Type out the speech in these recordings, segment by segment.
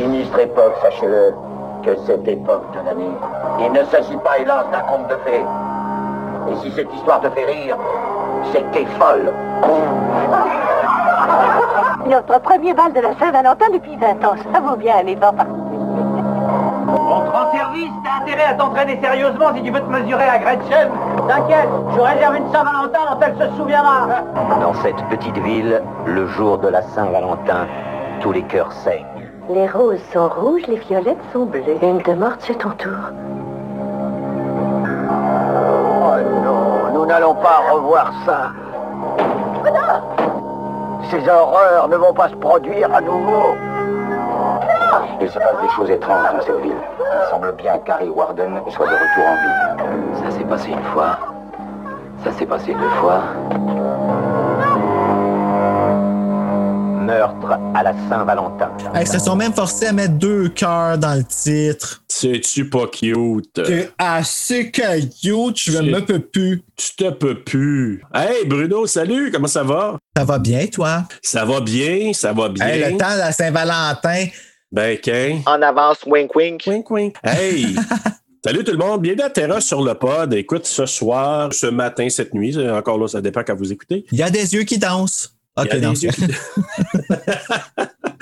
Illustre époque, sachez-le, que cette époque de l'année, il ne s'agit pas, hélas, d'un conte de fées. Et si cette histoire te fait rire, c'est que t'es folle. Notre premier bal de la Saint-Valentin depuis 20 ans. Ça vaut bien un effort particulier. On te rend service, t'as intérêt à t'entraîner sérieusement si tu veux te mesurer à Gretchen. T'inquiète, je réserve une Saint-Valentin dont elle se souviendra. Dans cette petite ville, le jour de la Saint-Valentin, tous les cœurs saignent. Les roses sont rouges, les violettes sont bleues. Une demande, c'est ton tour. Oh non, nous n'allons pas revoir ça. Ces horreurs ne vont pas se produire à nouveau. Il se passe des choses étranges dans cette ville. Il semble bien qu'Harry Warden soit de retour en vie. Ça s'est passé une fois. Ça s'est passé deux fois. Meurtre à la Saint-Valentin. Hey, ils se sont même forcés à mettre deux cœurs dans le titre. C'est-tu pas cute? Que assez caillou, je C'est- me peux plus. Tu te peux plus. Hey Bruno, salut, comment ça va? Ça va bien, toi? Ça va bien, ça va bien. Hey, le temps de la Saint-Valentin. Ben, qu'un. En avance, wink wink. Quink, quink. Hey! Salut tout le monde, bienvenue à Terra sur le pod. Écoute, ce soir, ce matin, cette nuit, c'est- encore là, ça dépend quand vous écoutez. Il y a des yeux qui dansent. Ok, Il y a des non. yeux qui-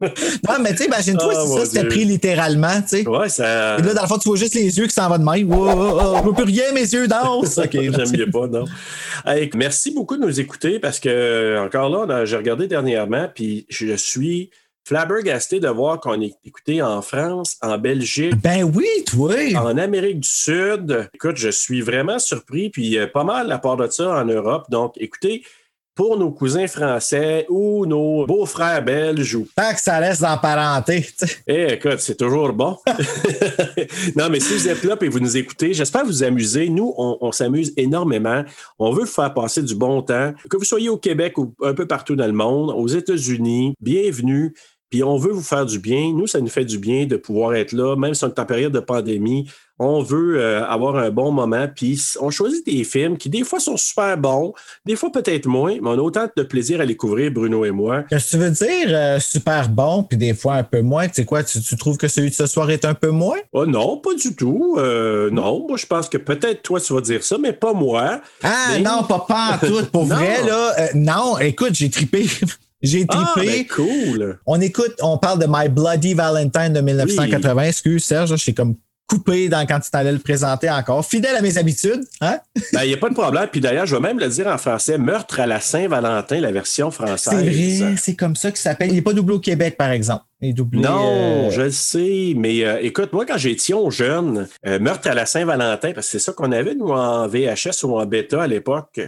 Non, mais tu sais, imagine-toi Oh, si mon ça c'était Dieu. pris littéralement, tu sais. Ouais, ça. Et là, dans le fond, tu vois juste les yeux qui s'en vont de même. Wow, oh, oh, je veux plus rien, mes yeux dansent. Ok, J'aime non. mieux pas, non. Hey, merci beaucoup de nous écouter parce que, encore là, on a- j'ai regardé dernièrement, puis je suis flabbergasté de voir qu'on est écouté en France, en Belgique, Ben oui, toi. en Amérique du Sud. Écoute, je suis vraiment surpris, puis euh, pas mal à part de ça en Europe. Donc, écoutez, pour nos cousins français ou nos beaux-frères belges, ou... Tant que ça laisse dans la parenté. tu sais. Eh, écoute, c'est toujours bon. non, mais si vous êtes là et vous nous écoutez, j'espère vous amuser. Nous, on, on s'amuse énormément. On veut vous faire passer du bon temps. Que vous soyez au Québec ou un peu partout dans le monde, aux États-Unis, bienvenue. Puis on veut vous faire du bien. Nous, ça nous fait du bien de pouvoir être là, même si on est en période de pandémie. On veut euh, avoir un bon moment. Puis on choisit des films qui, des fois, sont super bons, des fois peut-être moins, mais on a autant de plaisir à les couvrir, Bruno et moi. Qu'est-ce que tu veux dire? euh, super bon, puis des fois un peu moins. Tu sais quoi, tu, tu trouves que celui de ce soir est un peu moins? Oh non, pas du tout. Euh, non, moi je pense que peut-être toi tu vas dire ça, mais pas moi. Ah Mais- non, pas, pas en tout. Pour Non. vrai, là, euh, non, écoute, j'ai tripé. j'ai Ah, tripé. ben, cool. On écoute, on parle de My Bloody Valentine de 1980. Excuse, Serge, là, je suis comme coupé dans quand tu t'allais le présenter encore. Fidèle à mes habitudes, hein? Ben, il n'y a pas de problème. Puis d'ailleurs, je vais même le dire en français, Meurtre à la Saint-Valentin, la version C'est vrai, française. c'est comme ça qu'il s'appelle. Il n'est pas doublé au Québec, par exemple. Il est doublé. Non, euh, je le sais, mais euh, écoute, moi quand j'étais jeune, euh, Meurtre à la Saint-Valentin, parce que c'est ça qu'on avait nous en VHS ou en bêta à l'époque.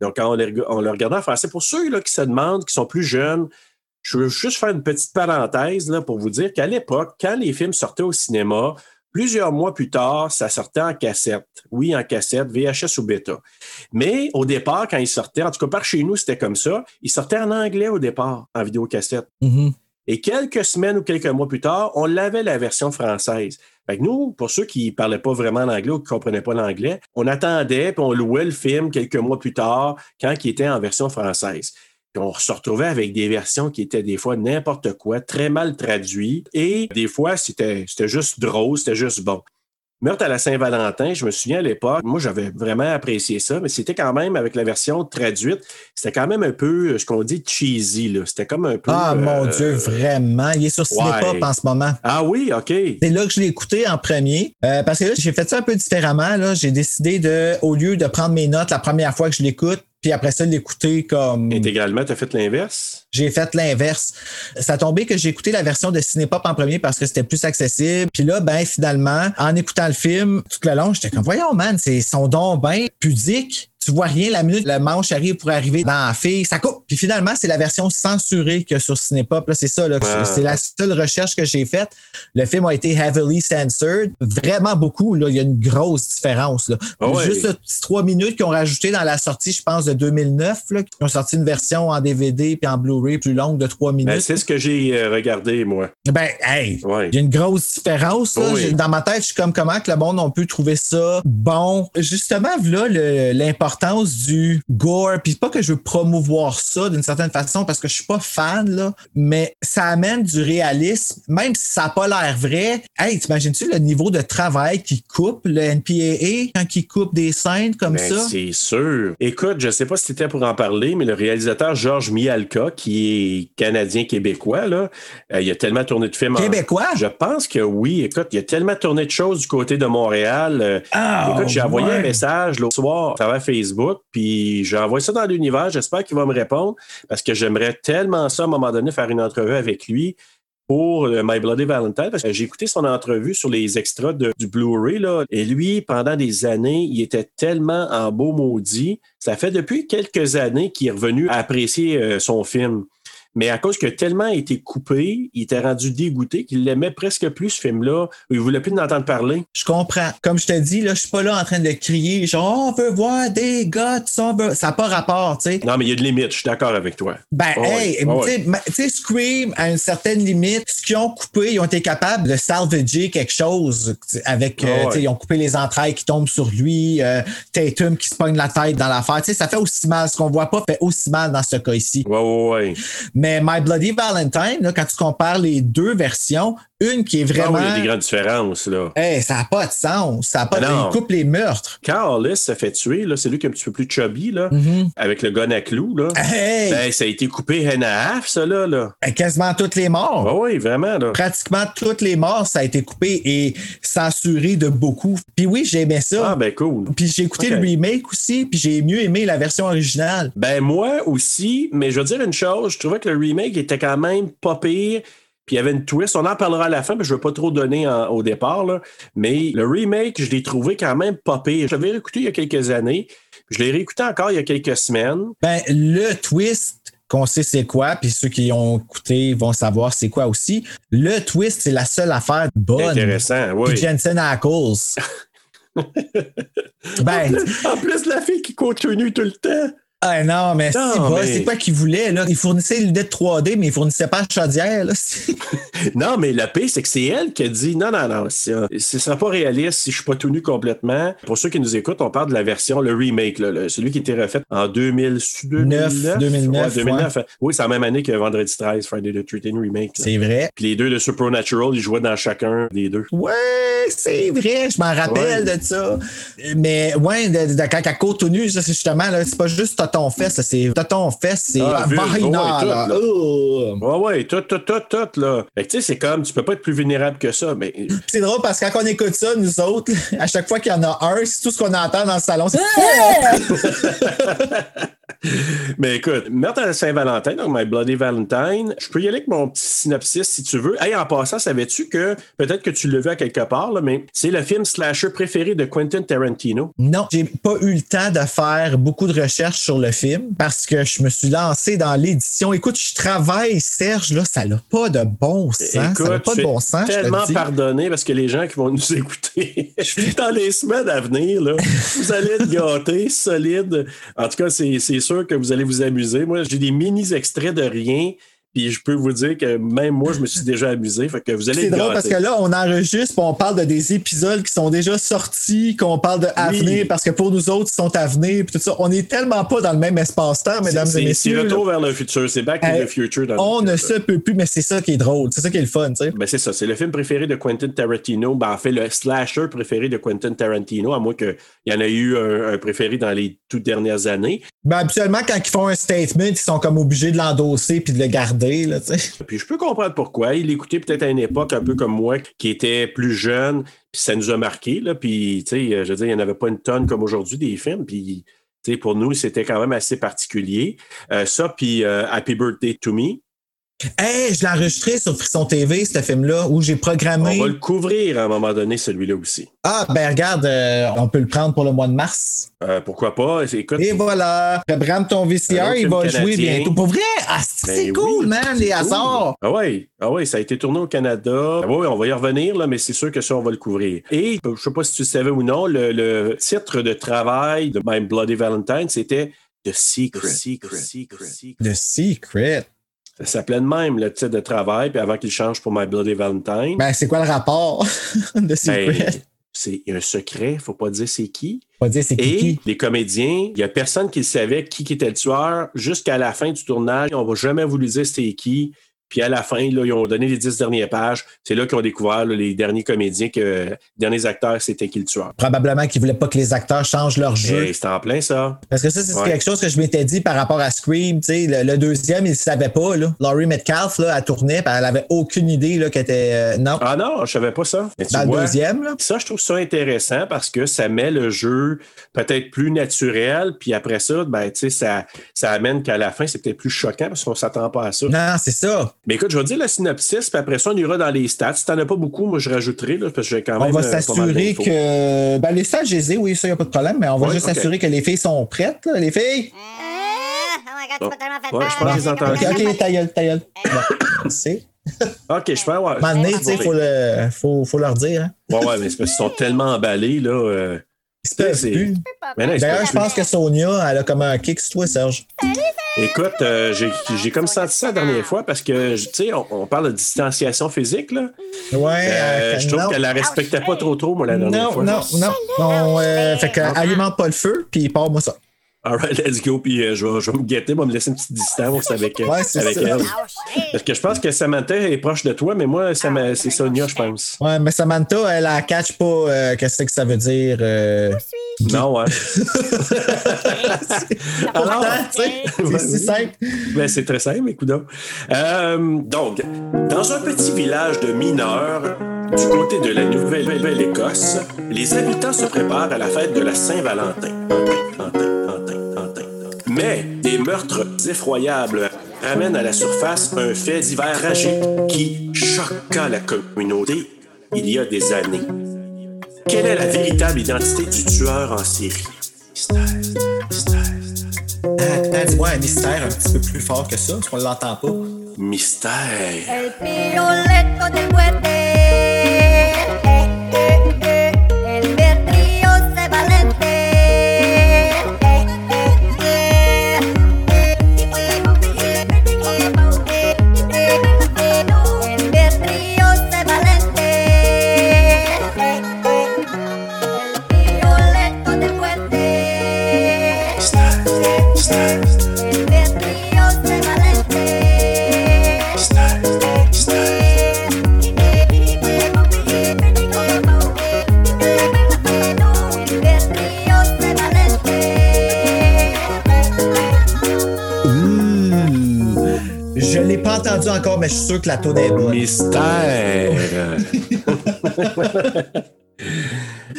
Donc quand on le, reg- on le regardait en français, pour ceux là, qui se demandent, qui sont plus jeunes, je veux juste faire une petite parenthèse là, pour vous dire qu'à l'époque, quand les films sortaient au cinéma, plusieurs mois plus tard, ça sortait en cassette. Oui, en cassette, VHS ou bêta. Mais au départ, quand ils sortaient, en tout cas par chez nous, c'était comme ça, ils sortaient en anglais au départ, en vidéocassette. mhm. Et quelques semaines ou quelques mois plus tard, on l'avait la version française. Fait que nous, pour ceux qui parlaient pas vraiment l'anglais ou qui comprenaient pas l'anglais, on attendait puis on louait le film quelques mois plus tard quand il était en version française. Puis on se retrouvait avec des versions qui étaient des fois n'importe quoi, très mal traduites. Et des fois, c'était c'était juste drôle, c'était juste bon. Meurtre à la Saint-Valentin, je me souviens à l'époque, moi j'avais vraiment apprécié ça, mais c'était quand même avec la version traduite, c'était quand même un peu euh, ce qu'on dit cheesy. là. C'était comme un peu. Ah, euh, mon Dieu, vraiment. Il est sur Cinépop en ce moment. ah oui, OK. C'est là que je l'ai écouté en premier. euh, parce que là, j'ai fait ça un peu différemment. Là. J'ai décidé de, au lieu de prendre mes notes la première fois que je l'écoute, puis après ça, l'écouter comme. Intégralement, tu as fait l'inverse? J'ai fait l'inverse. Ça a tombé que j'ai écouté la version de Cinépop en premier parce que c'était plus accessible. Puis là, ben, finalement, en écoutant le film, tout le long, j'étais comme, voyons, man, c'est son don ben pudique tu vois rien la minute le manche arrive pour arriver dans la fille, ça coupe. Puis finalement, c'est la version censurée que sur Cinépop. C'est ça, là, ah. c'est la seule recherche que j'ai faite. Le film a été heavily censored, vraiment beaucoup. Là, il y a une grosse différence. Là. Ah ouais. Juste les trois minutes qu'ils ont rajouté dans la sortie, je pense, de 2009, là, qui ont sorti une version en DVD puis en Blu-ray plus longue de trois minutes. Ben, c'est ce que j'ai euh, regardé, moi. Ben, hey, ouais. il y a une grosse différence. Là. Oui. Dans ma tête, je suis comme comment que le monde on peut trouver ça bon. Justement, là, l'importance du gore. Puis pas que je veux promouvoir ça d'une certaine façon parce que je suis pas fan, là, mais ça amène du réalisme, même si ça n'a pas l'air vrai. Hey, t'imagines-tu le niveau de travail qui coupe le NPAA quand qui coupe des scènes comme ben, ça? C'est sûr. Écoute, je sais pas si c'était pour en parler, mais le réalisateur Georges Mialka, qui est canadien-québécois, là, euh, il a tellement tourné de films. Québécois? En... Je pense que oui. Écoute, il a tellement tourné de choses du côté de Montréal. Euh, Ah, oh, écoute, j'ai envoyé ouais. un message l'autre soir à travers Facebook. Facebook, puis j'ai envoyé ça dans l'univers. J'espère qu'il va me répondre parce que j'aimerais tellement ça à un moment donné faire une entrevue avec lui pour My Bloody Valentine parce que j'ai écouté son entrevue sur les extras de, du Blu-ray là et lui pendant des années il était tellement en beau maudit ça fait depuis quelques années qu'il est revenu à apprécier euh, son film mais à cause que tellement a été coupé, il était rendu dégoûté qu'il l'aimait presque plus ce film-là. Il voulait plus d'entendre parler. Je comprends. Comme je te dis, là, je suis pas là en train de crier genre on veut voir des gars, on veut... ça n'a pas rapport, tu sais. Non, mais il y a de limites. Je suis d'accord avec toi. Ben oh, hey, oh, tu sais, Scream à une certaine limite, ce qu'ils ont coupé, ils ont été capables de salvager quelque chose avec, oh, euh, ouais. ils ont coupé les entrailles qui tombent sur lui, euh, Tatum qui se pogne la tête dans l'affaire. Tu sais, ça fait aussi mal. Ce qu'on voit pas fait aussi mal dans ce cas ici. Ouais, ouais, ouais. Mais mais My Bloody Valentine, là, quand tu compares les deux versions, une qui est vraiment. Ah il y a des grandes différences, là. Hey, ça n'a pas de sens. Ça n'a pas de. Il coupe les meurtres. Quand Hollis se fait tuer, là, c'est lui qui est un petit peu plus chubby, là, mm -hmm. avec le gun à clous, là. Ah, Hey! Ben, ça a été coupé en half, ça, là. là. Quasiment toutes les morts. Ben oui, vraiment, là. Pratiquement toutes les morts, ça a été coupé et censuré de beaucoup. Puis oui, j'aimais ça. Ah, ben cool. Puis j'ai écouté okay. le remake aussi, puis j'ai mieux aimé la version originale. Ben moi aussi, mais je veux dire une chose, je trouvais que le remake était quand même pas pire. Puis il y avait une twist. On en parlera à la fin, mais je ne veux pas trop donner en, au départ. Là. Mais le remake, je l'ai trouvé quand même pas pire. Je l'avais réécouté il y a quelques années. Je l'ai réécouté encore il y a quelques semaines. Ben, le twist qu'on sait c'est quoi, puis ceux qui ont écouté vont savoir c'est quoi aussi. Le twist, c'est la seule affaire bonne. Intéressant, oui. Puis Jensen Ackles. ben, en, plus, en plus, la fille qui continue tout le temps. Ah non, mais c'est pas, mais... pas qu'il voulait. Là. Il fournissait l'idée de 3D, mais il fournissait pas la chaudière. Là. non, mais la pire, c'est que c'est elle qui a dit non, non, non, ce sera pas réaliste si je suis pas tout nu complètement. Pour ceux qui nous écoutent, on parle de la version, le remake, là, le, celui qui était refait en 2000, 2009. 9, 2009, ouais, 2009 ouais. hein. Oui, c'est la même année que Vendredi 13, Friday the 13 Remake. C'est vrai. Puis les deux de Supernatural, ils jouaient dans chacun des deux. Ouais, c'est vrai, je m'en rappelle ouais. de ça. Mais ouais, de, de, quand elle court tout nu, c'est justement, c'est pas juste ton fesse, c'est ton fesse, c'est ah, vaginal. Ouais, oh. ouais, ouais, tout, tout, tout, tout, là. Fait que tu sais, c'est comme, tu peux pas être plus vulnérable que ça, mais. C'est drôle parce que quand on écoute ça, nous autres, à chaque fois qu'il y en a un, c'est tout ce qu'on entend dans le salon, c'est. Mais Ben, écoute, meurtre à Saint-Valentin, donc My Bloody Valentine, je peux y aller avec mon petit synopsis si tu veux. Hey, en passant, savais-tu que peut-être que tu l'as vu à quelque part, là, mais c'est le film slasher préféré de Quentin Tarantino? Non, j'ai pas eu le temps de faire beaucoup de recherches sur le film parce que je me suis lancé dans l'édition. Écoute, je travaille, Serge, là, ça n'a pas de bon sens. Écoute, ça n'a pas de bon sens. tellement pardonné parce que les gens qui vont nous écouter dans les semaines à venir, là, vous allez être gâtés, solides. En tout cas, c'est sûr que vous allez vous amuser. Moi, j'ai des mini-extraits de rien. Puis je peux vous dire que même moi, je me suis déjà amusé. Fait que vous allez C'est drôle parce que là, on enregistre, on parle de des épisodes qui sont déjà sortis, qu'on parle de à venir, oui. parce que pour nous autres, ils sont à venir, puis tout ça. On n'est tellement pas dans le même espace-temps, mesdames et messieurs. C'est retour vers le futur, c'est back hey, to the future. Dans on ne se peut plus, mais c'est ça qui est drôle, c'est ça qui est le fun, tu sais. Ben c'est ça, c'est le film préféré de Quentin Tarantino. Ben, en fait, le slasher préféré de Quentin Tarantino, à moins qu'il y en ait eu un, un, préféré dans les toutes dernières années. Ben, habituellement, quand ils font un statement, ils sont comme obligés de l'endosser puis de le garder. Là, puis je peux comprendre pourquoi. Il l'écoutait peut-être à une époque un peu comme moi, qui était plus euh, jeune, puis ça nous a marqué. Là, puis, tu sais, je veux dire, il n'y en avait pas une tonne comme aujourd'hui des films. Puis T'sais, pour nous, c'était quand même assez particulier. Euh, ça, puis euh, Happy Birthday to Me. Hey, je l'ai enregistré sur Frisson TV, ce film-là, où j'ai programmé. On va le couvrir à un moment donné, celui-là aussi. Ah, ben regarde, euh, on peut le prendre pour le mois de mars. Euh, pourquoi pas? Écoute, Et voilà, Bram ton Un VCR, il autre va film jouer canadien. bientôt. Pour vrai, ah, c'est Ben oui, cool, man, les c'est hasards. Ah oui, ah ouais, ça a été tourné au Canada. Ah oui, on va y revenir, là, mais c'est sûr que ça, on va le couvrir. Et euh, je ne sais pas si tu le savais ou non, le, le titre de travail de My Bloody Valentine, c'était The Secret. The Secret. The Secret. Ça s'appelait de même, le titre de travail, puis avant qu'il change pour My Bloody Valentine. Ben, c'est quoi le rapport de Secret? ben, c'est un secret, faut pas dire c'est qui. On va dire c'est qui, Et qui. les comédiens, il n'y a personne qui le savait qui, qui était le tueur jusqu'à la fin du tournage. On va jamais voulu dire c'était qui. Puis à la fin, là, ils ont donné les dix dernières pages. C'est là qu'ils ont découvert là, les derniers comédiens, que, les derniers acteurs, c'était qui le tueur. Probablement qu'ils voulaient pas que les acteurs changent leur jeu. Hey, c'est en plein ça. Parce que ça, c'est Ben, Ouais. quelque chose que je m'étais dit par rapport à Scream. tu sais, Le, le deuxième, il ne savait pas. Là. Laurie Metcalf, là, elle tournait, puis elle avait aucune idée là, qu'elle était. euh, non, Ah non, je savais pas ça. Mais tu dans vois, le deuxième. Là. Ça, je trouve ça intéressant parce que ça met le jeu peut-être plus naturel. Puis après ça, ben, tu sais, ça, ça amène qu'à la fin, c'est peut-être plus choquant parce qu'on s'attend pas à ça. Non, c'est ça. Mais Ben, écoute, je vais dire le synopsis, puis après ça, on ira dans les stats. Si t'en as pas beaucoup, moi, je rajouterai, là, parce que j'ai quand On même. va euh, pas mal s'assurer d'infos. que. Ben, les stages, je les ai, oui, ça, il n'y a pas de problème, mais on va Ouais, juste ok. s'assurer que les filles sont prêtes, là, les filles. Ah, oh my god, Bon. tu m'as tellement fait Ouais, peur. je pense que j'ai entendu. Ok, ok, ta gueule, ta gueule. Bon, c'est. OK, je peux avoir. À un moment donné, tu sais, faut, le- faut, faut leur dire. Hein. Ouais, ouais, mais c'est parce qu'ils sont tellement emballés, là. euh, Ils se peuvent C'est- plus. Mais non, ils se peuvent D'ailleurs, Ben, je plus. pense que Sonia, elle a comme un kick sur toi, Serge. Écoute, euh, j'ai j'ai comme senti ça la dernière fois parce que, tu sais, on, on parle de distanciation physique, là. Ouais, Euh, euh, je trouve non. qu'elle la respectait pas trop, trop, moi, la dernière Non, fois. non, non, non. euh, fait que alimente pas le feu, puis pars-moi ça. All right, let's go, puis euh, je, vais, je vais me guetter, je vais me laisser une petite distance avec, euh, Ouais, c'est avec ça. elle. Oh, shit. Parce que je pense que Samantha est proche de toi, mais moi, Sam- c'est Sonia, je pense. Ouais, mais Samantha, elle, elle catch pas euh, qu'est-ce que ça veut dire. euh. Non, hein? Alors, Pourtant, tu sais, c'est si simple. Ben, c'est très simple, écoute. Euh, donc, dans un petit village de mineurs du côté de la Nouvelle-Écosse, les habitants se préparent à la fête de la Saint-Valentin. Mais des meurtres effroyables ramènent à la surface un fait divers tragique qui choqua la communauté il y a des années. Quelle est la véritable identité du tueur en série? Mystère, mystère. Attends, dis-moi Ah, un mystère un petit peu plus fort que ça, parce qu'on l'entend pas. Mystère. El piruleto del puente. Eh, eh, eh. El berrío se valente. Eh, eh, eh. Eh, eh, eh. Eh, eh, eh. El berrío se valente. Eh, eh. El piruleto del puente. El berrío se valente. Je l'ai pas entendu encore, mais je suis sûr que la tonne est bonne. Mystère.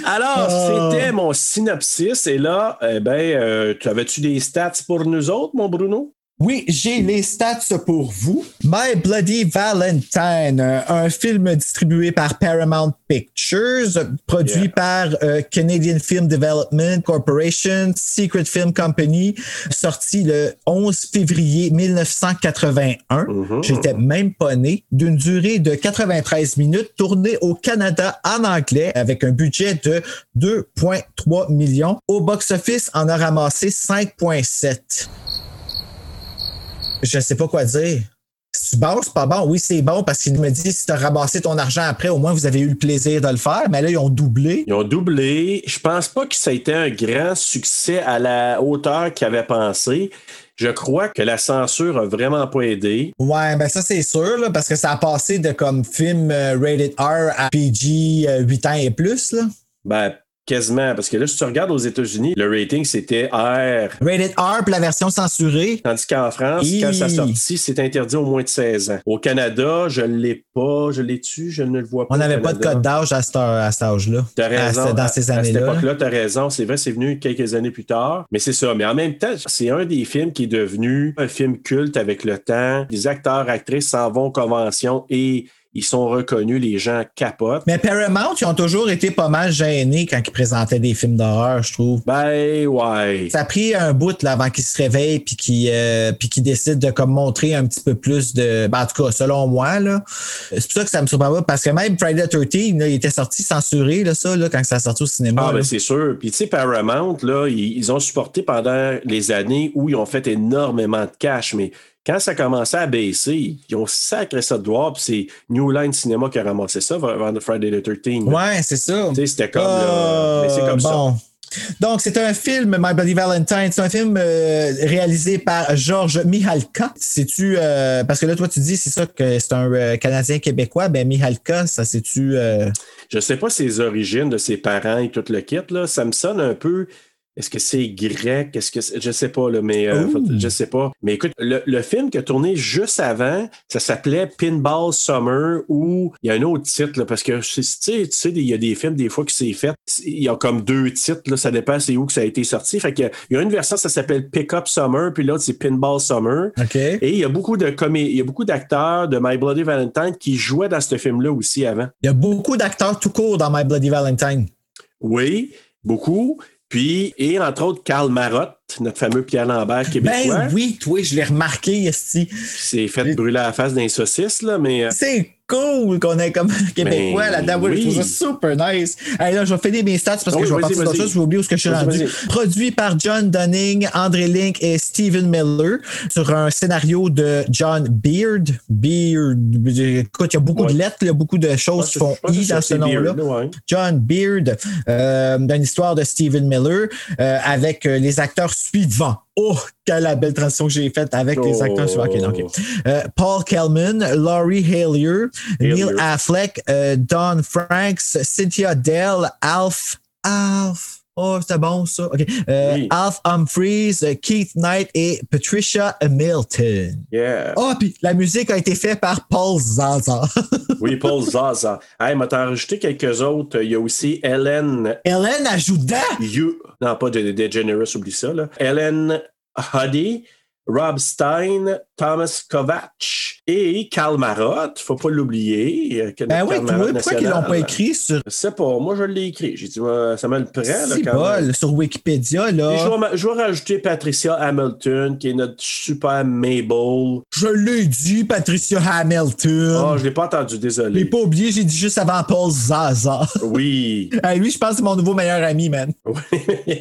Alors, Ah. c'était mon synopsis. Et là, eh ben, euh, tu avais-tu des stats pour nous autres, mon Bruno? Oui, j'ai les stats pour vous. My Bloody Valentine, euh, un film distribué par Paramount Pictures, euh, produit Yeah. par euh, Canadian Film Development Corporation, Secret Film Company, sorti le 11 février 1981. J'étais même pas né. D'une durée de 93 minutes, tourné au Canada en anglais avec un budget de 2,3 millions. Au box-office, en a ramassé 5,7. Je sais pas quoi dire. Si tu bon, c'est pas bon. Oui, c'est bon parce qu'il me dit si tu as ramassé ton argent après, au moins vous avez eu le plaisir de le faire. Mais là, ils ont doublé. Ils ont doublé. Je pense pas que ça a été un grand succès à la hauteur qu'ils avaient pensé. Je crois que la censure a vraiment pas aidé. Ouais, ben ça, c'est sûr, là, parce que ça a passé de comme film euh, rated R à PG euh, 8 ans et plus. Là. Ben, Quasiment, parce que là, si tu regardes aux États-Unis, le rating, c'était R. Rated R pour la version censurée. Tandis qu'en France, Hi. quand ça sortit, c'est interdit au moins de 16 ans. Au Canada, je l'ai pas, je l'ai tu, je ne le vois pas. On au n'avait pas de Canada. code d'âge à cet, à cet âge-là. T'as raison. À- À- dans ces À cette années-là. époque-là, t'as raison. C'est vrai, c'est venu quelques années plus tard. Mais c'est ça. Mais en même temps, c'est un des films qui est devenu un film culte avec le temps. Les acteurs, actrices s'en vont aux conventions et ils sont reconnus. Les gens capotent. Mais Paramount, ils ont toujours été pas mal gênés quand ils présentaient des films d'horreur, je trouve. Ben, ouais. Ça a pris un bout là, avant qu'ils se réveillent puis qu'ils euh, puis qu'ils décident de comme montrer un petit peu plus de. Ben, en tout cas, selon moi, là. C'est pour ça que ça me surprend pas. Parce que même Friday the 13, là, il était sorti censuré, là, ça, là, quand ça a sorti au cinéma. Ah, là. ben c'est sûr. Puis tu sais, Paramount, là, ils, ils ont supporté pendant les années où ils ont fait énormément de cash, mais quand ça commençait à baisser, ils ont sacré ça de dehors, puis c'est New Line Cinema qui a ramassé ça avant The Friday the 13. ouais, c'est ça. Oh, Tu sais, c'était comme. là, mais c'est comme ça. bon. Donc, c'est un film, My Bloody Valentine. C'est un film euh, réalisé par Georges Mihalka. C'est-tu, euh, parce que là, toi, tu dis, c'est ça que c'est un euh, Canadien québécois. Ben, Mihalka, ça, c'est-tu. euh, Je sais pas ses origines de ses parents et tout le kit, là. Ça me sonne un peu. Est-ce que c'est grec? Est-ce que c'est- je sais pas là, mais euh, Ouh. faut- je sais pas. Mais écoute, le, le film qui a tourné juste avant, ça s'appelait Pinball Summer ou il y a un autre titre là, parce que c'est- tu sais, tu sais, il y a des films des fois qui s'est fait, il y a comme deux titres là, ça dépend c'est où que ça a été sorti. Fait que il y a une version ça s'appelle Pick Up Summer puis l'autre c'est Pinball Summer. OK. Et il y a beaucoup de comé- il y a beaucoup d'acteurs de My Bloody Valentine qui jouaient dans ce film là aussi avant. Il y a beaucoup d'acteurs tout court dans My Bloody Valentine. Oui, beaucoup. Puis, et entre autres, Karl Marotte, notre fameux Pierre Lambert québécois, Ben oui, toi, je l'ai remarqué ici. qui s'est fait brûler la face d'un saucisse, là, mais euh, C'est cool qu'on ait comme québécois Ben là-dedans. Oui, Je trouve ça super nice. Hey, là, je vais finir mes stats parce que Ah Oui, je vas-y, vais partir d'autre vas-y. chose. Je vais oublier où ce que je suis Vas-y, rendu. vas-y. Produit par John Dunning, André Link et Steven Miller sur un scénario de John Beard. Beard. Écoute, il y a beaucoup Ouais. Ah, de lettres, il y a beaucoup de je choses pense qui que- font je pense que i dans ce c'est nom-là. Beard, ouais. John Beard, euh, d'une histoire de Stephen Miller, euh, avec euh, les acteurs suivants. Oh, quelle belle transition que j'ai faite avec les Oh. acteurs suivants. Ok, non, ok. Euh, Paul Kelman, Laurie Hallier, Hallier. Neil Affleck, euh, Don Franks, Cynthia Dell, Alf, Alf. Oh, c'était bon ça. Ok. Euh, Oui. Alf Humphries, euh, Keith Knight et Patricia Milton. Yeah. Oh, puis la musique a été faite par Paul Zaza. Oui, Paul Zaza. Hey, m'a t'en rajouté quelques autres. Il y a aussi Helen Hélène ajoute dedans. You. Non, pas de DeGeneres, oublie ça, là. Helen Huddy, Rob Stein, Thomas Kovacs et Karl Marotte. Faut pas l'oublier. euh, que Ben notre oui, Karl toi, Marotte pourquoi ils l'ont pas national. écrit sur Je sais pas, moi je l'ai écrit. J'ai dit, ouais, ça me le prend. Là, Si quand même. bol, sur Wikipédia, Puis je, là. vais, ma- je vais rajouter Patricia Hamilton, qui est notre super Mabel. Je l'ai dit, Patricia Hamilton. Ah, je l'ai pas entendu, je l'ai désolé. pas oublié, j'ai dit juste avant Paul Zaza. Oui. Hey, lui, je pense que c'est mon nouveau meilleur ami, man. Oui.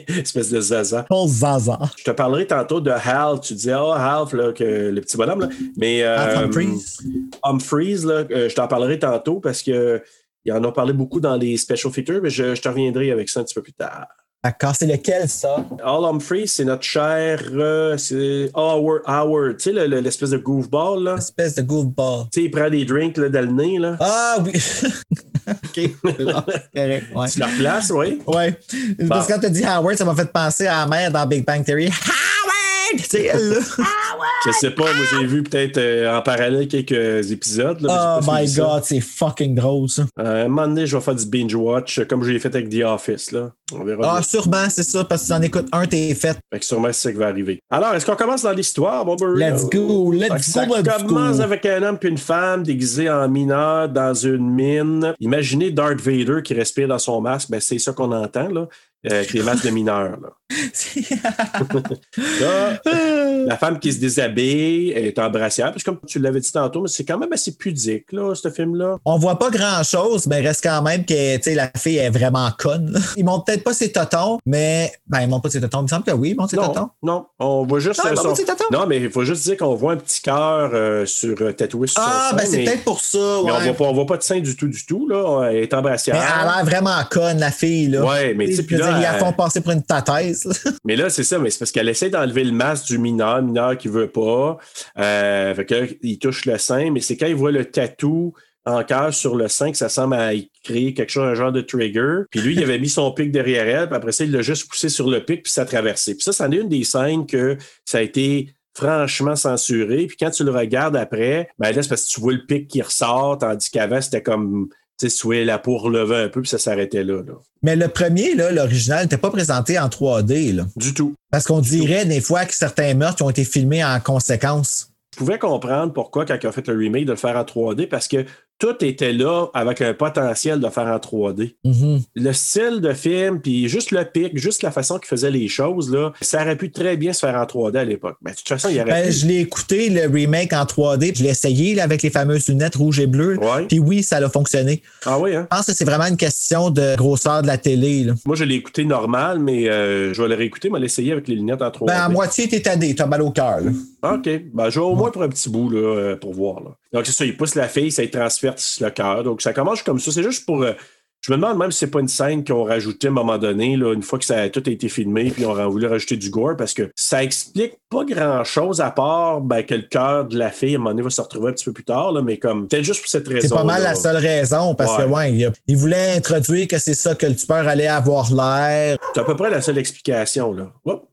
Espèce de zaza. Paul Zaza. Je te parlerai tantôt de Hal. Tu disais, ah, Hal, là, que, le petit bonhomme. Là. Mais. Alf euh, Humphries. Humphries, là, euh, je t'en parlerai tantôt parce que. Ils en ont parlé beaucoup dans les special features, mais je, je te reviendrai avec ça un petit peu plus tard. D'accord, c'est lequel, ça? All Humphries, c'est notre cher euh, c'est Howard, Howard, tu sais, le- le- l'espèce de goofball, là. Espèce de goofball. Tu sais, il prend des drinks là, dans le nez, là. Ah oui! ok. Ah, Correct, ouais. Tu la replaces, oui. Ouais. Bah. Parce que quand t'as dit Howard, ça m'a fait penser à la mère dans Big Bang Theory. Howard! C'est elle, là. Je sais pas, moi j'ai vu peut-être euh, en parallèle quelques épisodes. là, oh mais j'ai pas my suivi ça. god, c'est fucking drôle, ça. Euh, à un moment donné, je vais faire du binge-watch, euh, comme je l'ai fait avec The Office, là. On verra. Ah, bien. sûrement, c'est ça, parce que tu en écoutes un, t'es fait. Fait que sûrement, c'est ça qui va arriver. Alors, est-ce qu'on commence dans l'histoire, mon beurre? Let's go, let's Fait que ça go, let's commence go. avec un homme puis une femme déguisés en mineur dans une mine. Imaginez Darth Vader qui respire dans son masque. Ben, c'est ça qu'on entend, là, euh, avec les masques de mineurs. Là. Là, La femme qui se déshabille est en brassière, parce que comme tu l'avais dit tantôt, mais c'est quand même assez pudique, là, ce film-là. On voit pas grand chose, mais reste quand même que tu sais, la fille est vraiment conne. là. Ils montrent peut-être pas ses totons, mais ben ils montrent pas ses totons. Il me semble que oui, ils montrent ses Non, totons. non, on voit juste... Non, euh, ils montrent son- ses totons. Non, mais il faut juste dire qu'on voit un petit cœur euh, sur euh, tatoué sur ah, son ben sein, c'est mais- peut-être pour ça. mais Ouais. on voit pas, on voit pas de sein du tout, du tout, là. Elle est en brassière. Mais elle a l'air vraiment conne, la fille. Là. Ouais, mais tu sais, Je puis veux là, dire, ils la elle- font passer pour une tataise. là. Mais là, c'est ça, mais c'est parce qu'elle essaie d'enlever le masque du mineur, le mineur qui veut pas. Euh, fait que là, il touche le sein, mais c'est quand il voit le tatou encore sur le 5, ça semble à créer quelque chose, un genre de trigger. Puis lui, il avait mis son pic derrière elle, puis après ça, il l'a juste poussé sur le pic, puis ça a traversé. Puis ça, c'en est une des scènes que ça a été franchement censuré. Puis quand tu le regardes après, ben là, c'est parce que tu vois le pic qui ressort, tandis qu'avant, c'était comme, tu sais, tu voyais la peau relever un peu, puis ça s'arrêtait là, là. Mais le premier, là, l'original, n'était pas présenté en 3D. Là. Du tout. Parce qu'on dirait des fois que certains meurtres ont été filmés en conséquence. je pouvais comprendre pourquoi, quand ils ont fait le remake, de le faire en 3D, parce que tout était là avec un potentiel de le faire en 3D. Mhm. Le style de film, puis juste le pic, juste la façon qu'ils faisaient les choses, là, ça aurait pu très bien se faire en 3D à l'époque. Mais de toute façon, il y aurait Ben, pu. je l'ai écouté, le remake en 3D, je l'ai essayé là, avec les fameuses lunettes rouges et bleues. Ouais. Puis oui, ça a fonctionné. Ah oui, hein? Je pense que c'est vraiment une question de grosseur de la télé. là. Moi, je l'ai écouté normal, mais euh, je vais le réécouter, mais l'essayer avec les lunettes en 3D. Ben, à moitié, t'es tadé, t'as mal au cœur. là. OK. Ben, je vais au moins pour un petit bout là, euh, pour voir. là. Donc, c'est ça, il pousse la fille, ça lui transverse le cœur. Donc, ça commence comme ça. C'est juste pour. euh, je me demande même si c'est pas une scène qu'on rajoutait à un moment donné, là, une fois que ça a tout a été filmé, puis on aurait voulu rajouter du gore, parce que ça explique pas grand-chose à part ben, que le cœur de la fille, à un moment donné, va se retrouver un petit peu plus tard, là, mais comme peut-être juste pour cette raison. C'est pas mal la seule raison parce que, Ouais. ouais, il, a- il voulait introduire que c'est ça que le tueur allait avoir l'air. C'est à peu près la seule explication. Là. Hop.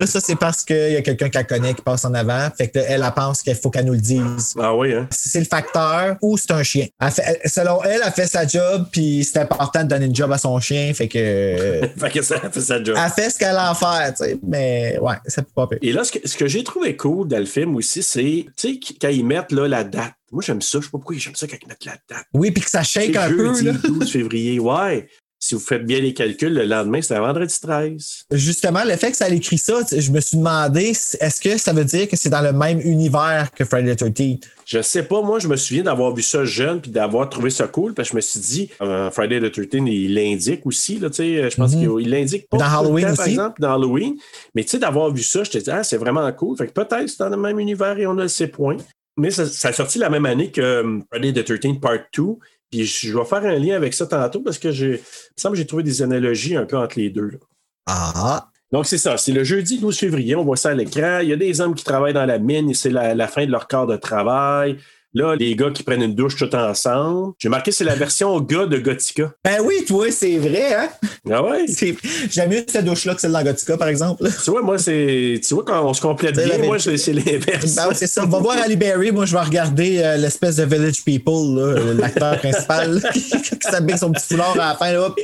Là, ça, c'est parce qu'il y a quelqu'un qu'elle connaît qui passe en avant. Fait que là, elle, elle pense qu'il faut qu'elle nous le dise. Ah oui, hein? Si c'est le facteur ou c'est un chien. Elle fait- elle- selon elle, elle fait sa job, puis c'est important de donner une job à son chien. Fait que. euh, fait que ça fait ça job. elle fait ce qu'elle a à faire, tu sais. Mais ouais, ça peut pas pire. Et là, ce que, ce que j'ai trouvé cool dans le film aussi, c'est, tu sais, qu- quand ils mettent là, la date. Moi, j'aime ça. Je sais pas pourquoi j'aime ça quand ils mettent la date. Oui, puis que ça shake C'est un peu, jeudi là. 12 février. Ouais. Si vous faites bien les calculs, le lendemain, c'est un vendredi 13. Justement, le fait que ça ait écrit ça, tu sais, je me suis demandé, est-ce que ça veut dire que c'est dans le même univers que Friday the 13th? Je sais pas, moi, je me souviens d'avoir vu ça jeune puis d'avoir trouvé ça cool parce que je me suis dit, euh, Friday the 13 il l'indique aussi, là, tu sais, euh, je pense qu'il l'indique pas. Mhm. Dans tout le Halloween par aussi. exemple, dans Halloween. Mais tu sais, d'avoir vu ça, je te dis, ah, c'est vraiment cool. Fait que peut-être c'est dans le même univers et on a ses points. Mais ça, ça a sorti la même année que euh, Friday the 13 Part 2. Puis je, je vais faire un lien avec ça tantôt parce que j'ai, il me semble que j'ai trouvé des analogies un peu entre les deux. là. Ah, Donc, c'est ça. C'est le jeudi 12 février. On voit ça à l'écran. Il y a des hommes qui travaillent dans la mine et c'est la, la fin de leur quart de travail. Là, les gars qui prennent une douche tout ensemble. J'ai marqué, c'est la version gars de Gothica. ben oui, toi, c'est vrai, hein? Ah ouais? C'est- J'aime mieux cette douche-là que celle dans Gothica, par exemple. Tu vois, moi, c'est. Tu vois, quand on se complète C'est la bien, même moi, c'est c'est l'inverse. Ben oui, c'est ça. On va voir Ali Berry. Moi, je vais regarder euh, l'espèce de Village People, là, euh, l'acteur principal, là, qui s'habille avec son petit foulard à la fin. Hop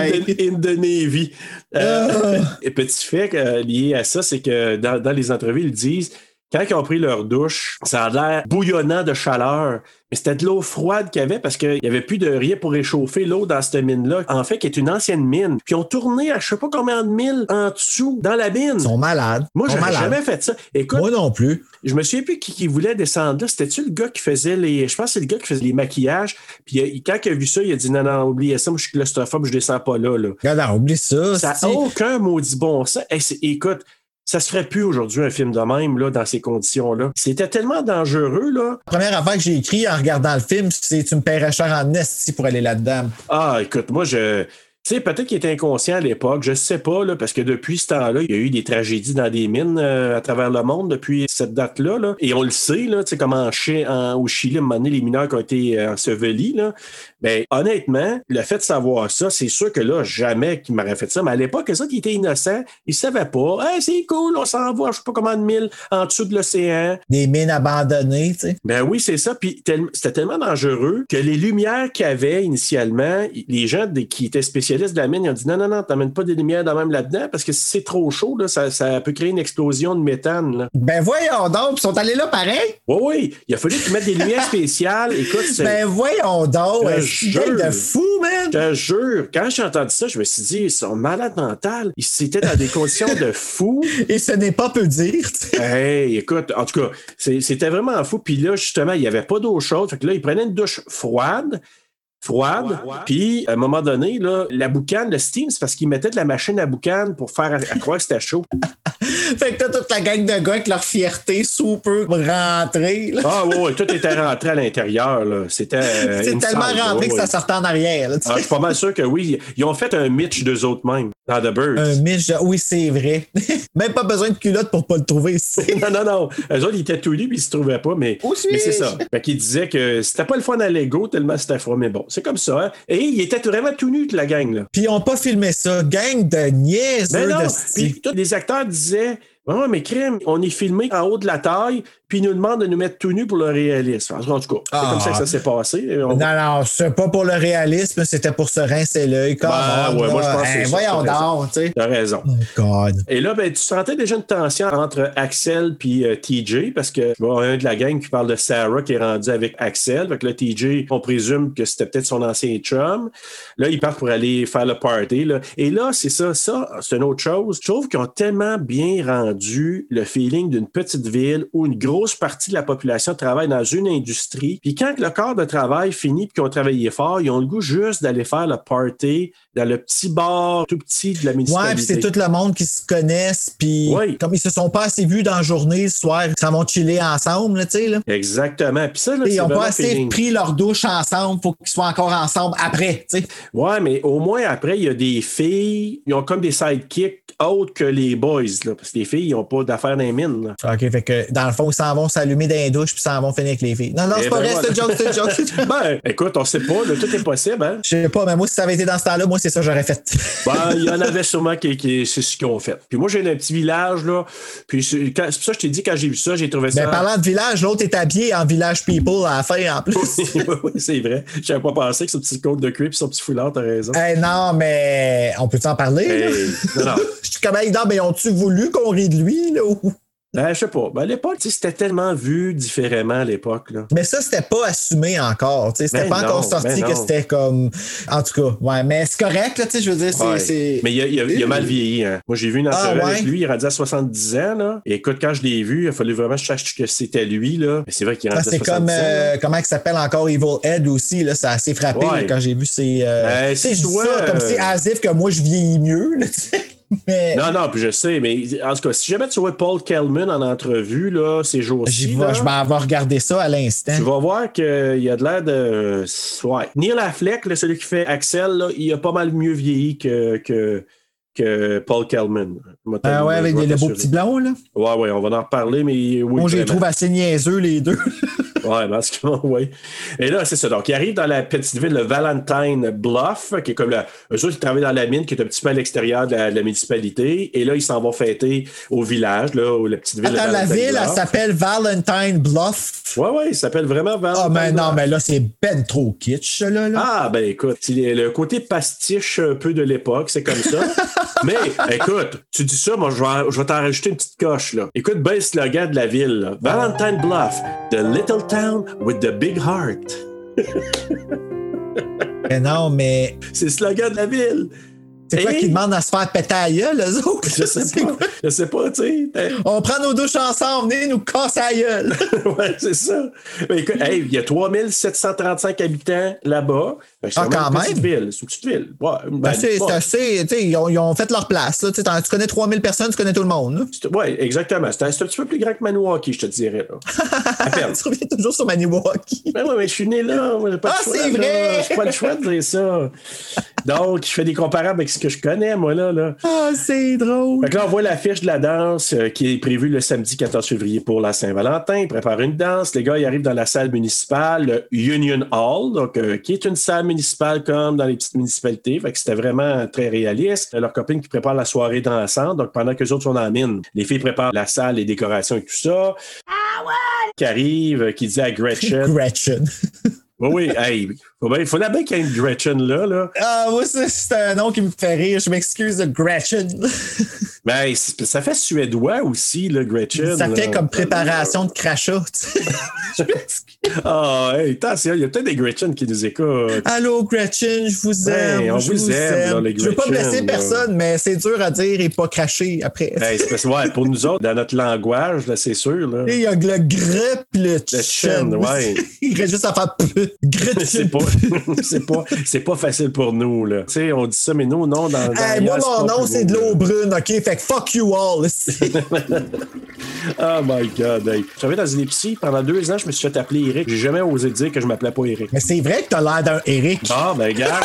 In the, in the Navy. Euh, Ah. et petit fait euh, lié à ça, c'est que dans, dans les entrevues, ils disent quand ils ont pris leur douche, ça a l'air bouillonnant de chaleur. Mais c'était de l'eau froide qu'il y avait parce qu'il n'y avait plus de rien pour réchauffer l'eau dans cette mine-là. En fait, qui est une ancienne mine. Puis ils ont tourné à je sais pas combien de milles en dessous dans la mine. Ils sont malades. Moi, Ils sont j'avais malades. jamais fait ça. Écoute, Moi non plus. je me souviens plus qui, qui voulait descendre là. C'était-tu le gars qui faisait les. Je pense que c'est le gars qui faisait les maquillages. Puis euh, il- quand il a vu ça, il a dit non, non, oubliez ça, moi je suis claustrophobe, je descends pas là. là. Regarde, alors, oublie ça. Ça c'est- n'a aucun maudit bon sens. Hey, c'est- écoute, ça se ferait plus aujourd'hui un film de même là, dans ces conditions-là. C'était tellement dangereux, là. La première affaire que j'ai écrit en regardant le film, c'est Tu me paierais cher en esti pour aller là-dedans. Ah, écoute, moi, je. Tu sais, peut-être qu'il était inconscient à l'époque, je sais pas, là, parce que depuis ce temps-là, il y a eu des tragédies dans des mines euh, à travers le monde depuis cette date-là. là. Et on le sait, là, tu sais, comme en Chi- en- au Chili, à un moment donné, les mineurs qui ont été euh, ensevelis. Là. Ben, honnêtement, le fait de savoir ça, c'est sûr que là, jamais qu'il m'aurait fait ça. Mais à l'époque, ça, qui était innocent, il savait pas. Hey, c'est cool, on s'en va, je sais pas comment de mille, en dessous de l'océan. Des mines abandonnées, tu sais. Ben oui, c'est ça. Puis tel- c'était tellement dangereux que les lumières qu'il y avait initialement, i- les gens des- qui étaient spécialistes de la mine, ils ont dit non, non, non, t'emmènes pas des lumières dans même là-dedans parce que si c'est trop chaud, là, ça, ça peut créer une explosion de méthane. Là. Ben voyons donc, ils sont allés là pareil. Oui, oui, il a fallu qu'ils mettent des lumières spéciales. Écoute, c'est- Ben voyons donc, Je esti, jure. gang de fou, man. je te jure, quand j'ai entendu ça, je me suis dit, ils sont malades mentales. Ils étaient dans des conditions de fou. Et ce n'est pas peu dire, tu sais. Hey, écoute, en tout cas, c'est- c'était vraiment fou. Puis là, justement, il n'y avait pas d'eau chaude. Fait que là, il prenait une douche froide. froide. Puis, à un moment donné, là, la boucane, le steam, c'est parce qu'ils mettaient de la machine à boucane pour faire à, à croire que c'était chaud. Fait que t'as toute la gang de gars avec leur fierté sous peu rentrée. là. Ah ouais, ouais, tout était rentré à l'intérieur. là. C'était euh, C'est inside, tellement rentré ouais, que ça ouais. sortait en arrière. là, tu Ah, je sais. suis pas mal sûr que oui. Ils ont fait un Mitch d'eux autres mêmes dans The Birds. Un miche, de- oui, c'est vrai. Même pas besoin de culotte pour pas le trouver ici. Non, non, non. Eux autres, ils étaient tout nus, puis ils se trouvaient pas, mais, Où suis-je? mais c'est ça. Fait qu'ils disaient que c'était pas le fun à Lego tellement c'était froid, mais bon, c'est comme ça. hein. Et ils étaient vraiment tout nus, de la gang, là. Puis ils ont pas filmé ça. Gang de Mais Ben niaiseux non, de puis style. tous les acteurs disaient Ouais, mais crime, on est filmé en haut de la taille, puis ils nous demandent de nous mettre tout nus pour le réalisme. En tout cas, c'est Ah. comme ça que ça s'est passé. Et on- Non, non, c'est pas pour le réalisme, c'était pour se rincer l'œil. Come Ben, on, ouais, là. moi, je pense que c'est Hey, ça, Voyons t'as raison. donc, tu sais. T'as raison. Oh, God. Et là, ben, tu sentais déjà une tension entre Axel puis euh, TJ, parce que tu vois un de la gang qui parle de Sarah qui est rendu avec Axel. Fait que là, TJ, on présume que c'était peut-être son ancien chum. Là, ils partent pour aller faire le party. là. Et là, c'est ça, ça, c'est une autre chose. Je trouve qu'ils ont tellement bien rendu le feeling d'une petite ville où une grosse partie de la population travaille dans une industrie. Puis quand le corps de travail finit puis qu'ils ont travaillé fort, ils ont le goût juste d'aller faire le party dans le petit bar tout petit de la municipalité. Ouais, puis c'est tout le monde qui se connaissent, puis Oui. comme ils se sont pas assez vus dans la journée, le soir, ils s'en vont chiller ensemble, là, tu sais. Là. Exactement. Puis ça, là, Ils c'est ont vraiment pas assez feeling. pris leur douche ensemble, faut qu'ils soient encore ensemble après, tu sais. Ouais, mais au moins après, il y a des filles, ils ont comme des sidekicks autres que les boys, là, parce que les filles, ils n'ont pas d'affaires dans les mines. là. OK, fait que dans le fond, ils s'en vont s'allumer dans les douches, puis ils s'en vont finir avec les filles. Non, non, Eh c'est pas ben vrai, c'est une joke, c'est une joke, c'est une joke. Ben, écoute, on sait pas, là, tout est possible, hein? Je sais pas, mais moi, si ça avait été dans ce temps-là, moi, c'est ça que j'aurais fait. Ben, il y en avait sûrement qui, qui- c'est ce qu'ils ont fait. Puis moi, j'ai un petit village, là. Puis c'est quand- c'est pour ça que je t'ai dit, quand j'ai vu ça, j'ai trouvé ça. Mais Ben, parlant de village, l'autre est habillé en village people à la fin, en plus. oui, c'est vrai. J'avais pas pensé que ce petit côte de cuir et son petit foulard, t'as raison. Eh non, mais on peut en parler? là? Hey, non, non. Je suis comme, hey, non, mais ont-tu voulu qu'on rit de lui? Là? ou- Ben, je sais pas. Ben, à l'époque, tu sais, c'était tellement vu différemment à l'époque, là. Mais ça, c'était pas assumé encore. tu sais. C'était Ben pas encore non, sorti ben que non. c'était comme. En tout cas, ouais, mais c'est correct, là, tu sais, je veux dire, c'est. Ouais. c'est- Euh. Mais il a, il a- il a mal vieilli. Hein. Moi, j'ai vu une entrevue Ah, ouais? avec lui, il est rendu à 70 ans. Là. Et écoute, quand je l'ai vu, il a fallu vraiment que je sache que c'était lui. Là. Mais c'est vrai qu'il est Ah, rendu à c'est 70 comme ans. euh, comment il s'appelle encore Evil Ed aussi là, ça a assez frappé Ouais. là, quand j'ai vu ces euh, Ben, tu sais, je dis soit, ça comme euh, c'est as if que moi je vieillis mieux là, tu sais. mais Non, non, puis je sais, mais en tout cas, si jamais tu vois Paul Kelman en entrevue, là, ces j'y jours-ci, vais, là, je m'en vais regarder ça à l'instant. tu vas voir qu'il a de l'air de. Ouais. Neil Affleck, là, celui qui fait Axel, là, il a pas mal mieux vieilli que, que, que Paul Kelman. Ah ouais, avec le beau petit blond là. Ouais, ouais, on va en reparler, mais oui. moi je les vraiment. trouve assez niaiseux les deux. Ouais, parce que, ouais. Et là, c'est ça. Donc, il arrive dans la petite ville de Valentine Bluff, qui est comme la. Eux autres, ils travaillent dans la mine, qui est un petit peu à l'extérieur de la, de la municipalité. Et là, ils s'en vont fêter au village, là, où la petite ville Attends, de la Valentine ville elle Bluff. s'appelle Valentine Bluff. Ouais, ouais, il s'appelle vraiment Valentine. Ah mais non, Bluff. mais là c'est ben trop kitsch ça, là. là. Ah, ben écoute, c'est le le côté pastiche un peu de l'époque, c'est comme ça. Mais écoute, tu dis ça, moi, je vais, je vais t'en rajouter une petite coche, là. Écoute bien le slogan de la ville, là. Valentine Bluff, the little town with the big heart. Ah, Mais non, mais C'est le slogan de la ville. c'est quoi Et- qui demande à se faire péter à gueule, eux autres? Je sais C'est pas. quoi? Je sais pas, tu sais. t'es- On prend nos douches ensemble, venez nous casser à gueule. ouais, c'est ça. Mais écoute, hey, il y a 3735 habitants là-bas. Fait que c'est Ah, vraiment quand une petite ville. C'est une petite ville. Ouais, ben, Ben, c'est ouais. c'est assez, tu sais, ils ont, ils ont fait leur place. là. Tu sais, t'en- tu connais 3000 personnes, tu connais tout le monde. là. C'est- ouais, exactement. C'est un, c'est un petit peu plus grand que Maniwaki, je te dirais. Là. À peine. Tu reviens toujours sur Maniwaki. Mais ouais, mais je suis né là. Moi, j'ai pas Ah, le choix, c'est là. vrai! J'ai pas le choix de dire ça. Donc, je fais des comparables avec ce que je connais, moi, là. là. Ah, c'est drôle. Fait que là, on voit l'affiche de la danse euh, qui est prévue le samedi 14 février pour la Saint-Valentin. Ils préparent une danse. Les gars, ils arrivent dans la salle municipale, le Union Hall, donc, euh, qui est une salle municipale comme dans les petites municipalités. Fait que c'était vraiment très réaliste. Leur copine qui prépare la soirée dansante. Donc, pendant que les autres sont en mine, les filles préparent la salle, les décorations et tout ça. Qui arrive, euh, qui dit à Gretchen. Gretchen. oui, oui, hey, faut bien- il faut la bien qu'il y ait une Gretchen là, là. Ah, moi, ça, c'est un nom qui me fait rire. Je m'excuse de Gretchen. Mais hey, c'est- ça fait suédois aussi, le Gretchen. Ça fait là. comme préparation de crachat. tu sais. Ah, hey, attention, il y a peut-être des Gretchen qui nous écoutent. Allô Gretchen, je Ben, vous aime. Hey, on je vous aime, là, les je veux pas Gretchen, blesser là. personne, mais c'est dur à dire et pas cracher après. Hey, c'est parce- ouais, pour nous autres, dans notre langage, là, c'est sûr. Là. Et Il y a le grep, le chen. ouais. Il reste juste à faire p- C'est Gretchen. pas, c'est pas, c'est pas facile pour nous, là. Tu sais, on dit ça, mais nous, non, dans, dans Hey, moi, ailleurs, mon pas nom, plus c'est de beau, l'eau là. brune, OK? Fait que fuck you all. Oh my God, hey. Je travaillais dans une épicerie. Pendant deux ans, je me suis fait appeler Eric. J'ai jamais osé dire que je m'appelais pas Eric. Mais c'est vrai que t'as l'air d'un Eric. Ah, ben, regarde.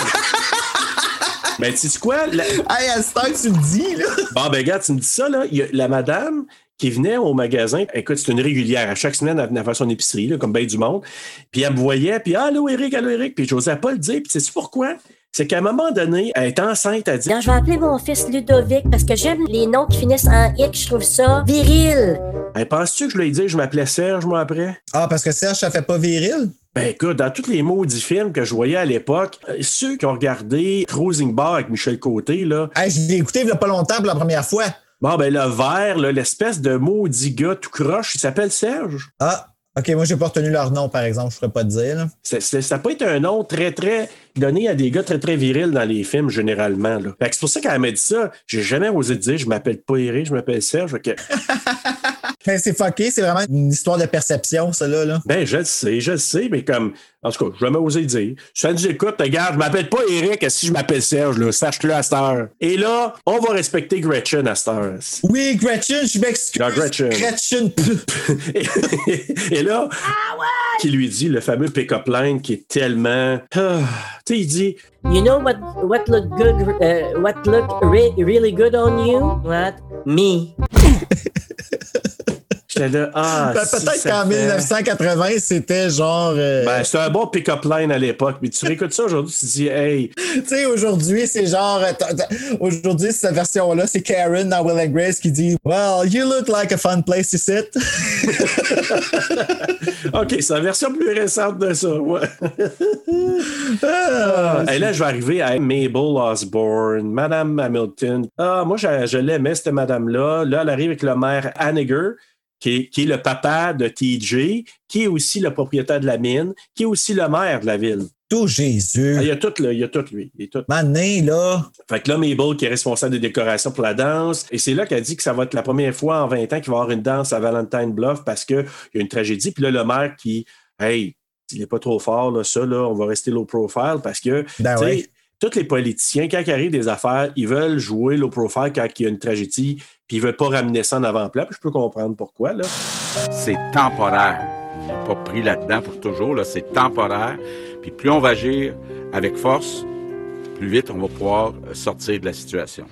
ben, tu sais quoi? La- Hey, à ce temps que tu le dis, là. Bon, ben, regarde, tu me dis ça, là. Il y a la madame qui venait au magasin, écoute, c'est une régulière. À chaque semaine, elle venait faire son épicerie, là, comme bien du monde. Puis elle me voyait, puis «Ah, allô, Eric, allô, Eric. Puis j'osais pas le dire. Puis tu sais pourquoi? C'est qu'à un moment donné, elle est enceinte, elle dit Non, je vais appeler mon fils Ludovic parce que j'aime les noms qui finissent en X, je trouve ça viril. Hey, penses-tu que je lui ai dit que je m'appelais Serge, moi, après? Ah, parce que Serge, ça fait pas viril? Ben écoute, dans tous les maudits films que je voyais à l'époque, euh, ceux qui ont regardé Cruising Bar avec Michel Côté, là, Hey, je l'ai écouté il y a pas longtemps pour la première fois. bon ben le vert, là, l'espèce de maudit gars tout croche, il s'appelle Serge. Ah, OK, moi, j'ai pas retenu leur nom, par exemple. Je pourrais pas te dire, là. C'est- c'est- ça peut être un nom très, très donné à des gars très, très virils dans les films, généralement. Là. Fait que c'est pour ça qu'elle m'a dit ça. J'ai jamais osé dire, je m'appelle pas Eric, je m'appelle Serge. Fait que, Mais c'est fucké, c'est vraiment une histoire de perception, ça, là. là. ben, je le sais, je le sais, mais comme, en tout cas, j'ai jamais osé dire. Ça nous écoute, regarde, je m'appelle pas Eric, si je m'appelle Serge, là, sache-le à cette heure. Et là, on va respecter Gretchen à cette heure. Oui, Gretchen, je m'excuse. Ah, Gretchen. Gretchen. p- Et, et là, Ah qui lui dit le fameux pick-up line qui est tellement. Ah, tu sais, il dit You know what what look good uh, what look re- really good on you? What? Me. J'étais là, ah, Ben, si Peut-être ça qu'en fait- 1980, c'était genre. euh, Ben, c'était un bon pick-up line à l'époque, mais tu réécoutes ça aujourd'hui, tu te dis, hey, tu sais, aujourd'hui, c'est genre. euh, t'as- t'as- Aujourd'hui, cette version-là, c'est Karen dans Will and Grace qui dit Well, you look like a fun place to sit. OK, c'est la version plus récente de ça. ouais. Ah, Et là, je vais arriver à Mabel Osborne, Madame Hamilton. Ah, moi, je, je l'aimais, cette madame-là. Là, elle arrive avec le maire Hanniger, qui est, qui est le papa de TJ, qui est aussi le propriétaire de la mine, qui est aussi le maire de la ville. Tout Ah, il y Oh, Jésus. a tout, là, il y a tout, lui. Il est tout. Mané, là. Fait que là, Mabel, qui est responsable des décorations pour la danse, et c'est là qu'elle dit que ça va être la première fois en 20 ans qu'il va y avoir une danse à Valentine Bluff parce qu'il y a une tragédie. Puis là, le maire qui, hey, il n'est pas trop fort, là, ça, là, on va rester low profile parce que, Ben tu sais, ouais. tous les politiciens, quand ils arrivent des affaires, ils veulent jouer low profile quand il y a une tragédie, puis ils veulent pas ramener ça en avant-plan. Puis je peux comprendre pourquoi, là. c'est temporaire. On n'est pas pris là-dedans pour toujours, là, c'est temporaire. Puis plus on va agir avec force, plus vite on va pouvoir euh, sortir de la situation.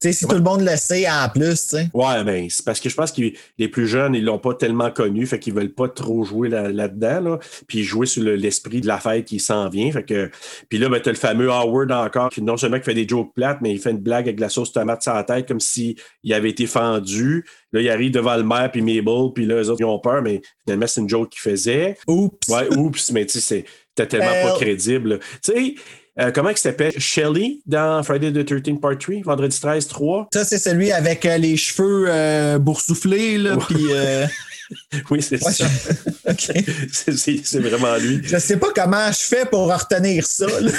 Tu sais, si tout le monde le sait, en plus, tu sais. Ouais, ben, c'est parce que je pense que les plus jeunes, ils l'ont pas tellement connu, fait qu'ils veulent pas trop jouer là- là-dedans, là puis jouer sur le- l'esprit de la fête qui s'en vient. Fait que, puis là, ben, t'as le fameux Howard encore, qui non seulement qui fait des jokes plates, mais il fait une blague avec de la sauce tomate sur la tête, comme s'il avait été fendu. Là, il arrive devant le maire, puis Mabel, puis là, eux autres, ils ont peur, mais finalement, c'est une joke qu'il faisait. Oups. Ouais, oups, mais tu sais, c'est- t'es tellement Well. pas crédible. Tu sais, euh, comment il s'appelle? Shelley dans Friday the 13th Part 3, Vendredi 13, 3. Ça, c'est celui avec euh, les cheveux euh, boursouflés, là. Puis. euh, Oui, c'est ouais, ça. je- OK. C'est- c'est c'est vraiment lui. Je sais pas comment je fais pour retenir ça. là.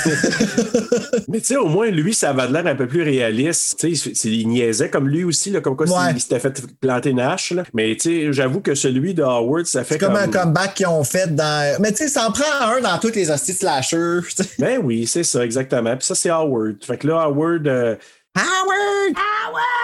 Mais tu sais, au moins, lui, ça avait l'air un peu plus réaliste. Tu sais, c'est- il niaisait comme lui aussi, là, comme quoi Ouais. il s'était fait planter une hache. là. Mais tu sais, j'avoue que celui de Howard, ça fait C'est comme comme... un comeback qu'ils ont fait dans. Mais tu sais, ça en prend un dans toutes les hosties slashers. tu sais. Ben oui, c'est ça, exactement. Puis ça, c'est Howard. Fait que là, Howard, euh, Howard!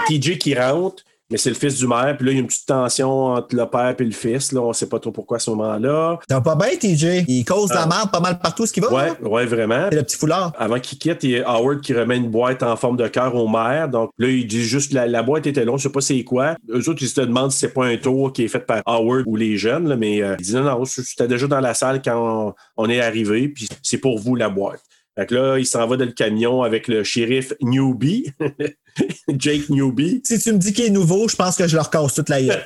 TJ qui rentre, mais c'est le fils du maire. Puis là, il y a une petite tension entre le père et le fils. Là, on sait pas trop pourquoi à ce moment-là. T'as pas bien, TJ. Il cause de la merde pas mal partout ce qu'il va. là. Euh, Ouais, ouais, vraiment. Oh! C'est le petit foulard. Avant qu'il quitte, il y a Howard qui remet une boîte en forme de cœur au maire. Donc là, il dit juste la, la boîte était longue, je sais pas c'est quoi. Eux autres, ils se demandent si c'est pas un tour qui est fait par Howard ou les jeunes, là, mais euh, il dit non, non, c'était déjà dans la salle quand on, on est arrivé, puis c'est pour vous la boîte. Fait que là, il s'en va dans le camion avec le shérif Newbie, Jake Newbie. Si tu me dis qu'il est nouveau, je pense que je leur casse toute la gueule.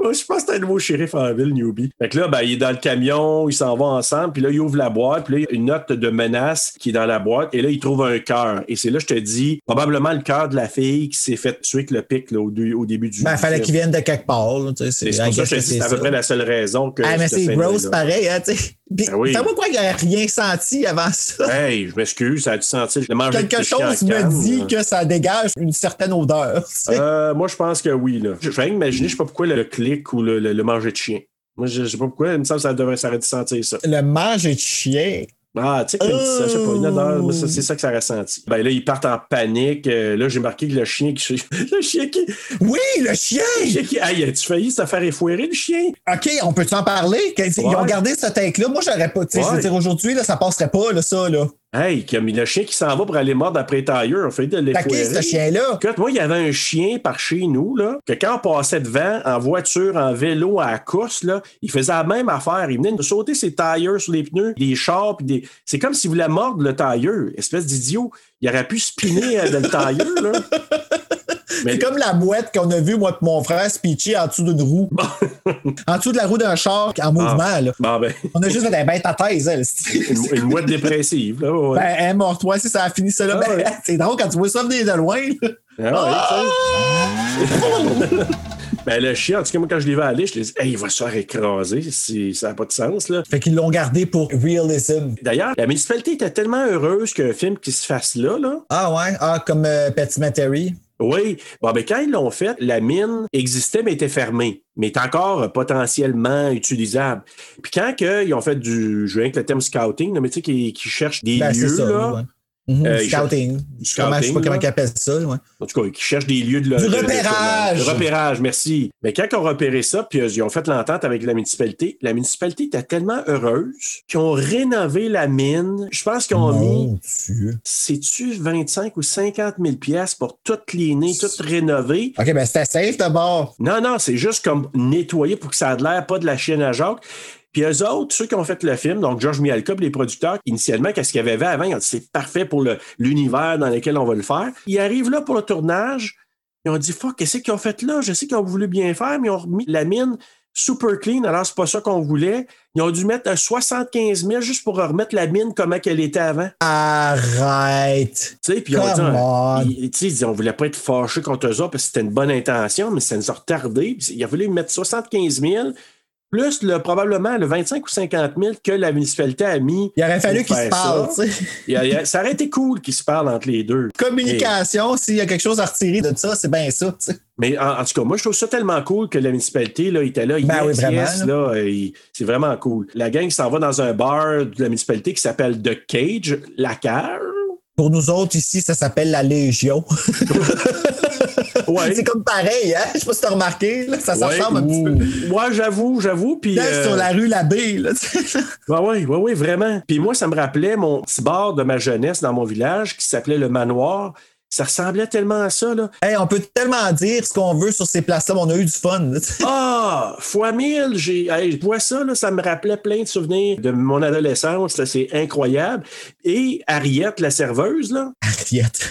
Moi, je pense que c'est un nouveau shérif en ville, Newbie. Fait que là, ben, il est dans le camion, ils s'en vont ensemble, puis là, il ouvre la boîte, puis là, il y a une note de menace qui est dans la boîte, et là, il trouve un cœur. Et c'est là, je te dis, probablement le cœur de la fille qui s'est fait tuer avec le pic là, au, du- au début du ben, du fallait film. qu'il vienne de quelque part. là, tu sais, C'est pour ça que je te dis, c'est à peu près la seule raison que. Ah, mais ce c'est film-là, gross là. pareil, hein, tu sais. Puis, Ben oui. fais-moi quoi qu'il n'aurait rien senti avant ça. Hey, je m'excuse, ça a dû sentir. Je l'ai mangé Quelque du chien en chose me canne, dit là. que ça dégage une certaine odeur. tu sais. Euh, moi, je pense que oui. Là. Je je vais imaginer, je sais pas pourquoi le, le clic ou le, le- le manger de chien. Moi, je, je sais pas pourquoi, il me semble que ça devrait s'arrêter de sentir ça. Le manger de chien. Ah, tu sais, comme ça, je sais pas, une odeur, moi, ça, c'est ça que ça ressentit. Ben là, ils partent en panique. Euh, là, j'ai marqué que le chien qui. Le chien qui. Oui, le chien! Le chien qui. Aïe, as-tu failli se faire effouérer, le chien? OK, on peut en parler? Qu'ils- Ils ont Ouais. gardé ce take-là. Moi, j'aurais pas. tu sais, Je veux Ouais. dire, aujourd'hui, là, ça passerait pas, là, ça. Là. Hey, comme le chien qui s'en va pour aller mordre après tailleur, on fait de T'as qui, l'effouérer. ce chien-là? Écoute, moi, il y avait un chien par chez nous, là, que quand on passait devant, en voiture, en vélo, à la course, là, il faisait la même affaire. Il venait nous sauter ses tailleurs sur les pneus, des chars, puis des. C'est comme s'il voulait mordre le tailleur. Espèce d'idiot. Il aurait pu spinner euh, dans le tailleur, là. Mais- C'est comme la mouette qu'on a vue, moi et mon frère, se pitcher en dessous d'une roue. en dessous de la roue d'un char Ah. en mouvement. Là. Bon, ben, On a juste fait des bêtes à thèse, elle. c'est- une, une mouette dépressive, là. ouais. Ben, elle est morte, ouais, si ça a fini ça là. Ah ben, ouais. c'est drôle quand tu vois ça venir de loin. là. Ah, ouais, tu sais. Ben, le chien, en tout cas, moi, quand je l'ai vu aller, je lui ai dit, Hey, il va se faire écraser, si ça n'a pas de sens, là. Fait qu'ils l'ont gardé pour realism. D'ailleurs, la municipalité était tellement heureuse qu'un film qui se fasse là, là, Ah ouais, ah, comme euh, Pet Cemetery. Oui. Bon, ben, quand ils l'ont fait, la mine existait, mais était fermée, mais est encore euh, potentiellement utilisable. Puis quand que, ils ont fait du, je viens que le thème scouting, là, mais tu sais, qui, qui cherchent des Ben, c'est lieux, ça. là. ouais. Mhm, Euh, du du scouting. Comment, je sais pas scouting, comment là. ils appellent ça. ouais. En tout cas, qui cherchent des lieux de leur- Du de- de- repérage. de- de repérage, merci. Mais quand ils ont repéré ça, puis euh, ils ont fait l'entente avec la municipalité, la municipalité était tellement heureuse qu'ils ont rénové la mine. Je pense qu'ils ont mis Mon Dieu. c'est-tu 25 ou 50 000 pièces pour tout cleaner, tout rénover. OK, ben c'était safe d'abord. Non, non, c'est juste comme nettoyer pour que ça ait l'air pas de la chienne à Jacques. Puis eux autres, ceux qui ont fait le film, donc George Mialka, puis les producteurs, initialement, qu'est-ce qu'il y avait avant, ils ont dit c'est parfait pour le- l'univers dans lequel on va le faire. Ils arrivent là pour le tournage, ils ont dit fuck, qu'est-ce qu'ils ont fait là? Je sais qu'ils ont voulu bien faire, mais ils ont remis la mine super clean, alors c'est pas ça qu'on voulait. Ils ont dû mettre un 75 000 juste pour remettre la mine comme qu'elle était avant. Arrête. Tu sais, puis ils ont dit, Come ils- on. Ah, tu sais, ils disaient, on voulait pas être fâchés contre eux autres parce que c'était une bonne intention, mais ça nous a retardé. Puis Ils ont voulu mettre 75 000 plus le, probablement le 25 ou 50 000 que la municipalité a mis. Il aurait fallu pour qu'ils se faire parlent. Ça. tu sais. Il y a- il y a- ça aurait été cool qu'ils se parlent entre les deux. Communication, s'il y a quelque chose à retirer de ça, c'est bien ça. tu sais. Mais en, en tout cas, moi, je trouve ça tellement cool que la municipalité, là, était là. Ben oui, yes, vraiment, yes, là, euh, il- c'est vraiment cool. La gang s'en va dans un bar de la municipalité qui s'appelle The Cage, la cage. Pour nous autres ici, ça s'appelle la Légion. Ouais. c'est comme pareil, hein? Je sais pas si t'as remarqué, là, ça s'en Ouais, ressemble un petit peu. ou- ouais, j'avoue, j'avoue. Puis Là, euh, sur la rue Labbé, là, tu sais. Oui, oui, oui, ouais, vraiment. Puis moi, ça me rappelait mon petit bar de ma jeunesse dans mon village qui s'appelait le Manoir. Ça ressemblait tellement à ça, là. Hey, on peut tellement dire ce qu'on veut sur ces places-là, mais on a eu du fun. là, tu sais. Ah, fois mille, j'ai, hey, je vois ça, là, ça me rappelait plein de souvenirs de mon adolescence, là, c'est incroyable. Et Ariette, la serveuse, là, Ariette.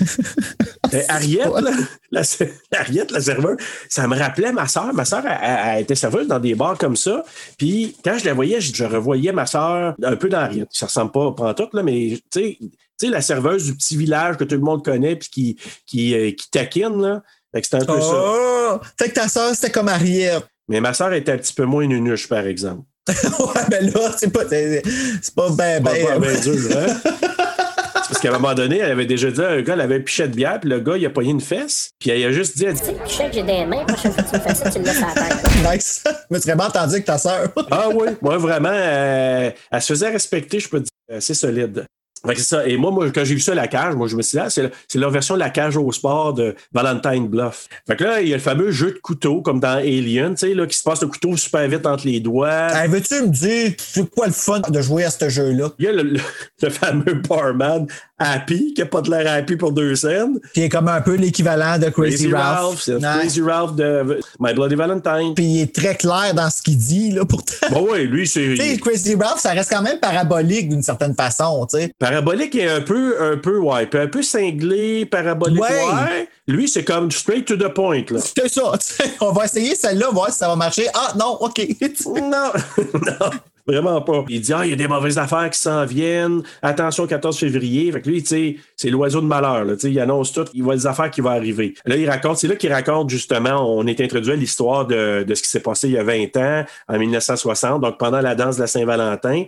Euh, Ariette, là, la, ser- Ariette, la serveuse, ça me rappelait ma soeur. Ma soeur, elle, elle- elle était serveuse dans des bars comme ça. Puis quand je la voyais, je, je revoyais ma soeur un peu dans Ariette. Ça ressemble pas au tout, là, mais tu sais, tu sais, la serveuse du petit village que tout le monde connaît puis qui, qui, euh, qui taquine, là. Fait que c'était un peu ça. Oh! Fait que ta soeur, c'était comme Ariette. Mais ma soeur était un petit peu moins nunuche, par exemple. ouais, ben là, c'est pas, c'est c'est pas ben, Pas- pas ben. bien dur, hein? C'est Parce qu'à un moment donné, elle avait déjà dit à un gars, elle avait piché de bière, puis le gars, il a pogné une fesse, puis elle a juste dit, elle dit, Je sais que j'ai des mains, la prochaine fois que tu me fais ça, tu le laisses à la tête. nice. Je me serais bien entendu avec ta soeur. Ah oui, moi vraiment, euh, elle se faisait respecter, je peux te dire, assez solide. Fait que c'est ça. Et moi, moi, quand j'ai vu ça, la cage, moi, je me suis dit, ah, c'est, le- c'est leur version de la cage au sport de Valentine Bluff. Fait que là, il y a le fameux jeu de couteau, comme dans Alien, tu sais, là, qui se passe le couteau super vite entre les doigts. Hey, veux-tu me dire, c'est quoi le fun de jouer à ce jeu-là? Il y a le, le- le fameux barman Happy, qui n'a pas de l'air happy pour deux scènes. Qui est comme un peu l'équivalent de Crazy, Ralph. c'est Ouais. Crazy Ralph de My Bloody Valentine. Puis il est très clair dans ce qu'il dit, là, pourtant. Bon, oui, lui, c'est. Tu sais, Crazy Ralph, ça reste quand même parabolique d'une certaine façon, tu sais. Parabolique est un peu, un peu, ouais, puis un peu cinglé, parabolique, Ouais. ouais. Lui, c'est comme straight to the point, là. C'est ça, tu sais. On va essayer celle-là, voir si ça va marcher. Ah, non, OK. Non, non, vraiment pas. Il dit, ah, il y a des mauvaises affaires qui s'en viennent. Attention, 14 février. Fait que lui, tu sais, c'est l'oiseau de malheur. Là, Tu sais, il annonce tout, il voit les affaires qui vont arriver. Là, il raconte, c'est là qu'il raconte justement, on est introduit à l'histoire de, de ce qui s'est passé il y a 20 ans, en 1960, donc pendant la danse de la Saint-Valentin.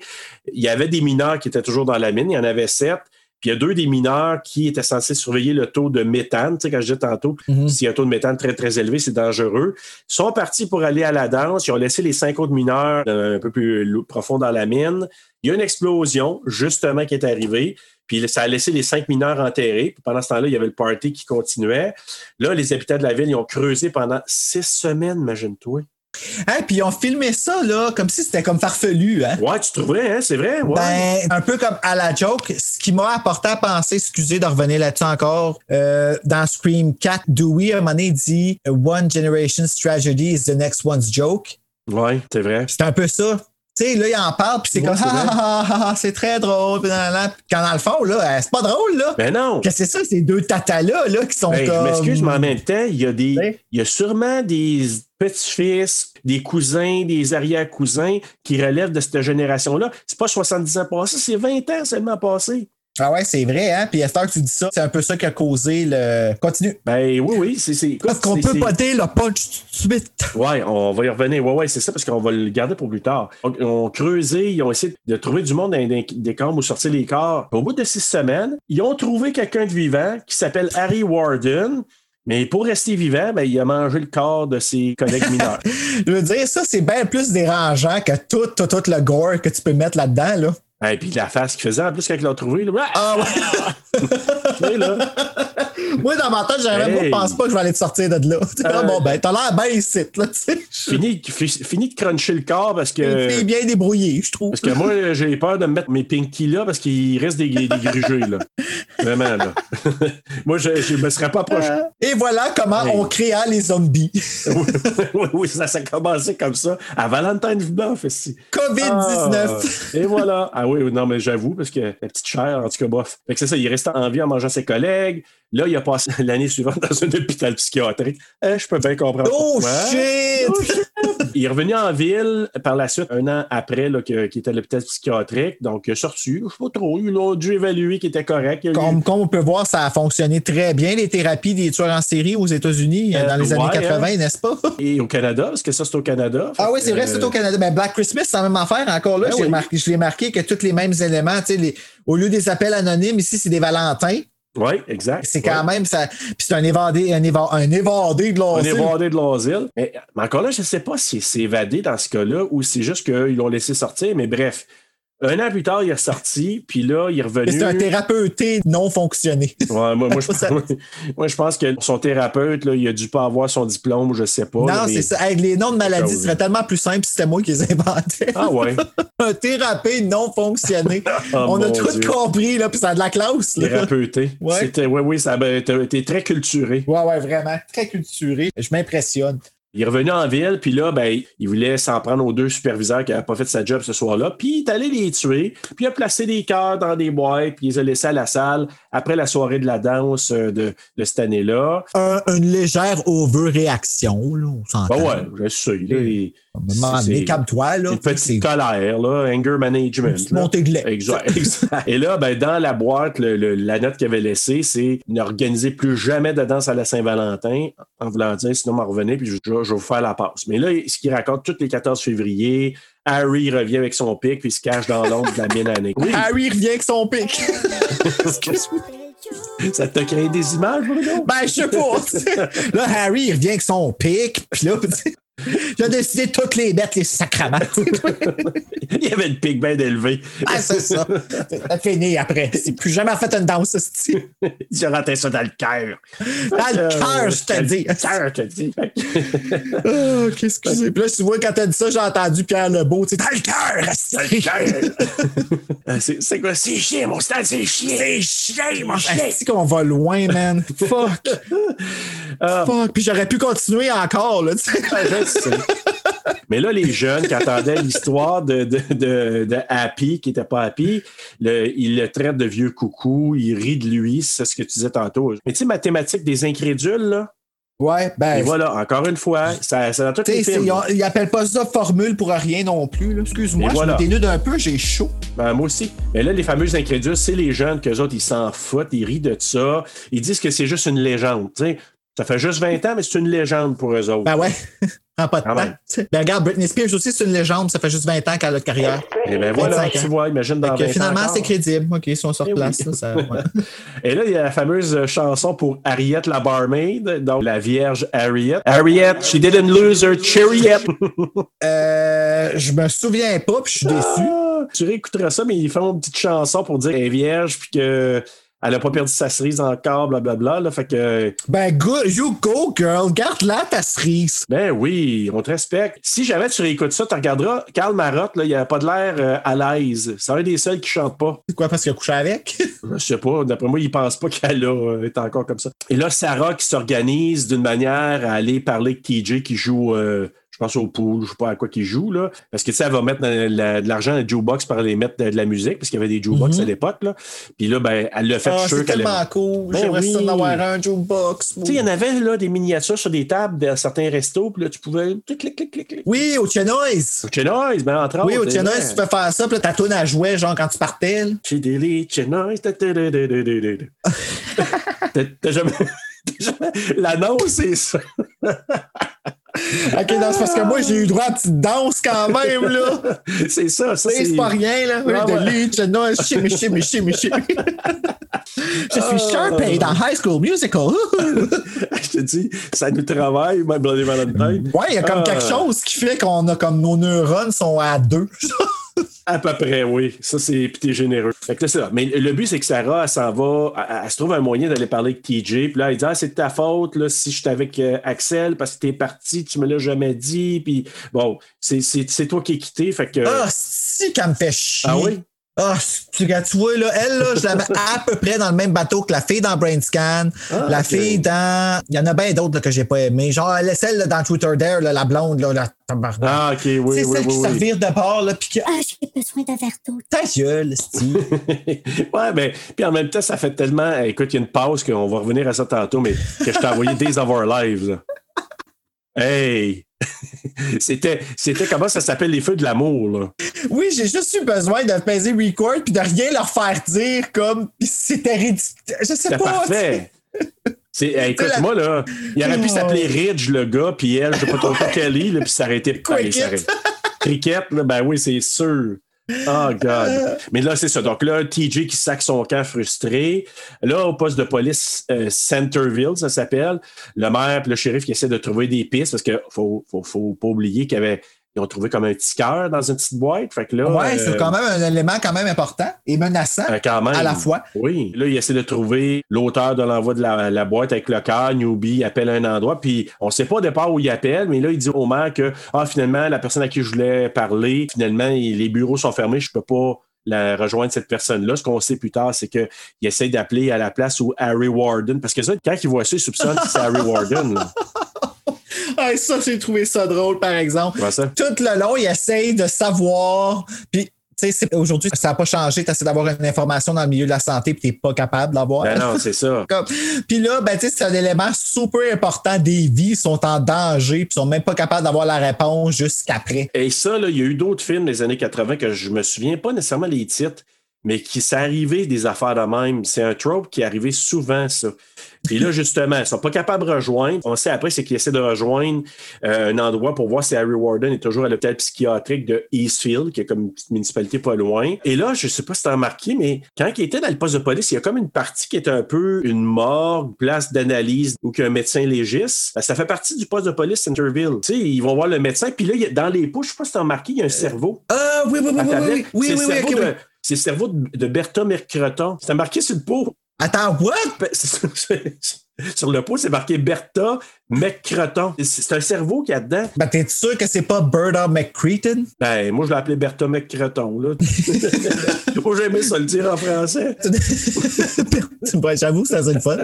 Il y avait des mineurs qui étaient toujours dans la mine, il y en avait sept. Puis il y a deux des mineurs qui étaient censés surveiller le taux de méthane. Tu sais, quand je disais tantôt, s'il y a un taux de méthane très, très élevé, c'est dangereux. Ils sont partis pour aller à la danse. Ils ont laissé les cinq autres mineurs euh, un peu plus lou- profond dans la mine. Il y a une explosion, justement, qui est arrivée. Puis ça a laissé les cinq mineurs enterrés. Puis pendant ce temps-là, il y avait le party qui continuait. Là, les habitants de la ville, ils ont creusé pendant six semaines, imagine-toi. Hein, puis ils ont filmé ça, là, comme si c'était comme farfelu, hein. Ouais, tu trouverais, hein? C'est vrai? Ouais. Ben, un peu comme à la joke, ce qui m'a apporté à penser, excusez de revenir là-dessus encore, euh, dans Scream 4, Dewey, à un moment donné, il dit « One generation's tragedy is the next one's joke ». Ouais, c'est vrai. C'est un peu ça. Tu sais, là, il en parle, puis c'est Ouais, comme c'est ah, vrai. ah, ah, ah, c'est très drôle. Puis nan, nan, nan. Puis quand dans le fond, là, euh, c'est pas drôle, là. Ben non! Qu'est-ce que c'est ça, ces deux tatas-là, là, qui sont Ben, comme. Je m'excuse, mais en même temps, il y a des, Oui. il y a sûrement des petits-fils, des cousins, des arrière-cousins qui relèvent de cette génération-là. C'est pas 70 ans passés, c'est 20 ans seulement passés. Ah ouais, c'est vrai, hein. Puis à cette heure que tu dis ça, c'est un peu ça qui a causé le. Continue. Ben oui, oui, c'est. c'est- Parce Ah, qu'on c'est- peut c'est- poter le punch tout de suite. Ouais, on va y revenir. Ouais, ouais, c'est ça, parce qu'on va le garder pour plus tard. Donc, Ils ont creusé, ils ont essayé de trouver du monde dans des- des camps où sortir les corps. Au bout de six semaines, ils ont trouvé quelqu'un de vivant qui s'appelle Harry Warden. Mais pour rester vivant, ben, il a mangé le corps de ses collègues mineurs. Je veux dire, ça, c'est bien plus dérangeant que tout, tout, tout le gore que tu peux mettre là-dedans, là. Et puis la face qu'il faisait, en plus, quand il l'a trouvé, là, Ah tu sais, là. ouais. Moi, dans ma tête, j'aurais Hey. même pas pensé pas que je vais aller te sortir de là. Tu sais, Euh. bon, ben, t'as l'air bien ici, là, tu sais. fini, fi- fini de cruncher le corps parce T'es que, bien débrouillé, je trouve. Euh. parce que moi, j'ai peur de me mettre mes pinkies là parce qu'il reste des, des grugés, là. Vraiment, là. moi, je ne me serais pas approché. Et voilà comment Hey. on créa les zombies. oui, oui, oui, ça, ça a commencé comme ça. À Valentine Bluff, ici. Ah, COVID-19. et voilà. Ah oui, non, mais j'avoue, parce que la petite chair, en tout cas, bof. Fait que c'est ça, il reste en vie en mangeant ses collègues. Là, il a passé l'année suivante dans un hôpital psychiatrique. Eh, je peux bien comprendre. Oh pourquoi. shit! Il est revenu en ville par la suite, un an après, là, que- qu'il était à l'hôpital psychiatrique. Donc, il est sorti, je sais pas trop, il a dû évaluer qu'il était correct. Il a eu- Comme, comme on peut voir, ça a fonctionné très bien, les thérapies des tueurs en série aux États-Unis euh, Euh, dans les ouais, années hein. 80, n'est-ce pas? Et au Canada, parce que ça, c'est au Canada. Ah oui, c'est vrai, Euh, c'est au Canada. Ben, Black Christmas, c'est la même affaire. Encore là, Ben j'ai oui. remarqué- je l'ai marqué que tous les mêmes éléments, tu sais, les- au lieu des appels anonymes, ici, c'est des Valentins. Oui, exact. C'est quand même ça. Puis c'est un évadé, un éva- un évadé de On l'on est sait. évadé de l'asile. Mais, mais encore là, je ne sais pas si c'est évadé dans ce cas-là ou c'est juste qu'ils l'ont laissé sortir. Mais bref, un an plus tard, il est ressorti, puis là, il est revenu. Mais C'est un thérapeuté non fonctionné. Ouais, moi, moi, je, Ça- moi, je pense que son thérapeute, là, il a dû pas avoir son diplôme, je ne sais pas. non, mais- c'est ça. Hey, les noms de maladies chose. seraient tellement plus simples si c'était moi qui les inventais. Ah ouais. un thérapé non fonctionné. Ah, On a mon tout Dieu. compris, là, puis ça a de la classe. là. Thérapeuté. Ouais. C'était, oui, oui, ça a été été très culturé. Ouais, ouais, vraiment. Très culturé. Je m'impressionne. Il est revenu en ville, puis là, ben, il voulait s'en prendre aux deux superviseurs qui n'avaient pas fait sa job ce soir-là. Puis il est allé les tuer, puis il a placé des cœurs dans des boîtes, puis il les a laissés à la salle après la soirée de la danse euh, de, de cette année-là. Un- une légère overréaction, là, on s'entend. Ben ouais, je sais. là, il- À un moment c'est- donné, c'est- calme-toi, là. une C'est petite colère, là, anger une management. petite là. montée de lait. Exact. exact. Et là, ben, dans la boîte, le- le- la note qu'il avait laissée, c'est n'organisez plus jamais de danse à la Saint-Valentin en voulant dire sinon m'en revenez puis je, je vais vous faire la passe. Mais là, ce qu'il raconte tous les 14 février, Harry revient avec son pic puis il se cache dans l'ombre de la mienne année. Oui, Harry revient avec son pic. ça t'a créé des images, Bruno? ben, je sais pas. là, Harry, il revient avec son pic. Puis là, Il a décidé de toutes les mettre, les sacraments. Il y avait le pic bien élevé. ah, c'est ça. C'est fini après. C'est plus jamais fait une danse, ce Je rentrais ça dans le cœur. Dans le cœur, je te dis. Dans le cœur, je te dis. Oh, qu'est-ce que c'est? Puis là, tu vois, quand t'as dit ça, j'ai entendu Pierre Lebeau, tu sais, dans le cœur, Dans le cœur. Ah, c'est- C'est quoi? C'est chien, mon stade, c'est chien. C'est chien, mon C'est qu'on va loin, man. Euh, Fuck. Fuck. Puis j'aurais pu continuer encore, là, tu sais. Je le sais. Mais là, les jeunes qui attendaient l'histoire de, de, de- de Happy, qui n'était pas Happy, le- ils le traitent de vieux coucou, ils rient de lui, c'est ce que tu disais tantôt. Mais tu sais, mathématiques des incrédules, là, Ouais, et ben. voilà, encore une fois, ça, ça dans tous les tu sais, c'est- films. Ils ont- ils appellent pas ça formule pour rien non plus. là. Excuse-moi, Et voilà. je me dénude un peu, j'ai chaud. Ben, moi aussi. Mais là, les fameux incrédules, c'est les jeunes qu'eux autres, ils s'en foutent, ils rient de ça, ils disent que c'est juste une légende. tu sais. Ça fait juste 20 ans, mais c'est une légende pour eux autres. Ben ouais, en pas de Ah temps. Ben regarde, Britney Spears aussi, c'est une légende. Ça fait juste 20 ans qu'elle a de carrière. et ben voilà, 25 tu Ah, ben, ans. vois, imagine dans Fait que 20 ans finalement, encore. c'est crédible. OK, si on sort Eh oui. place, là, ça. ouais. Et là, il y a la fameuse euh, chanson pour Harriet la barmaid, donc la vierge Harriet. Harriet, she didn't lose her chariot. Euh, je me souviens pas, puis je suis déçu. Ah, tu réécouteras ça, mais ils font une petite chanson pour dire qu'elle est vierge puis que elle a pas perdu sa cerise encore, blablabla. Là, fait que, Ben, go, you go, girl. Garde-la, ta cerise. ben oui, on te respecte. Si jamais tu réécoutes ça, tu regarderas Karl Marotte, là, il a pas de l'air euh, à l'aise. C'est un des seuls qui chante pas. C'est quoi, parce qu'il a couché avec? Je sais pas, d'après moi, il pense pas qu'elle a, euh, est encore comme ça. Et là, Sarah qui s'organise d'une manière à aller parler avec TJ qui joue, euh, je pense au pool, je sais pas à quoi qu'il joue, là. Parce que, tu sais, elle va mettre de la- de l'argent à Jukebox pour aller mettre de, de la musique, parce qu'il y avait des Jukebox Mhm. à l'époque, là. Puis là, ben, elle le fait Ah, sûr c'est qu'elle tellement aime. cool. Ben J'aimerais oui. ça en avoir un jukebox. Tu sais, il y en avait, là, des miniatures sur des tables dans certains restos, puis là, tu pouvais. Clic, clic, clic, clic, clic. Oui, au Chenoise. Chenoise, ben, entre Oui, autres, au Chenoise, eh tu ben. peux faire ça, puis là, ta tourne à jouer, genre quand tu partais. là. Chidili, Chenoise, ta- ta- ta- ta- ta- ta- ta- ta. T'as- T'as jamais. t'as jamais- L'annonce, c'est ça. OK, non, c'est parce que moi, j'ai eu droit à une petite danse quand même, là. C'est ça, ça, C'est c'est. pas rien, là. Ah, de ouais. lui, Chenoise, chimi, chimi, chimi, chimi. Je Ah. suis Sharpay dans High School Musical. Je te dis, ça nous travaille, même Bloody Valentine. Ouais, il y a comme Ah. quelque chose qui fait qu'on a comme nos neurones sont à deux. À peu près, oui. Ça, c'est. Puis t'es généreux. Fait que là, c'est ça. Mais le but, c'est que Sarah, elle s'en va. Elle, elle se trouve un moyen d'aller parler avec TJ. Puis là, elle dit, ah, c'est de ta faute, là, si je suis avec euh, Axel, parce que t'es parti, tu me l'as jamais dit. Puis bon, c'est- c'est c'est toi qui es quitté. Fait que. Ah, si, qu'elle me fait chier. Ah oui? Ah, tu, regardes, tu vois, là, elle, là, je la mets à peu près dans le même bateau que la fille dans Brain Scan, la Ah, ok. fille dans. Il y en a bien d'autres là, que j'ai pas aimé. Genre, elle- celle là, dans Twitter Dare, là, la blonde, là, la tabarnak. Ah, OK, oui, oui, c'est oui. celle qui se oui. revire de bord, là, pis que. Ah, j'ai besoin d'un verre d'eau. Ta gueule, Steve. ouais, mais puis en même temps, ça fait tellement. eh, Écoute, il y a une pause qu'on va revenir à ça tantôt, mais que je t'ai envoyé Days of Our Lives. là. Hey! c'était, c'était comment ça s'appelle les feux de l'amour, là. Oui, j'ai juste eu besoin de peser record puis de rien leur faire dire comme pis c'était ridicule. Je sais C'était pas. Ben, parfait. C'est, hey, écoute, C'est la- moi, là, il aurait pu Oh. s'appeler Ridge, le gars, puis elle, je sais pas trop Kelly, là, puis s'arrêter. Allez, Cricket. s'arrête. ben, Cricket, là, ben oui, c'est sûr. Oh, Euh. God. Mais là, c'est ça. Donc là, TJ qui sac son camp frustré. Là, au poste de police euh, Centerville, ça s'appelle, le maire et le shérif qui essaie de trouver des pistes parce qu'il faut, faut, faut pas oublier qu'ils ont trouvé comme un petit cœur dans une petite boîte. Fait que là, Ouais, euh, c'est quand même un élément quand même important et menaçant. euh, quand même. à la fois. Oui. Là, il essaie de trouver l'auteur de l'envoi de la, la boîte avec le cœur. Newbie appelle un endroit. Puis, on sait pas au départ où il appelle, mais là, il dit au maire que, ah, finalement, la personne à qui je voulais parler, finalement, il- les bureaux sont fermés, je peux pas la rejoindre cette personne-là. Ce qu'on sait plus tard, c'est qu'il essaie d'appeler à la place où Harry Warden, parce que ça, quand il voit ça, il soupçonne que c'est Harry Warden. là. Ah, ça, j'ai trouvé ça drôle, par exemple. Comment ça? Tout le long, il essaye de savoir. Puis, tu sais, c'est- aujourd'hui, ça n'a pas changé. Tu essaies d'avoir une information dans le milieu de la santé, puis tu pas capable d'avoir. Ben non, c'est ça. Comme- Puis là, ben, tu sais, c'est un élément super important. Des vies sont en danger, puis sont même pas capables d'avoir la réponse jusqu'après. Et ça, là, il y a eu d'autres films des années 80 que je me souviens pas nécessairement les titres, mais qui s'est arrivé des affaires de même. C'est un trope qui est arrivé souvent, ça. Puis là, justement, ils sont pas capables de rejoindre. On sait après, c'est qu'ils essaient de rejoindre euh, un endroit pour voir si Harry Warden est toujours à l'hôpital psychiatrique de Eastfield, qui est comme une petite municipalité pas loin. Et là, je sais pas si t'as remarqué, mais quand il était dans le poste de police, il y a comme une partie qui est un peu une morgue, place d'analyse ou qu'un médecin légiste. ben, Ça fait partie du poste de police Centerville. Tu sais, ils vont voir le médecin. Puis là, il y a- dans les poches, je sais pas si t'as remarqué, il y a un cerveau. Ah oui, oui, oui, à oui, tablette. oui, oui, C'est oui, le oui, cerveau ok, oui. de- c'est le cerveau de, de Bertha Mercreton. C'est marqué sur le pot. Attends, what? Pe- c'est- c'est- Sur le pot, c'est marqué Bertha McCreton. C'est- C'est un cerveau qui est dedans. Ben, t'es sûr que c'est pas Bertha McCreeton? Ben, moi, je l'ai appelé Bertha McCreton. Là. moi, j'aimais ça le dire en français. Ouais, J'avoue, ça serait le fun.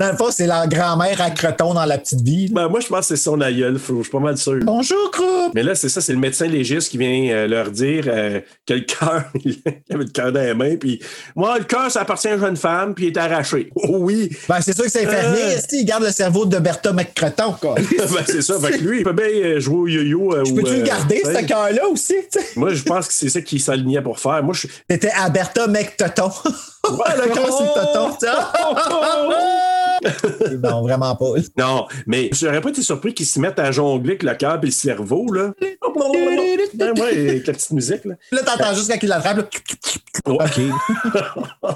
Dans le fond, c'est la grand-mère à Creton dans la petite ville. Ben, moi, je pense que c'est son aïeul, Fro, Je suis pas mal sûr. Bonjour, groupe! Mais là, c'est ça, c'est le médecin légiste qui vient euh, leur dire euh, que le cœur, il avait le cœur dans les mains, puis moi, le cœur, ça appartient à une jeune femme, puis il est arraché. Oh oui! Ben, c'est sûr que c'est infernal. Euh. Si, il garde le cerveau de Bertha McCreton, quoi. ben, c'est ça, fait que lui, il peut bien euh, jouer au yo-yo. euh, Je ou, peux-tu euh, le garder, tu sais. ce cœur-là aussi? tu sais? Moi, je pense que c'est ça qu'il s'alignait pour faire. Moi, je, C'était à Bertha McToton. Ouais, le cœur, c'est le Toton. tu sais. Oh! non, vraiment pas. Non, mais j'aurais pas été surpris qu'ils s'y mettent à jongler avec le cœur et le cerveau, là. Ben ouais, avec la petite musique, là. Là, t'entends juste quand il l'attrape. là. Ouais. OK.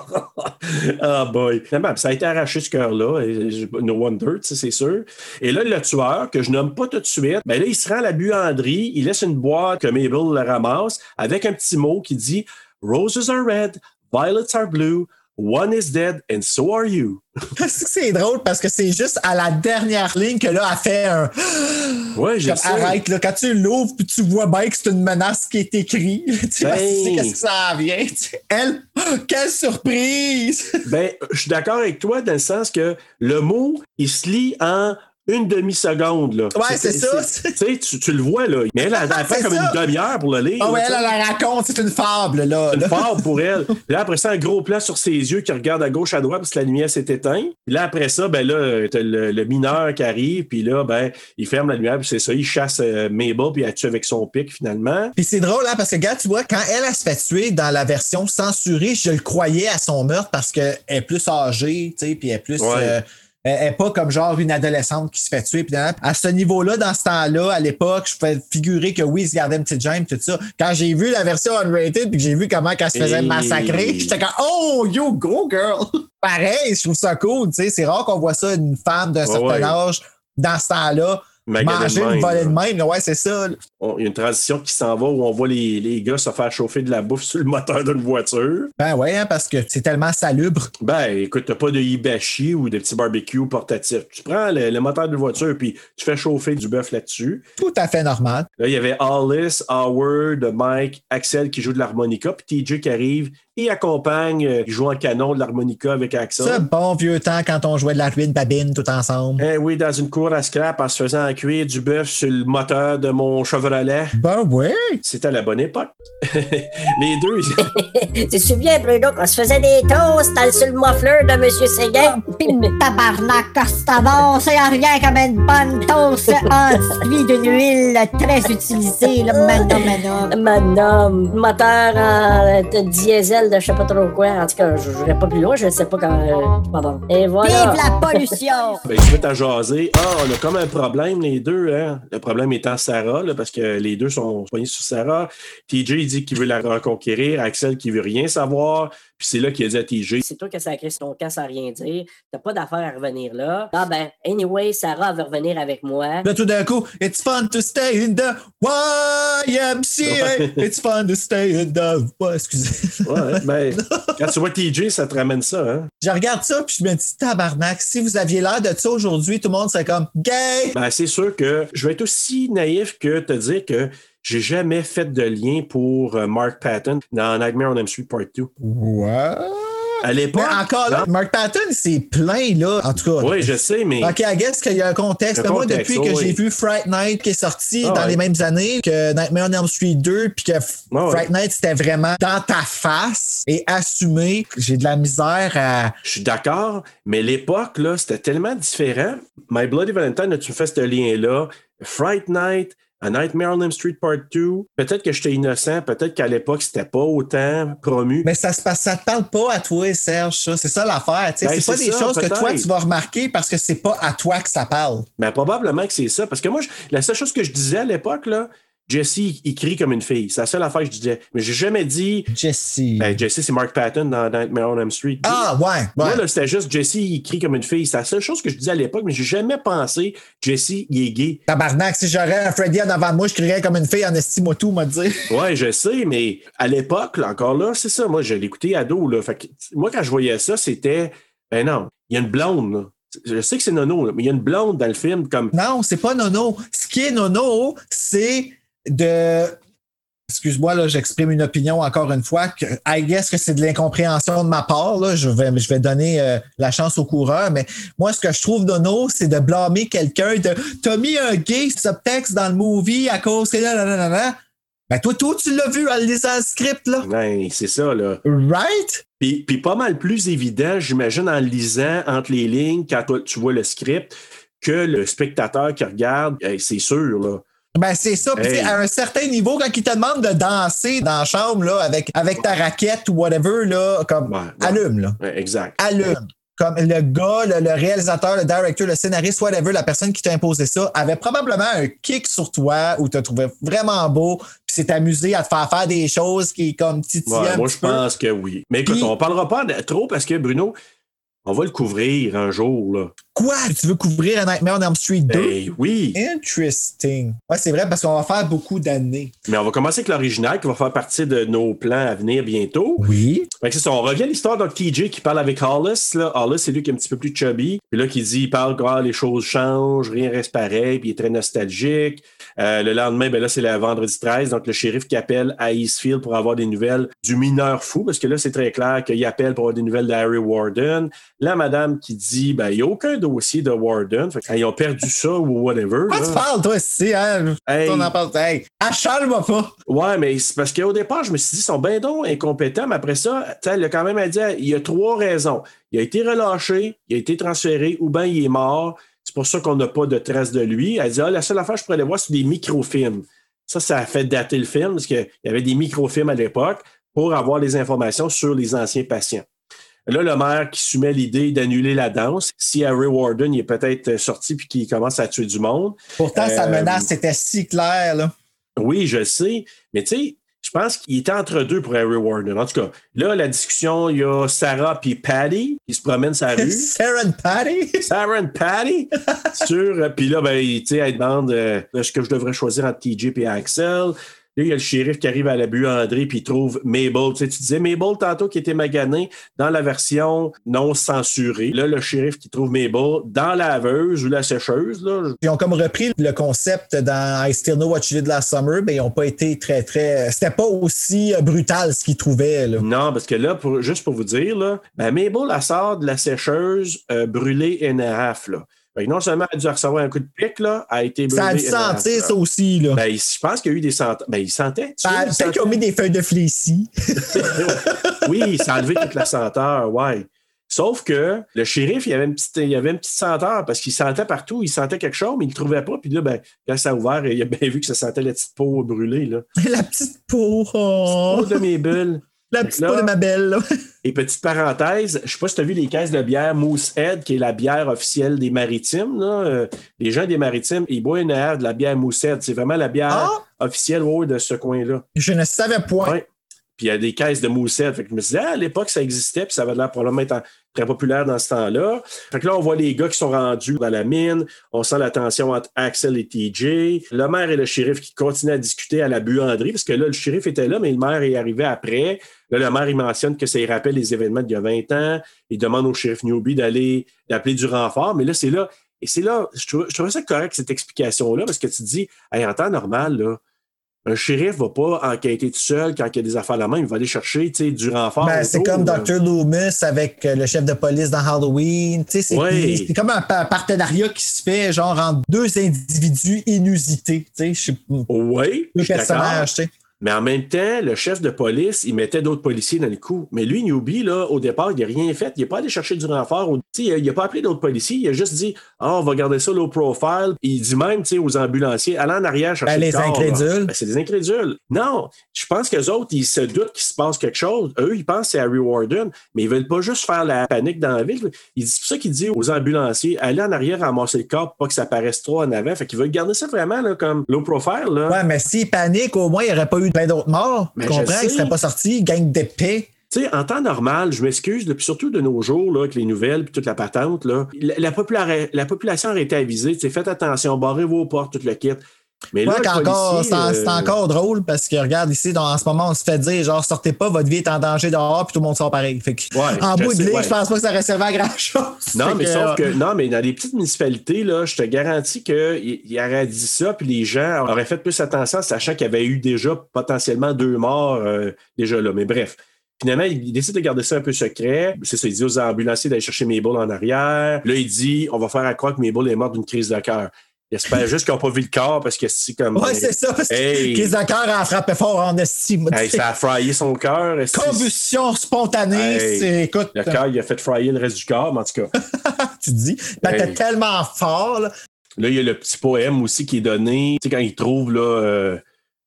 Ah boy. Finalement, ça a été arraché ce cœur-là. et je- No wonder, tu sais, c'est sûr. Et là, le tueur, que je nomme pas tout de suite, ben là, il se rend à la buanderie, il laisse une boîte que Mabel le ramasse avec un petit mot qui dit Roses are red, violets are blue, one is dead, and so are you. Est-ce que c'est drôle parce que c'est juste à la dernière ligne que là, elle fait un. Ouais, j'ai Comme, arrête, là, quand tu l'ouvres, puis tu vois bien que c'est une menace qui est écrite. tu sais, parce que tu sais Ben. qu'est-ce que ça en vient. tu sais. Elle, quelle surprise! Ben, je suis d'accord avec toi dans le sens que le mot, il se lit en une demi-seconde. là. Ouais, c'est ça. c'est- Tu sais, tu, tu le vois, là. Mais elle, elle, a fait C'est comme ça. une demi-heure pour le lire. Ah ouais, là, elle, elle la raconte, c'est une fable, là. tu sais. là. Fort pour elle. Puis là, après ça, un gros plan sur ses yeux qui regarde à gauche, à droite parce que la lumière s'est éteinte. Puis là, après ça, ben là, t'as le, le mineur qui arrive. Puis là, ben, il ferme la lumière. Puis c'est ça, il chasse euh, Mabel. Puis elle tue avec son pic, finalement. Puis c'est drôle, hein, parce que, gars, tu vois, quand elle, elle se fait tuer dans la version censurée, je le croyais à son meurtre parce qu'elle est plus âgée, tu sais, puis elle est plus. Ouais. euh, elle elle est pas comme genre une adolescente qui se fait tuer. puis nanana. à ce niveau-là, dans ce temps-là, à l'époque, je pouvais figurer que oui, ils se gardaient une petite gemme, tout ça. Quand j'ai vu la version unrated, puis que j'ai vu comment qu'elle se faisait Et- massacrer, j'étais comme Oh, yo, go girl! Pareil, je trouve ça cool, tu sais. C'est rare qu'on voit ça, une femme d'un Ouais, certain ouais. âge, dans ce temps-là, Magané de manger une même, volée de là. même. là. Ouais, c'est ça. là. On- Il y a une transition qui s'en va où on voit les, les gars se faire chauffer de la bouffe sur le moteur d'une voiture. Ben ouais, hein, parce que c'est tellement salubre. Ben, écoute, t'as pas de hibachi ou de petits barbecues portatifs. Tu prends le, le moteur de voiture puis tu fais chauffer du bœuf là-dessus. tout à fait normal. Là, il y avait Alice, Howard, Mike, Axel qui joue de l'harmonica, puis TJ qui arrive et accompagne, euh, qui joue en canon de l'harmonica avec Axel. Ce bon vieux temps quand on jouait de la ruine babine tout ensemble. Eh oui, dans une cour à scrap en se faisant cuire du bœuf sur le moteur de mon Chevrolet. Ben oui. C'était à la bonne époque. Les deux, ils- Tu te souviens, Bruno, qu'on se faisait des toasts dans le- sur le muffler de Monsieur Séguin? Pim, tabarnak, Costavon, c'est rien comme une bonne toast ensuite d'une huile très utilisée, là, maintenant, maintenant. Madame, moteur en euh, de diesel de je sais pas trop quoi. En tout cas, je n'irai pas plus loin, je ne sais pas quand. euh, pas bon. Et voilà. Vive la pollution! ben, ils se mettent à jaser. Ah, on a comme un problème, les deux. Hein? Le problème étant Sarah, là, parce que les deux sont poignés sur Sarah. TJ il dit qu'il veut la reconquérir. Axel qui veut rien savoir. Puis c'est là qu'il a dit à TJ. C'est toi qui as sacré sur ton camp sans rien dire. T'as pas d'affaire à revenir là. Ah ben, anyway, Sarah veut revenir avec moi. Là, tout d'un coup, it's fun to stay in the YMCA. It's fun to stay in the. Ouais, excusez. Ouais, ben, quand tu vois TJ, ça te ramène ça. Hein? Je regarde ça puis je me dis tabarnak. Si vous aviez l'air de ça aujourd'hui, tout le monde serait comme gay. Ben, c'est sûr que je vais être aussi naïf que te dire que j'ai jamais fait de lien pour euh, Mark Patton dans Nightmare on M Street Part 2. Ouais. À l'époque. Mais encore là, non? Mark Patton, c'est plein là. En tout cas. Oui, je sais, mais. OK, I guess qu'il y a un contexte. Le Moi, contexte, depuis oh que oui. j'ai vu Fright Night qui est sorti Ah dans ouais. les mêmes années que Nightmare on Elm Street 2, puis que F- Ah ouais. Fright Night, c'était vraiment dans ta face et assumé. J'ai de la misère à... Je suis d'accord, mais l'époque, là, c'était tellement différent. My Bloody Valentine, là, tu me fais ce lien-là. Fright Night, A Nightmare on Elm Street Part 2, peut-être que j'étais innocent, peut-être qu'à l'époque, c'était pas autant promu. Mais ça se passe, ça te parle pas à toi, Serge, ça. C'est ça l'affaire. tu sais. Ben, c'est pas c'est des ça, choses que peut-être. toi, tu vas remarquer parce que c'est pas à toi que ça parle. Mais Ben, probablement que c'est ça. Parce que moi, je- la seule chose que je disais à l'époque, là, Jesse, il il crie comme une fille. C'est la seule affaire que je disais. Mais j'ai jamais dit, Jesse. ben, Jesse, c'est Mark Patton dans Nightmare on Elm Street. ah, ouais. Moi, ouais. là, c'était juste Jesse, il crie comme une fille. C'est la seule chose que je disais à l'époque, mais j'ai jamais pensé, Jesse, il est gay. Tabarnak, si j'aurais un Freddy en avant de moi, je crierais comme une fille en estime tout, m'a dit. Ouais, je sais, mais à l'époque, là, encore là, c'est ça. Moi, je l'écoutais ado. Là. Fait que, moi, quand je voyais ça, c'était, ben non, il y a une blonde. là. Je sais que c'est Nono, là, mais il y a une blonde dans le film comme. Non, c'est pas Nono. Ce qui est Nono, c'est de. Excuse-moi, là, j'exprime une opinion encore une fois. Que, I guess que c'est de l'incompréhension de ma part. Là. Je, vais, je vais donner euh, la chance au coureur, mais moi, ce que je trouve Nono, c'est de blâmer quelqu'un de T'as mis un gay subtexte dans le movie à cause que là, là, là, là, là. Ben toi, toi, tu l'as vu en lisant le script, là. Ben, c'est ça, là. Right? Puis, puis pas mal plus évident, j'imagine, en lisant entre les lignes, quand toi, tu vois le script, que le spectateur qui regarde, hey, c'est sûr, là. Ben, c'est ça. Puis, Hey. tu sais, à un certain niveau, quand ils te demandent de danser dans la chambre, là, avec, avec ta raquette ou whatever, là, comme, Ouais, ouais. allume, là. Ouais, exact. allume. Comme le gars, le, le réalisateur, le directeur, le scénariste, whatever, la personne qui t'a imposé ça, avait probablement un kick sur toi où t'as trouvé vraiment beau, puis s'est amusé à te faire faire des choses qui comme titillent Ouais, un moi, petit je peu. pense que oui. Mais écoute, Puis- on parlera pas de- trop parce que, Bruno, on va le couvrir un jour, là. Quoi? Tu veux couvrir un Nightmare on Elm Street 2? Ben oui! Interesting. Ouais, c'est vrai, parce qu'on va faire beaucoup d'années. Mais on va commencer avec l'original qui va faire partie de nos plans à venir bientôt. Oui. Fait que c'est ça, on revient à l'histoire de TJ qui parle avec Hollis. Là. Hollis, c'est lui qui est un petit peu plus chubby. Puis là, qui dit, il parle que ah, les choses changent, rien reste pareil, puis il est très nostalgique. Euh, le lendemain, ben là, c'est le vendredi 13, donc le shérif qui appelle à Eastfield pour avoir des nouvelles du mineur fou, parce que là, c'est très clair qu'il appelle pour avoir des nouvelles d'Harry Warden. La madame qui dit, ben, il n'y a aucun dossier de Warden. Fait que, ah, ils ont perdu ça ou whatever. Quoi là. tu parles, toi, ici, hein? Hey. On en parle. Hey, achale-moi pas. Ouais, mais c'est parce qu'au départ, je me suis dit, ils sont bien donc incompétents, mais après ça, tu sais, elle a quand même elle dit, il y a trois raisons. Il a été relâché, il a été transféré, ou bien il est mort. C'est pour ça qu'on n'a pas de traces de lui. Elle dit, ah, la seule affaire que je pourrais aller voir, c'est des microfilms. Ça, ça a fait dater le film, parce qu'il y avait des microfilms à l'époque pour avoir les informations sur les anciens patients. Là, le maire qui soumet l'idée d'annuler la danse, si Harry Warden il est peut-être sorti puis qu'il commence à tuer du monde, Pourtant, sa Euh, menace était si claire, là. oui, je le sais, mais tu sais, je pense qu'il était entre deux pour Harry Warden. En tout cas, là, la discussion, il y a Sarah puis Patty qui se promènent sa rue. Sarah and Patty? Sarah et Patty sur. euh, Puis là, ben, il- tu sais, elle demande euh, est-ce que je devrais choisir entre TJ et Axel. Là, il y a le shérif qui arrive à la buée André puis il trouve Mabel. Tu sais, tu disais Mabel tantôt qui était magané dans la version non censurée. Là, le shérif qui trouve Mabel dans la laveuse ou la sécheuse. Là, Puis ils ont comme repris le concept dans I Still Know What You Did Last Summer, mais ils n'ont pas été très, très. C'était pas aussi euh, brutal ce qu'ils trouvaient. Là. Non, parce que là, pour- juste pour vous dire, là, ben Mabel, la sort de la sécheuse euh, brûlée et néraf, là. Fait que non seulement elle a dû recevoir un coup de pic, là, elle a été brûlée. Ça a dû et néraf, sentir là. ça aussi. Là. Ben, il- je pense qu'il y a eu des centaines. Ben, il sentait. tu Ben, vois, il Peut-être qu'ils ont mis des feuilles de flécis. sentait. oui, ça a enlevé toute la senteur, ouais. Sauf que le shérif, il avait une petite, il avait une petite senteur parce qu'il sentait partout, il sentait quelque chose, mais il ne le trouvait pas. Puis là, ben, quand ça a ouvert, il a bien vu que ça sentait la petite peau brûlée, là. la petite peau. oh, Oh, de mes bulles. la petite Là- peau de ma belle. là. Et petite parenthèse, je sais pas si tu as vu les caisses de bière Moosehead, qui est la bière officielle des maritimes. là. Euh, Les gens des maritimes, ils boivent une bière de la bière Moosehead. C'est vraiment la bière Ah, officielle ouais, de ce coin-là. je ne savais point. Ouais. Puis il y a des caisses de Moosehead. Fait que je me suis dit, ah, à l'époque, ça existait, puis ça avait l'air probablement être en- très populaire dans ce temps-là. Fait que là, on voit les gars qui sont rendus dans la mine. On sent la tension entre Axel et TJ. Le maire et le shérif qui continuent à discuter à la buanderie, parce que là, le shérif était là, mais le maire est arrivé après. Là, le maire, il mentionne que ça lui rappelle les événements d'il y a 20 ans. Il demande au shérif Newby d'aller, d'appeler du renfort. Mais là, c'est là. Et c'est là, je trouve, je trouvais ça correct, cette explication-là, parce que tu te dis, Hey, en temps normal, là, un shérif ne va pas enquêter tout seul quand il y a des affaires à la main. Il va aller chercher, tu sais, du renfort. Ben, c'est autour, comme là. Dr. Loomis avec euh, le chef de police dans Halloween. Tu sais, C'est Ouais. c'est comme un pa- partenariat qui se fait genre entre deux individus inusités. tu sais, Je suis Oui, deux je suis d'accord. personnages. tu sais. Mais en même temps, le chef de police, il mettait d'autres policiers dans le coup. Mais lui, Newbie, là, au départ, il n'a rien fait. Il n'est pas allé chercher du renfort. Tu sais, Il n'a pas appelé d'autres policiers. Il a juste dit Ah, on va garder ça low profile. Il dit même tu sais, aux ambulanciers Allez en arrière chercher Ben, le les corps, là. incrédules. Ben, c'est des incrédules. Non, je pense qu'eux autres, ils se doutent qu'il se passe quelque chose. Eux, ils pensent que c'est Harry Warden, mais ils veulent pas juste faire la panique dans la ville. Ils- C'est pour ça qu'ils disent aux ambulanciers Allez en arrière ramasser le corps pour pas que ça paraisse trop en avant. Fait qu'ils veulent garder ça vraiment là, comme low profile. Là. Ouais, mais s'il panique, au moins, il n'y aurait pas eu plein d'autres morts. Ah. Mais tu je comprends? sais. Il ne serait pas sorti, gang d'épée. Tu sais, en temps normal, je m'excuse, là, puis surtout de nos jours, là, avec les nouvelles puis toute la patente, là, la, la popula- la population aurait été avisée. tu sais, Faites attention, barrez vos portes, tout le kit. Mais Ouais, le qu'encore, policier, c'est en- c'est euh, encore drôle parce que regarde ici, dans, en ce moment, on se fait dire genre sortez pas, votre vie est en danger dehors, puis tout le monde sort pareil. Fait que, euh, Ouais, en je bout de sais, ligne, ouais. je pense pas que ça aurait servi à grand chose. Non, mais que, sauf euh, que non, mais dans les petites municipalités, là, je te garantis qu'il aurait dit ça, puis les gens auraient fait plus attention, sachant qu'il y avait eu déjà potentiellement deux morts euh, déjà là. Mais bref. Finalement, il il décide de garder ça un peu secret. C'est ça, il dit aux ambulanciers d'aller chercher Mabel en arrière. Là, il dit on va faire à croire que Mabel est morte d'une crise de cœur. J'espère juste qu'ils n'ont pas vu le corps parce que c'est comme. euh, Ouais, c'est ça. Parce Hey. que Chris Decker a frappé fort en estime. Hey, ça a fraillé son cœur. est-ce que- Combustion spontanée, Hey. c'est, écoute, Le cœur, il a fait frayer le reste du corps, mais en tout cas. tu dis, ben, Hey. t'es tellement fort, là. Là, il y a le petit poème aussi qui est donné. Tu sais, quand il trouve, là. euh,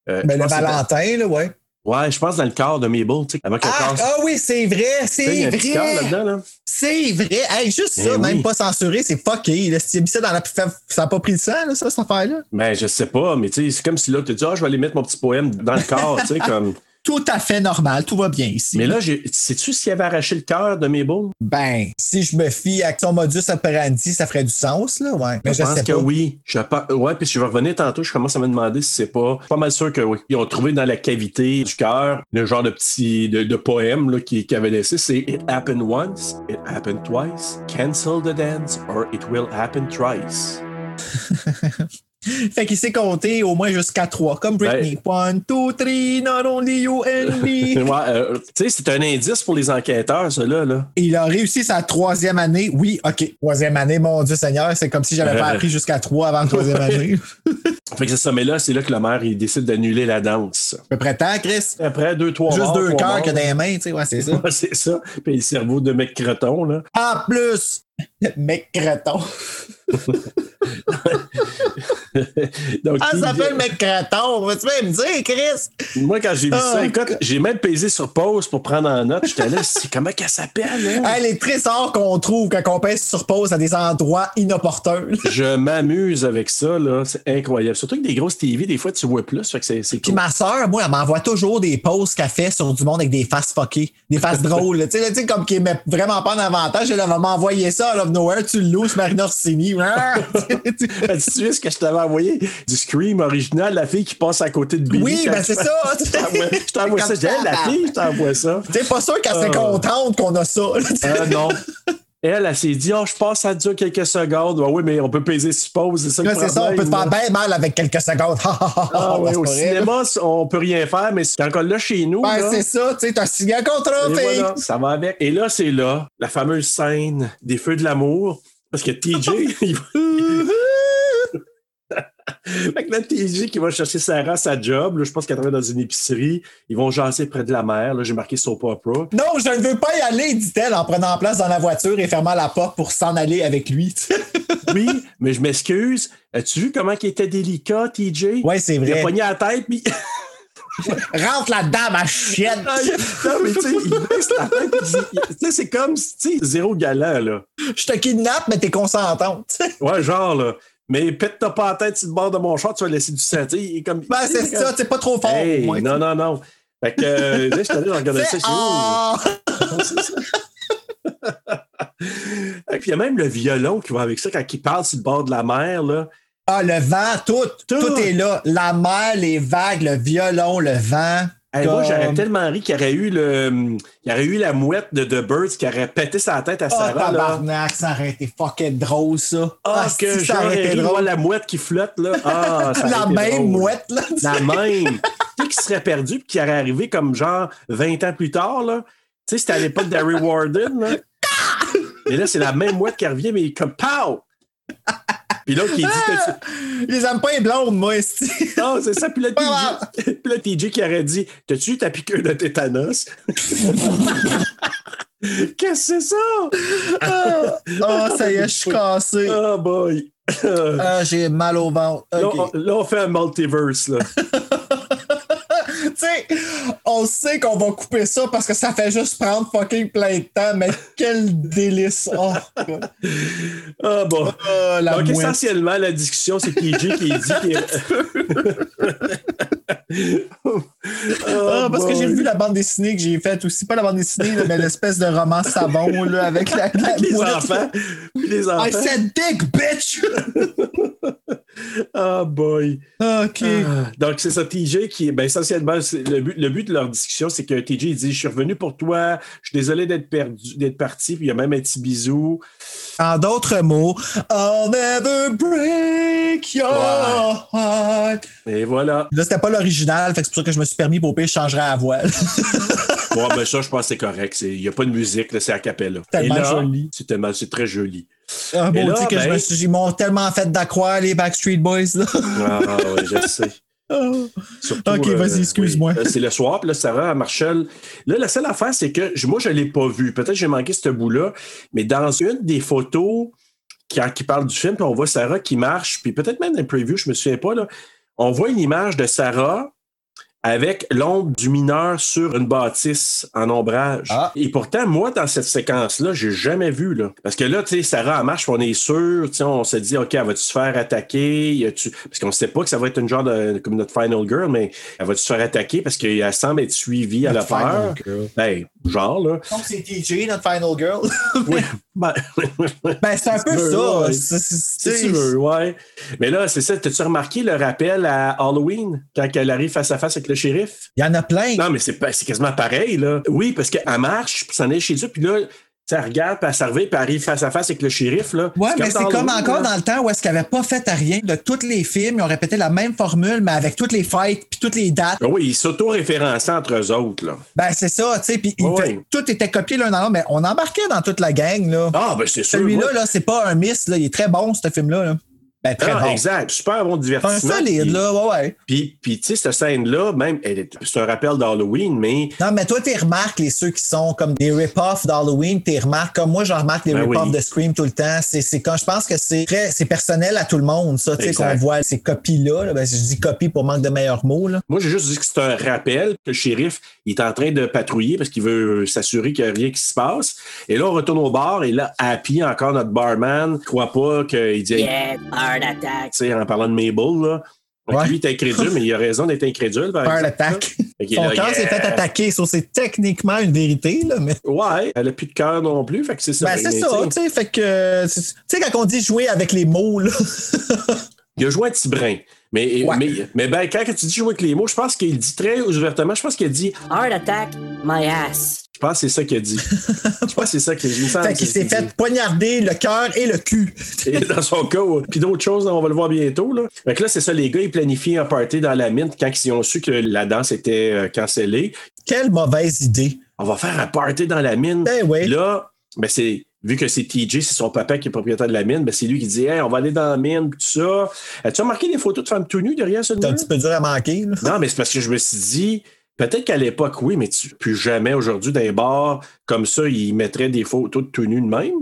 euh, Ben, je le pense que c'est dans- Valentin, là, ouais. Ouais, je pense dans le corps de Mabel, tu sais, avant qu'elle Ah, casse. ah oui, c'est vrai, Tu sais, il y c'est a un petit cœur vrai. là-dedans, là. C'est vrai. Hey, juste Eh ça, même oui. pas censuré, c'est fucké. Là, si tu as mis ça dans la ça n'a pas pris le sang, là, ça, cette affaire-là. Ben, je sais pas, mais tu sais, c'est comme si là, tu te dis, ah, je vais aller mettre mon petit poème dans le corps, tu sais, comme. Tout à fait normal, tout va bien ici. Mais là, j'ai- sais-tu s'il avait arraché le cœur de Mabel? ben, si je me fie à son modus operandi, ça ferait du sens, là, ouais. Mais je, pense sais que pas. oui. Je pas... Ouais, puis je vais revenir tantôt, je commence à me demander si c'est pas. Pas mal sûr que oui. Ils ont trouvé dans la cavité du cœur le genre de petit de, de poème là, qui, qui avait laissé. C'est It happened once, it happened twice, cancel the dance, or it will happen thrice. Fait qu'il s'est compté au moins jusqu'à trois, comme Ben Britney. One, two, three, not only you and Ouais, me. euh, tu sais, c'est un indice pour les enquêteurs, cela, là. Il a réussi sa troisième année. Oui, OK. Troisième année, mon Dieu Seigneur, c'est comme si j'avais pas appris jusqu'à trois avant la troisième année. Fait que c'est ça, mais là, c'est là que le maire, il décide d'annuler la danse. À peu près temps, Chris. Après deux, trois Juste morts, deux trois cœurs morts. que des mains, tu sais, ouais, c'est ça. Ouais, c'est ça. Puis le cerveau de mec creton, là. En plus, le mec créton. Donc, Ah, il- ça s'appelle mec créton. Vas-tu même dire, Chris? Moi, quand j'ai vu Ah, ça, écoute, j'ai même pesé sur pause pour prendre en note. J'étais là, c'est comment qu'elle s'appelle, hein? Hey, les trésors qu'on trouve quand on pèse sur pause à des endroits inopportuns. Je m'amuse avec ça, là. C'est incroyable. Surtout que des grosses TV, des fois, tu vois plus. Fait que c'est, c'est Puis cool. ma sœur, moi, elle m'envoie toujours des posts qu'elle fait sur du monde avec des faces fuckées, des faces drôles. là. Tu sais, là, tu sais, comme qui met vraiment pas en avantage. Elle elle va m'envoyer ça out of nowhere. Tu le loues, Marina Orsini. Ah! Tu- tu- As-tu vu ce que je t'avais envoyé? Du Scream original, la fille qui passe à côté de Billy. oui, quand ben tu c'est fais- ça. Je t'envoie- je t'envoie ça. Je dis, Hey, la fille, je t'envoie ça. T'es pas sûr qu'elle serait Ah. contente qu'on a ça. là, tu sais. Ah non. Elle, elle s'est dit, oh, je pense que ça dure quelques secondes. Ah oui, mais on peut peser sur pause, c'est ça le Là, c'est ça, on peut te faire problème, là. bien mal avec quelques secondes. Ah oui, C'est au pas vrai. cinéma, on peut rien faire, mais c'est encore là chez nous. Ben, là. c'est ça, tu sais, t'as signé un contrat, Et fille. voilà, ça va avec. Et là, c'est là, la fameuse scène des feux de l'amour. Parce que TJ, il va... Fait que là, TJ qui va chercher Sarah sa job, là, je pense qu'elle travaille dans une épicerie, ils vont jaser près de la mer, là, j'ai marqué soap opera. Non, je ne veux pas y aller, dit-elle, en prenant place dans la voiture et fermant la porte pour s'en aller avec lui. tu sais. Oui, mais je m'excuse, as-tu vu comment il était délicat, TJ? Ouais, c'est Il a vrai. pogné à la tête, puis... Rentre là-dedans, ma chienne. non, mais tu sais, il baisse la tête, puis il- tu sais, c'est comme, tu sais, zéro galant, là. Je te kidnappe, mais t'es consentante. Ouais, genre, là. Mais pète-toi pas la tête sur le bord de mon chat, tu vas laisser du sang. Tu sais, il est comme. Ben, c'est ça, t'es pas trop fort. Hey, moi, non, tu- non, non. Fait que, euh, là, je suis allé regarder ça Fais- chez vous. Ah! Et puis, il y a même le violon qui va avec ça quand il parle sur le bord de la mer, là. Ah, le vent, tout, Tout. tout, est là. La mer, les vagues, le violon, le vent. Hey, Moi, Comme- j'aurais tellement ri qu'il y aurait eu le, il y aurait eu la mouette de The Birds qui aurait pété sa tête à Ah, Sarah, là. tabarnak, ça aurait été fucking drôle, ça. Ah, que si, ça aurait j'aurais été ri, moi, drôle. la mouette qui flotte, là. Ah, ça aurait La été même drôle. mouette, là. tu La sais. même. tu sais, qui serait perdu puis qui aurait arrivé comme genre 20 ans plus tard, là. Tu sais, c'était à l'époque d'Harry Warden, là. Mais là, c'est la même mouette qui revient, mais comme POW! Puis l'autre qui dit. Ah! Je les aime pas les blondes, moi, esti. Non, c'est ça. Puis là, Pas TJ, puis là, TJ qui aurait dit T'as-tu eu ta piqûre de tétanos Qu'est-ce que c'est ça Ah! oh, ça y est, je suis cassé. Oh boy Là, Ah, j'ai mal au ventre. Ok. on, là, on fait un multiverse. Là. Tu sais, on sait qu'on va couper ça parce que ça fait juste prendre fucking plein de temps, mais quel délice! Oh, God. Ah bon. Ah, la Donc, mouette. essentiellement, la discussion, c'est TJ qui dit qu'il Oh, Ah, parce que j'ai vu vu la bande dessinée que j'ai faite aussi, pas la bande dessinée, là, mais l'espèce de roman savon là, avec la, la les mouette. enfants. Puis les enfants. I said dick, bitch! Ah boy. ok. Ah, donc, c'est ça, TJ qui est ben, essentiellement, c'est le but, le but de leur discussion, c'est que TJ il dit Je suis revenu pour toi, je suis désolé d'être perdu, d'être parti, puis il y a même un petit bisou. Ah. En d'autres mots, I'll never break your heart. Et voilà. Là, c'était pas l'original, fait que c'est pour ça que je me suis permis pour pire, je changerais à voile. Bon, ben ça, je pense que c'est correct. C'est- Il n'y a pas de musique, là, c'est a cappella. Tellement Et là, joli. C'est tellement, c'est très joli. Ah, Et bon, là, dit que ben- je me suis, ils m'ont tellement fait d'accroire les Backstreet Boys, là. Ah, ouais, je sais. Surtout, Ok, euh, vas-y, excuse-moi. oui. Euh, C'est le soir, puis là, Sarah Marshall. Là, la seule affaire, c'est que je- moi, je ne l'ai pas vu. Peut-être que j'ai manqué ce bout-là, mais dans une des photos qui, qui parle du film, puis on voit Sarah qui marche, puis peut-être même dans le preview, je ne me souviens pas, là, on voit une image de Sarah avec l'ombre du mineur sur une bâtisse en ombrage. Ah. Et pourtant, moi, dans cette séquence-là, j'ai jamais vu. Là. Parce que là, tu sais, Sarah, elle marche, puis on est sûr, tu sais, on se dit, OK, elle va-tu se faire attaquer? Y a-tu- Parce qu'on ne sait pas que ça va être une genre de, comme notre Final Girl, mais elle va-tu se faire attaquer parce qu'elle semble être suivie, elle a peur? Ben, genre, là. Donc, c'est TJ, notre final girl. Oui. Ben, ben, c'est un peu veux, ça. ouais. C'est- c'est- si tu veux, ouais. Mais là, c'est ça. T'as-tu remarqué le rappel à Halloween quand elle arrive face à face avec le shérif? Il y en a plein. Non, mais c'est pas- c'est quasiment pareil, là. Oui, parce qu'elle marche, puis s'en est chez eux, puis là, tu sais, elle regarde, puis elle s'en revient, puis elle arrive face à face avec le shérif, là. Ouais, mais c'est comme Halloween, encore là. dans le temps où est-ce qu'ils n'avaient pas fait à rien de tous les films. Ils ont répété la même formule, mais avec toutes les fights puis toutes les dates. Ah oui, ils s'auto-référencent entre eux autres, là. Ben, c'est ça, tu sais. Puis ils Ouais, fait- ouais. tout était copié l'un dans l'autre, mais on embarquait dans toute la gang, là. Ah, ben c'est sûr. Celui-là, moi. là, c'est pas un miss, là. Il est très bon, ce film-là. là. Ben, très Ah, bon. C'est exact. Super bon divertissement. un solide, Puis- là. Ouais, ouais. Puis, puis tu sais, cette scène-là, même, elle est- c'est un rappel d'Halloween, mais Non, mais toi, tes remarques, les ceux qui sont comme des rip-offs d'Halloween, tes remarques, comme moi, je remarque les Ben rip-offs oui. de Scream tout le temps. C'est, c'est quand je pense que c'est très, c'est personnel à tout le monde, ça, tu sais, Exact. qu'on voit ces copies-là. là. Ben, je dis copies pour manque de meilleurs mots, là. Moi, j'ai juste dit que c'est un rappel, que le shérif il est en train de patrouiller parce qu'il veut s'assurer qu'il n'y a rien qui se passe. Et là, on retourne au bar et là, Happy, encore notre barman, croit pas qu'il dit, tu Yeah, hard attack. sais, en parlant de Mabel, là. Donc, Ouais. lui, il est incrédule, mais il a raison d'être incrédule. par Peur exemple. d'attaque. Fait qu'il est Son là, cœur Yeah. s'est fait attaquer, ça, c'est techniquement une vérité, là, mais. Ouais, elle a plus de cœur non plus, fait que c'est ça. Ben, c'est Mais, ça, tu sais, tu sais, fait que. euh, c'est- Tu sais, quand on dit jouer avec les mots, là. Il a joué un petit brin. Mais, Ouais. mais, mais ben, quand tu dis jouer avec les mots, je pense qu'il dit très ouvertement, je pense qu'il dit, Hard attack, my ass. je pense que c'est ça qu'il a dit. je pense que c'est ça qu'il a dit. Il me semble fait que qu'il c'est ce s'est qu'il dit. fait poignarder le cœur et le cul. Et dans son cas. ouais. Puis d'autres choses, on va le voir bientôt. Là. Fait que là, c'est ça, les gars, ils planifient un party dans la mine quand ils ont su que la danse était euh, cancellée. Quelle mauvaise idée. On va faire un party dans la mine. Ben oui. Puis Là, ben c'est. Vu que c'est TJ, c'est son papa qui est propriétaire de la mine, ben c'est lui qui dit Hey, on va aller dans la mine, puis tout ça. As-tu remarqué des photos de femmes tout nues derrière ce C'est un mur? petit peu dur à manquer, là. Non, mais c'est parce que je me suis dit, peut-être qu'à l'époque, oui, mais tu, plus jamais aujourd'hui, dans les bars comme ça, ils mettraient des photos de tout nues de même.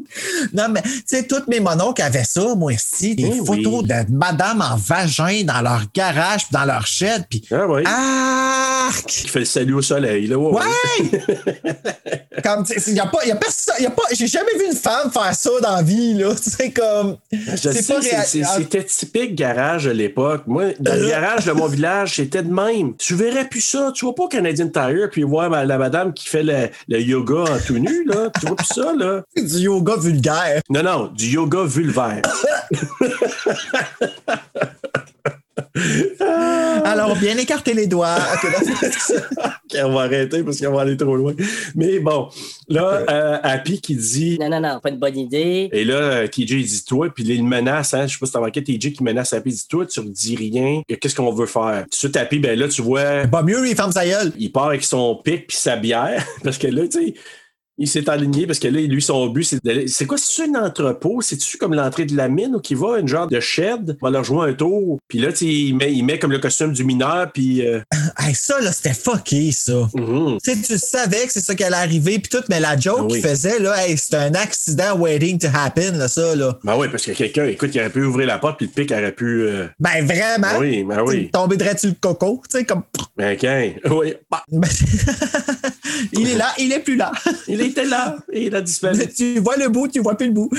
Non, mais tu sais, toutes mes mononcles avaient ça, moi aussi, des Eh oui. photos de madame en vagin dans leur garage, puis dans leur shed, puis Ah oui. arc! Qui fait le salut au soleil, là. ouais, ouais. Ouais! comme, tu sais, il n'y a pas, il y a personne, il y a pas, j'ai jamais vu une femme faire ça dans la vie, là. Tu sais, comme, Ah, Je sais, pas c'est- c'est- réa- c'était typique garage à l'époque. Moi, dans le Euh. garage de mon village, c'était de même. Tu verrais plus ça. Tu vois pas Canadian Tire puis voir ma- la madame qui fait le, le yoga en tout nu, là. Tu vois plus ça, là. du yoga vulgaire. Non, non, du yoga vulvaire. Ah. Alors, bien écarter les doigts. Ok, là, Ok, on va arrêter parce qu'on va aller trop loin. Mais bon, là, euh, Happy qui dit. Non, non, non, pas une bonne idée. Et là, euh, TJ, il dit toi, puis il le menace, hein, je sais pas si t'as remarqué, TJ qui menace Happy, il dit toi, tu ne dis rien, qu'est-ce qu'on veut faire? Tout de suite, Happy, ben là, tu vois, Bah, mieux, il ferme sa gueule. il part avec son pic puis sa bière parce que là, tu sais, Il s'est aligné parce que là, lui, son but, c'est d'aller. C'est quoi, c'est un entrepôt? C'est-tu comme l'entrée de la mine ou qui va, une genre de shed? On va leur jouer un tour. Puis là, tu sais, il met, il met comme le costume du mineur, puis. euh, Hey, ça, là, c'était fucké, ça. mhm. Tu sais, tu savais que c'est ça qui allait arriver, puis tout, mais la joke Ah Oui. qu'il faisait, là, hey, c'était un accident waiting to happen, là, ça, là. Ben oui, parce que quelqu'un, écoute, il aurait pu ouvrir la porte, puis le pic aurait pu. euh, Ben, vraiment. Oui, ben T'es oui. Tombé direct sur le coco, tu sais, comme. Ben, quand? Oui. Bah, Ben, il est là, il est plus là. il était là et il a disparu. tu vois le bout, tu vois plus le bout.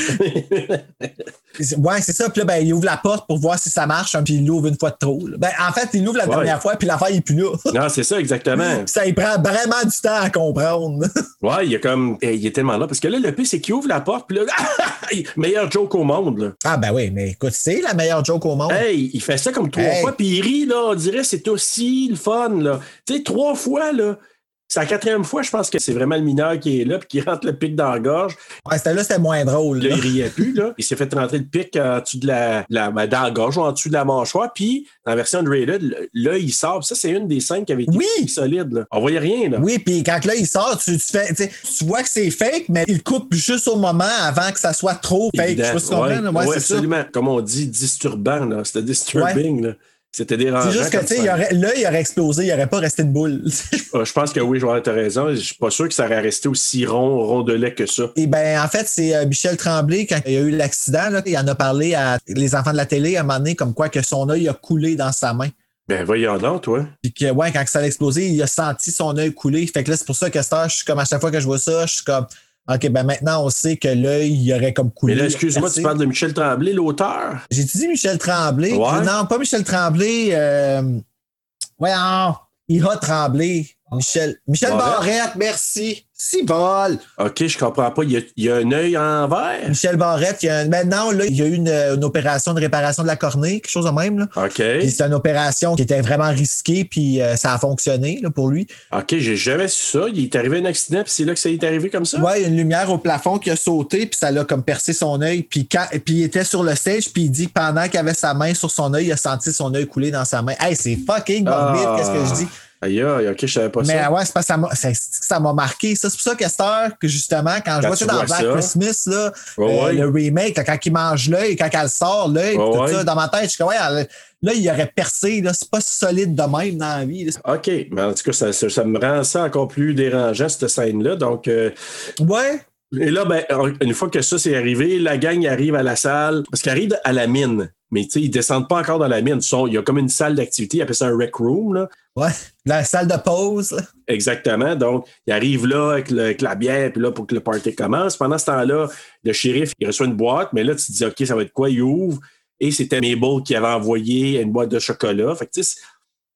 ouais, c'est ça. Puis là, ben, il ouvre la porte pour voir si ça marche, hein, puis il l'ouvre une fois de trop. là. Ben, en fait, il l'ouvre la Ouais. dernière fois, puis l'affaire est plus là. non, c'est ça, exactement. ça, il prend vraiment du temps à comprendre. Ouais, il est comme. eh, Il est tellement là. Parce que là, le pire, c'est qu'il ouvre la porte, puis là. meilleur joke au monde, là. ah, ben oui, mais écoute, c'est la meilleure joke au monde. Hey, il fait ça comme trois Oh. Hey. fois, puis il rit, là. On dirait c'est aussi le fun, là. Tu sais, trois fois, là. C'est la quatrième fois, je pense que c'est vraiment le mineur qui est là, puis qui rentre le pic dans la gorge. Ouais, c'était là, c'était moins drôle. Là, là. il riait plus, là. Il s'est fait rentrer le pic en dessous de la, la- ben, dans la gorge ou en dessous de la mâchoire, puis dans la version de Rated, là, il sort. Puis Ça, c'est une des scènes qui avait été Oui! solide, là. On voyait rien, là. Oui, puis quand là, il sort, tu, tu fais, tu sais, tu vois que c'est fake, mais il coupe juste au moment avant que ça soit trop fake. Je Évident. sais pas si tu comprends. Ouais, là. Ouais, ouais, c'est ça. absolument. Comme on dit, disturbant, là. C'était disturbing, là. C'était dérangeant. C'est juste que, Ah, comme tu sais, ça. il aurait- là, il aurait explosé, il aurait pas resté de boule. Euh, Je pense que oui, Joël, t'as raison. Je suis pas sûr que ça aurait resté aussi rond, rondelet que ça. Et ben en fait, c'est euh, Michel Tremblay, quand il y a eu l'accident, là, il en a parlé à les enfants de la télé à un moment donné, comme quoi que son œil a coulé dans sa main. Ben, voyons donc, toi. Puis que, ouais, quand ça a explosé, il a senti son œil couler. Fait que là, c'est pour ça que cette heure, je suis comme à chaque fois que je vois ça, je suis comme, OK, ben maintenant, on sait que l'œil, il aurait comme coulé. Mais là, excuse-moi, percé. tu parles de Michel Tremblay, l'auteur. J'ai dit Michel Tremblay. Ouais. Non, pas Michel Tremblay. Euh... Ouais, non. Ira Tremblay. Michel, Michel Barrette. Barrette, merci. Si bol. OK, je comprends pas. Il y a, il y a un œil en verre. Michel Barrette, il y a un- maintenant, là, il y a eu une, une opération de réparation de la cornée, quelque chose de même. Là. OK. Puis c'est une opération qui était vraiment risquée, puis euh, ça a fonctionné là, pour lui. OK, j'ai jamais su ça. Il est arrivé un accident, puis c'est là que ça est arrivé comme ça. Ouais, il y a une lumière au plafond qui a sauté, puis ça l'a comme percé son œil. Puis, quand- puis il était sur le stage, puis il dit que pendant qu'il avait sa main sur son œil, il a senti son œil couler dans sa main. Hey, c'est fucking morbide, Ah. qu'est-ce que je dis? Aïe, aïe, OK, je savais pas Mais ça. ouais, c'est parce que ça m'a- c'est- c'est que ça m'a marqué. Ça, c'est pour ça qu'à cette heure, que justement, quand, je vois tu ça dans vois ça. Black Christmas, là, Ouais, euh, ouais. le remake, là, quand il mange l'œil, quand elle sort l'œil, Ouais, puis tout ouais. ça, dans ma tête, je suis comme, ouais, elle- là, il aurait percé. là, C'est pas solide de même dans la vie. là. OK, mais en tout cas, ça, ça- ça me rend ça encore plus dérangeant, cette scène-là. Donc, euh, Ouais. et là, ben, une fois que ça c'est arrivé, la gang arrive à la salle, parce qu'ils arrivent à la mine, mais tu sais, ils descendent pas encore dans la mine. Ils sont- il y a comme une salle d'activité, ils appellent ça un rec room, là. Ouais. La salle de pause. là. Exactement. Donc, il arrive là avec, le, avec la bière, puis là, pour que le party commence. Pendant ce temps-là, le shérif, il reçoit une boîte, mais là, tu te dis, OK, ça va être quoi? Il ouvre. Et c'était Mabel qui avait envoyé une boîte de chocolat. Fait que, tu sais, c'est-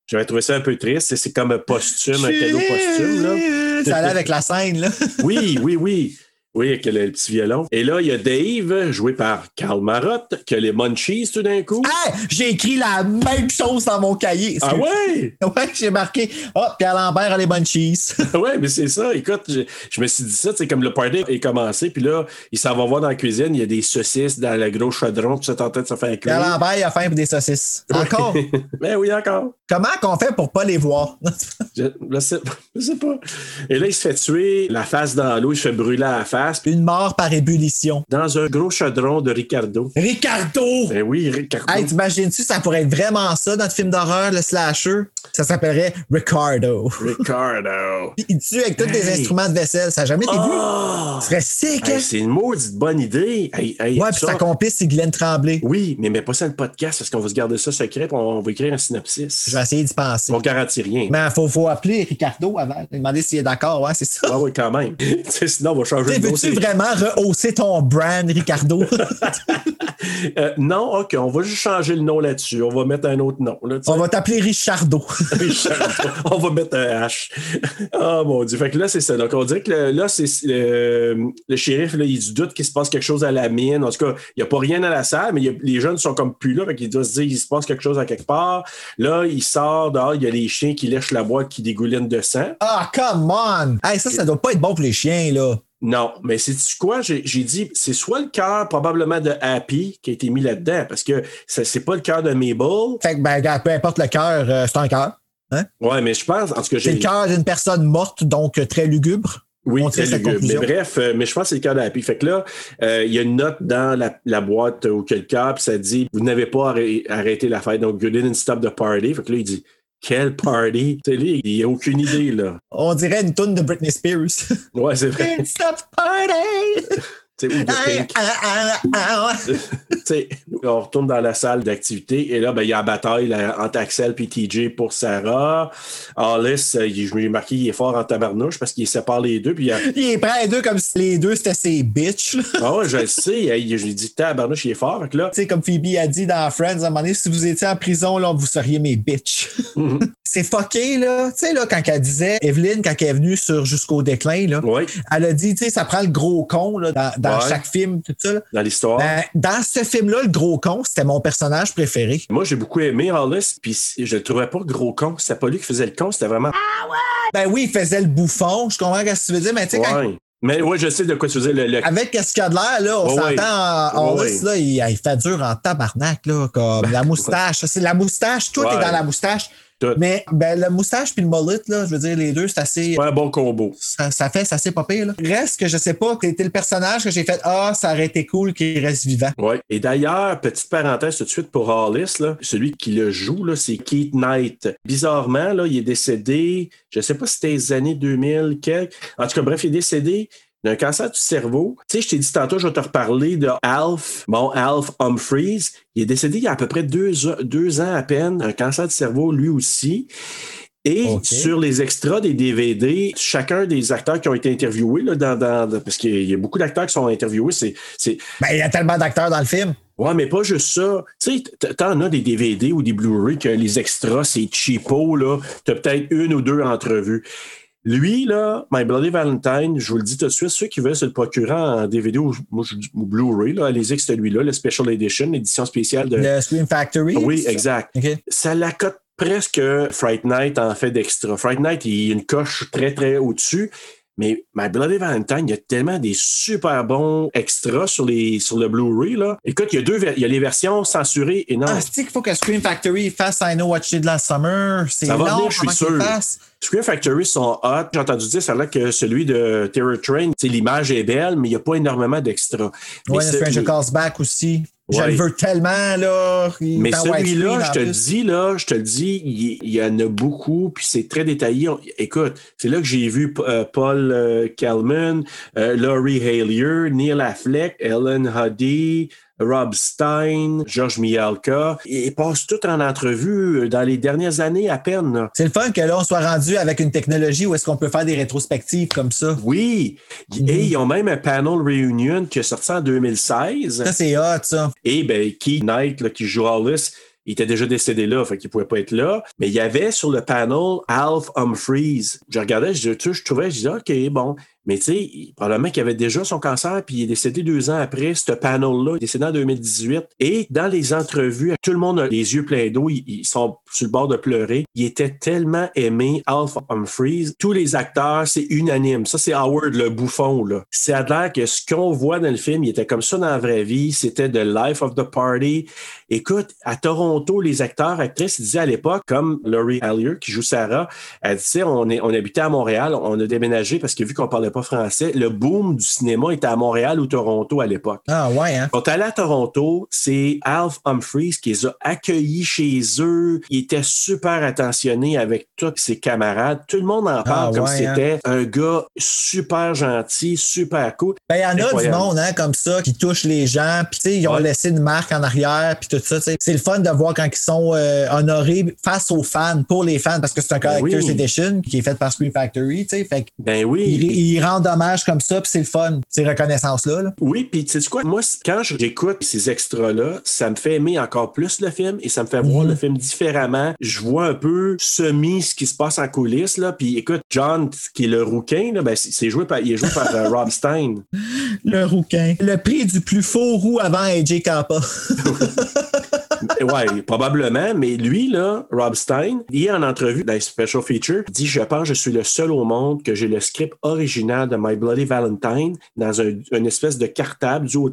j'avais trouvé ça un peu triste. C'est- C'est comme un posthume, un cadeau posthume, là. Ça allait avec la scène, là. Oui, oui, oui. Oui, avec le, le petit violon. Et là, il y a Dave, joué par Karl Marotte, qui a les munchies tout d'un coup. Hey, Ah! j'ai écrit la même chose dans mon cahier. Ah ouais? Ouais, j'ai marqué. Oh, Pierre Lambert a les bonnes cheese. Ouais, mais c'est ça. Écoute, je, je me suis dit ça, c'est comme le party est commencé, puis là, il s'en va voir dans la cuisine, il y a des saucisses dans le gros chaudron, puis c'est en train de se faire Pierre cuire. Lambert, il a faim pour des saucisses. Encore. Mais oui, encore. Comment qu'on fait pour pas les voir? Je, je sais, je sais pas. Et là, il se fait tuer la face dans l'eau, il se fait brûler la face, puis Une mort par ébullition. dans un gros chaudron de Ricardo. Ricardo! Ben oui, Ricardo. Hey, t'imagines-tu, ça pourrait être vraiment ça, notre film d'horreur, le slasher? Ça s'appellerait Ricardo. Ricardo. Puis Il tue avec tous des Hey. instruments de vaisselle. Ça n'a jamais été vu. Ah! Ce serait sick, Hey, hein? c'est une maudite bonne idée. Hey, hey, Ouais, puis ça- sa complice, c'est Glenn Tremblay. Oui, mais mets pas ça dans le podcast parce qu'on va se garder ça secret, puis on va écrire un synopsis. Je vais essayer d'y penser. On garantit rien. Mais il faut, faut appeler Ricardo avant, lui demander s'il est d'accord. Ouais, c'est ça. Ah oui, quand même. Tu sais, Sinon, on va changer T'sais, de Veux-tu dossier. vraiment rehausser ton brand, Ricardo? Euh, non, OK, on va juste changer le nom là-dessus. On va mettre un autre nom. Là, tu sais. On va t'appeler Richardo. Richard, on va mettre un H. Oh mon Dieu. Fait que là, c'est ça. Donc, on dirait que le- là, c'est le, le shérif, là, il a du doute qu'il se passe quelque chose à la mine. En tout cas, il n'y a pas rien à la salle, mais il y a- les jeunes sont comme plus là. Fait qu'ils doivent se dire il se passe quelque chose à quelque part. Là, il sort dehors, il y a les chiens qui lèchent la boîte, qui dégoulinent de sang. Ah, come on! Hey, ça, ça doit pas être bon pour les chiens, là. Non, mais c'est quoi? J'ai j'ai dit, c'est soit le cœur probablement de Happy qui a été mis là-dedans, parce que ça- c'est pas le cœur de Mabel. Fait que, ben, regarde, peu importe le cœur, euh, c'est un cœur. Ouais, mais je pense, en tout cas, C'est j'ai. le cœur d'une personne morte, donc euh, très lugubre. Oui, on tire très cette lugubre. conclusion. Mais bref, euh, mais je pense que c'est le cœur de la pique. Fait que là, euh, il y a une note dans la, la boîte au cœur, puis ça dit Vous n'avez pas arrê- arrêté la fête, donc you didn't stop the party. Fait que là, il dit Quelle party? Tu sais, lui, il n'a aucune idée, là. On dirait une toune de Britney Spears. Ouais, c'est vrai. It's a party! Tu sais, ou de Pink. Ah, ah, ah, ah. Tu sais, on retourne dans la salle d'activité et là, ben, il y a la bataille là, entre Axel et TJ pour Sarah. Alice, euh, il- je me l'ai marqué, il est fort en tabarnouche parce qu'il sépare les deux. Puis il y a- Il est prêt à les deux comme si les deux c'était ses bitches. là. Ah ouais, je le sais, il- je lui dis tabarnouche, il est fort. Fait que là, Tu sais, comme Phoebe a dit dans Friends, à un moment donné, si vous étiez en prison, là, vous seriez mes bitches. C'est fucké, là. Tu sais, là, quand elle disait, Evelyne, quand elle est venue sur Jusqu'au déclin, là, ouais, elle a dit, tu sais, ça prend le gros con, là, dans, dans Ouais. chaque film, tout ça, là. dans l'histoire. Ben, dans ce film-là, le gros con, c'était mon personnage préféré. Moi, j'ai beaucoup aimé Hollis, puis je le trouvais pas gros con. C'était pas lui qui faisait le con, c'était vraiment. Ben oui, il faisait le bouffon. Je comprends ce que tu veux dire, mais tu sais, quand- Ouais. Mais ouais, je sais de quoi tu faisais le. le- avec ce qu'il y a de l'air, là, on Ouais, ouais. s'entend en, en Ouais, russe, ouais. là, il, il fait dur en tabarnak, là, comme la moustache. C'est la moustache, tout Ouais. est dans la moustache. Tout. Mais ben, la moustache puis le mullet, là, je veux dire, les deux, c'est assez. Pas un bon combo. Ça, ça fait, ça c'est pas pire. Là. Reste que je sais pas, t'étais le personnage que j'ai fait Ah, ça aurait été cool qu'il reste vivant. Ouais. Et d'ailleurs, petite parenthèse tout de suite pour Hollis, là, celui qui le joue, là, c'est Keith Knight. Bizarrement, là, il est décédé, je sais pas si c'était les années 2000, quelques. En tout cas, bref, il est décédé d'un cancer du cerveau. Tu sais, je t'ai dit tantôt, je vais te reparler de Alf, mon Alf Humphreys. Il est décédé il y a à peu près deux, ans- deux ans à peine, un cancer du cerveau lui aussi. Et Ok. sur les extras des DVD, chacun des acteurs qui ont été interviewés, là, dans, dans- parce qu'il y a beaucoup d'acteurs qui sont interviewés, c'est- c'est Ben, il y a tellement d'acteurs dans le film. Ouais, mais pas juste ça. Tu sais, t- t'en as des DVD ou des Blu-ray que les extras, c'est cheapo, là. T'as peut-être une ou deux entrevues. Lui, là, My Bloody Valentine, je vous le dis tout de suite, ceux qui veulent se le procurer en DVD ou, moi, je dis- ou Blu-ray, là, allez-y que celui-là, le Special Edition, l'édition spéciale de. Le Scream Factory. Euh, Oui, c'est ça? exact. OK. Ça la cote presque Fright Night en fait d'extra. Fright Night, il y a une coche très, très au-dessus. Mais My Bloody Valentine, il y a tellement des super bons extras sur, les, sur le Blu-ray. là. Écoute, il y, a deux, ver- il y a les versions censurées et non. Ah, c'est qu'il faut que Scream Factory fasse I Know What You Did Last Summer. C'est Ça long va venir, je suis avant qu'il sûr. fasse. Scream Factory sont hot. J'ai entendu dire ça là que celui de Terror Train, tu sais, l'image est belle, mais il n'y a pas énormément d'extras. Mais Ouais, ce- Stranger mais- Calls Back aussi. Je Ouais. le veux tellement, là. Il Mais est en widescreen, celui-là, en je te le plus. dis, là, je te le dis, il, il y en a beaucoup, puis c'est très détaillé. On- écoute, c'est là que j'ai vu euh, Paul euh, Kalman, euh, Laurie Halier, Neil Affleck, Ellen Huddy, Rob Stein, George Mialka. Ils passent tout en entrevue euh, dans les dernières années à peine. là. C'est le fun que là, on soit rendu avec une technologie où est-ce qu'on peut faire des rétrospectives comme ça. Oui, Mhm. et ils ont même un panel reunion qui est sorti en 2016. Ça, c'est hot, ça. Et ben, Keith Knight, là, qui joue Alice, il était déjà décédé là, fait qu'il pouvait pas être là. Mais il y avait sur le panel Alf Humphreys. Je regardais, je, tu sais, je trouvais, je disais, OK, bon. Mais tu sais, il- probablement qu'il avait déjà son cancer, puis il est décédé deux ans après ce panel-là, il est décédé en 2018. Et dans les entrevues, tout le monde a les yeux pleins d'eau, ils, ils sont sur le bord de pleurer. Il était tellement aimé, Alf Humphreys. Tous les acteurs, c'est unanime. Ça, c'est Howard le bouffon, là. C'est à l'air que ce qu'on voit dans le film, il était comme ça dans la vraie vie. C'était de Life of the Party. Écoute, à Toronto, les acteurs, actrices ils disaient à l'époque, comme Laurie Hallier, qui joue Sarah, elle disait, on, est, on habitait à Montréal, on a déménagé parce que vu qu'on parlait pas français, le boom du cinéma était à Montréal ou Toronto à l'époque. Ah, ouais, hein. Quand allé à Toronto, c'est Alf Humphreys qui les a accueillis chez eux. Il était super attentionné avec tous ses camarades. Tout le monde en parle comme ouais, si c'était un gars super gentil, super cool. Ben, il y en a du Incroyable. monde, hein, comme ça, qui touche les gens, puis tu sais, ils ont Ouais. laissé une marque en arrière, puis tout ça, tu sais. C'est le fun de voir quand ils sont euh, honorés face aux fans, pour les fans, parce que c'est un Ben oui. Collector's Edition qui est fait par Screen Factory, tu sais. Fait Ben oui. qu'ils ils rendent hommage comme ça, puis c'est le fun, ces reconnaissances-là. là. Oui, puis tu sais quoi, moi, c- quand je- j'écoute ces extras-là, ça me fait aimer encore plus le film et ça me fait voir Mhm. le film différemment. Je vois un peu semi ce qui se passe en coulisses, là. Puis écoute, John, qui est le rouquin, là, ben, c'est c'est joué par, il est joué par euh, Rob Stein. Le rouquin. Le prix du plus faux roux avant AJ Kappa. Ouais, probablement, mais lui, là, Rob Stein, il est en entrevue dans les Special Feature, il dit Je pense que je suis le seul au monde que j'ai le script original de My Bloody Valentine dans un, une espèce de cartable du haut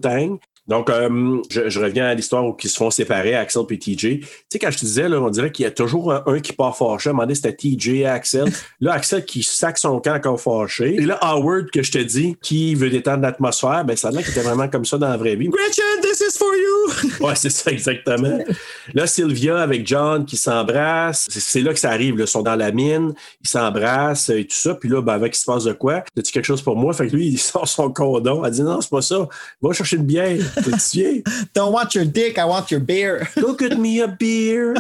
Donc, euh, je, je reviens à l'histoire où ils se font séparer, Axel puis TJ. Tu sais, quand je te disais, là, on dirait qu'il y a toujours un, un qui part fâché. À un moment donné, c'était TJ et Axel. Là, Axel qui sac son camp encore fâché. Et là, Howard, que je te dis, qui veut détendre l'atmosphère, ben ça a l'air qu'il était vraiment comme ça dans la vraie vie. Gretchen, this is for you! Ouais, c'est ça, exactement. Là, Sylvia avec John qui s'embrasse. C'est- C'est là que ça arrive. là. Ils sont dans la mine, ils s'embrassent et tout ça. Puis là, ben, avec, il se passe de quoi? As-tu quelque chose pour moi? Fait que lui, il sort son condom. Elle dit non, c'est pas ça. Va chercher une bière. T'es tué. Don't want your dick, I want your beer. Go get me a beer.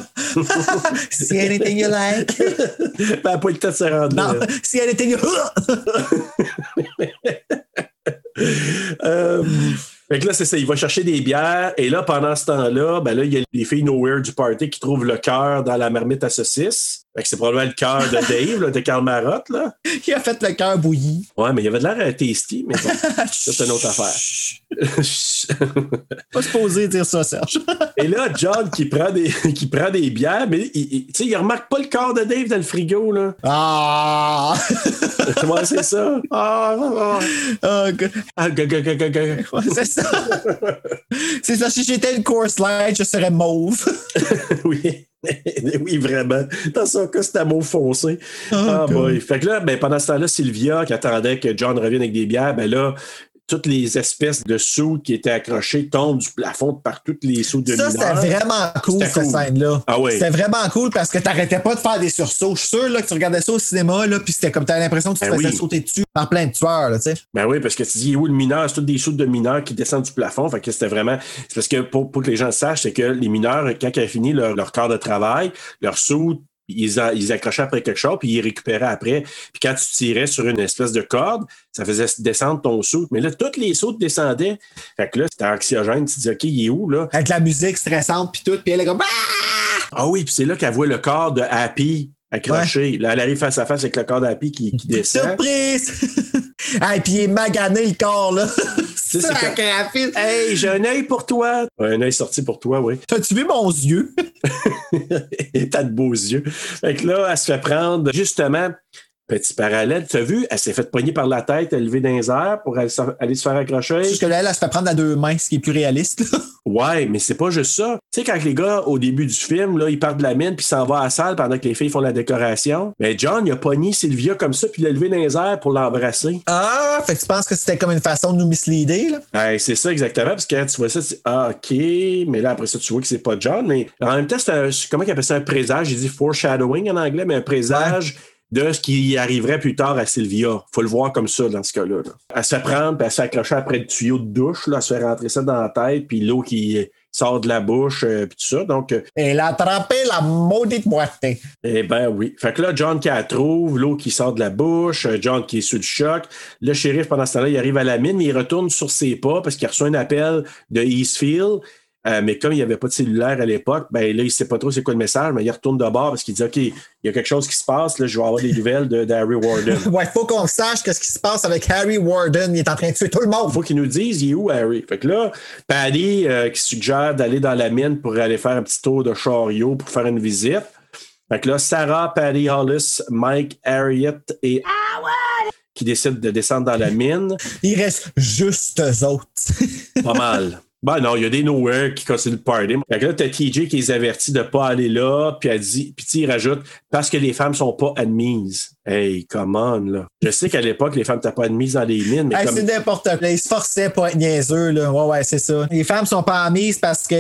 See anything you like. ben, elle a pas eu le temps de se rendre. Non, là. see anything you... Euh, fait que là, c'est ça, il va chercher des bières. Et là, pendant ce temps-là, ben là, il y a les filles nowhere du party qui trouvent le cœur dans la marmite à saucisses. Fait que c'est probablement le cœur de Dave, là, de Karl Marotte, là. Qui a fait le cœur bouilli. Ouais, mais il avait de l'air euh, tasty, mais bon, ça, c'est une autre affaire. Pas supposé dire ça, Serge. et là, John qui prend des, qui prend des bières, mais il, il- tu sais, il remarque pas le corps de Dave dans le frigo, là. Ah! Ouais, c'est ça. Ah, ah, Oh, God. ah. Ah, ga, ga, ga, ga, ga. Ouais, c'est ça. c'est ça, si j'étais le course light, je serais mauve. Oui. oui, vraiment. Dans son cas, c'est un mot foncé. Oh, ah God. boy. Fait que là, ben, pendant ce temps-là, Sylvia, qui attendait que John revienne avec des bières, ben là, toutes les espèces de sous qui étaient accrochées tombent du plafond par toutes les sous de ça, c'était mineurs. vraiment cool, C'était cette cool. scène-là. Ah oui. C'était vraiment cool parce que t'arrêtais pas de faire des sursauts. Je suis sûr là, que tu regardais ça au cinéma, là, puis c'était comme t'avais l'impression que tu te Ben faisais oui. sauter dessus par plein de tueurs, là, tu sais. Ben oui, parce que tu dis où le mineur, c'est toutes des sous de mineurs qui descendent du plafond. Fait que c'était vraiment. C'est parce que pour, pour que les gens le sachent, c'est que les mineurs, quand ils avaient fini leur, leur quart de travail, leurs sous, ils, a- ils accrochaient après quelque chose, puis ils récupéraient après. Puis quand tu tirais sur une espèce de corde, ça faisait descendre ton sou. Mais là, toutes les sous descendaient. Fait que là, c'était anxiogène. Tu te dis, OK, il est où, là? Avec la musique stressante, puis tout, puis elle est comme. Ah! Ah oui, puis c'est là qu'elle voit le corps de Happy accroché. Là, elle arrive face à face avec le corps d'Happy qui, qui descend. Surprise! ah, et puis il est magané le corps, là. sais, c'est c'est ça, quand- quand elle file. Hey, j'ai un œil pour toi. Un œil sorti pour toi, oui. T'as-tu vu mon yeux? Et T'as de beaux yeux. Fait que là, elle se fait prendre, justement, petit parallèle, tu as vu, elle s'est fait poigner par la tête, elle levée dans les airs pour aller, se- aller se faire accrocher. Jusque-là, elle, elle se fait prendre à deux mains, ce qui est plus réaliste, là. Ouais, mais c'est pas juste ça. Tu sais, quand les gars, au début du film, là, ils partent de la mine puis s'en vont à la salle pendant que les filles font la décoration, ben John, il a pogné Sylvia comme ça puis il l'a levé dans les airs pour l'embrasser. Ah! Fait que tu penses que c'était comme une façon de nous misleader, là? Ouais, c'est ça exactement, parce que quand tu vois ça, tu dis Ah, OK, mais là après ça, tu vois que c'est pas John, mais en même temps, c'est un comment ils appellent ça un présage, j'ai dit foreshadowing en anglais, mais un présage de ce qui arriverait plus tard à Sylvia. Faut le voir comme ça dans ce cas-là. là. Elle se fait prendre, puis elle se fait accrocher après le tuyau de douche, là, elle se fait rentrer ça dans la tête, puis l'eau qui sort de la bouche, euh, puis tout ça. Donc, euh, Elle a attrapé la maudite boîte. eh ben oui. Fait que là, John qui la trouve, l'eau qui sort de la bouche, euh, John qui est sous le choc. Le shérif, pendant ce temps-là, il arrive à la mine, mais il retourne sur ses pas parce qu'il reçoit un appel de Eastfield. Euh, mais comme il n'y avait pas de cellulaire à l'époque, ben là, il ne sait pas trop c'est quoi le message, mais il retourne de bord parce qu'il dit OK, il y a quelque chose qui se passe, là, je vais avoir des nouvelles de d'Harry Warden. Ouais, faut qu'on sache qu'est-ce qui se passe avec Harry Warden. Il est en train de tuer tout le monde. faut qu'ils nous disent il est où Harry. Fait que là, Paddy euh, qui suggère d'aller dans la mine pour aller faire un petit tour de chariot pour faire une visite. Fait que là, Sarah, Paddy Hollis, Mike, Harriet et qui décident de descendre dans la mine. Il reste juste eux autres. Pas mal. Ben non, il y a des nowhere qui continuent de party. Fait que là, t'as TJ qui les avertit de pas aller là, puis elle dit, puis tu sais, il rajoute parce que les femmes sont pas admises. Hey, come on, là. Je sais qu'à l'époque, les femmes n'étaient pas admises dans les mines, mais Hey, comme C'est n'importe quoi. Ils se forçaient pour être niaiseux, là. Ouais, ouais, c'est ça. Les femmes sont pas amises parce que.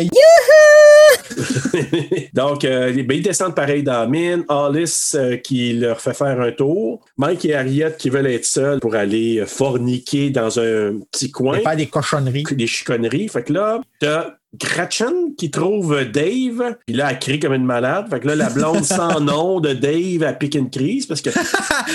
Donc, euh, les- ben, ils descendent pareil dans la mine. Alice euh, qui leur fait faire un tour. Mike et Harriet qui veulent être seuls pour aller euh, forniquer dans un petit coin. Ils faire des cochonneries. Des chiconneries. Fait que là, t'as Gretchen qui trouve euh, Dave. Puis là, elle crie comme une malade. Fait que là, la blonde sans nom de Dave, elle pique une crise parce que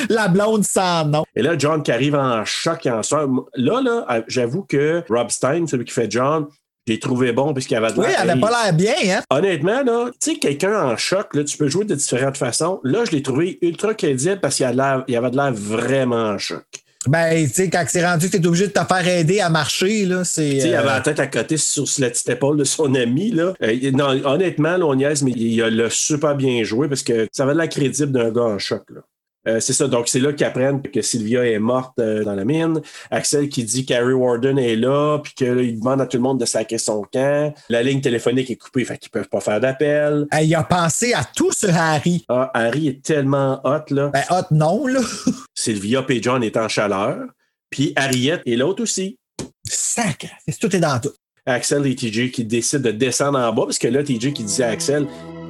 La blonde sans nom. et là, John qui arrive en choc et en soeur. Là, là, euh, j'avoue que Rob Stein, celui qui fait John, j'ai trouvé bon puisqu'il avait de Oui, elle avait Hey, pas l'air bien, hein? Honnêtement, là, tu sais, quelqu'un en choc, là, tu peux jouer de différentes façons. Là, je l'ai trouvé ultra crédible parce qu'il a de l'air- il avait de l'air vraiment en choc. Ben, tu sais, quand c'est rendu que t'es obligé de te faire aider à marcher, là, c'est. Tu sais, il euh, avait la tête à côté sur sur la petite épaule de son ami. Là. Euh, il- non, honnêtement, là, on niaise, mais il a le super bien joué parce que ça avait de l'air crédible d'un gars en choc. Là. Euh, c'est ça. Donc, c'est là qu'ils apprennent que Sylvia est morte euh, dans la mine. Axel qui dit qu'Harry Warden est là, puis qu'il demande à tout le monde de saquer son camp. La ligne téléphonique est coupée, fait qu'ils peuvent pas faire d'appel. Hey, il a pensé à tout ce Harry. Ah, Harry est tellement hot, là. Ben, hot, non, là. Sylvia et John est en chaleur. Puis Harriet et l'autre aussi. Sac! Tout est dans tout. Axel et TJ qui décident de descendre en bas, parce que là, TJ qui disait à Axel,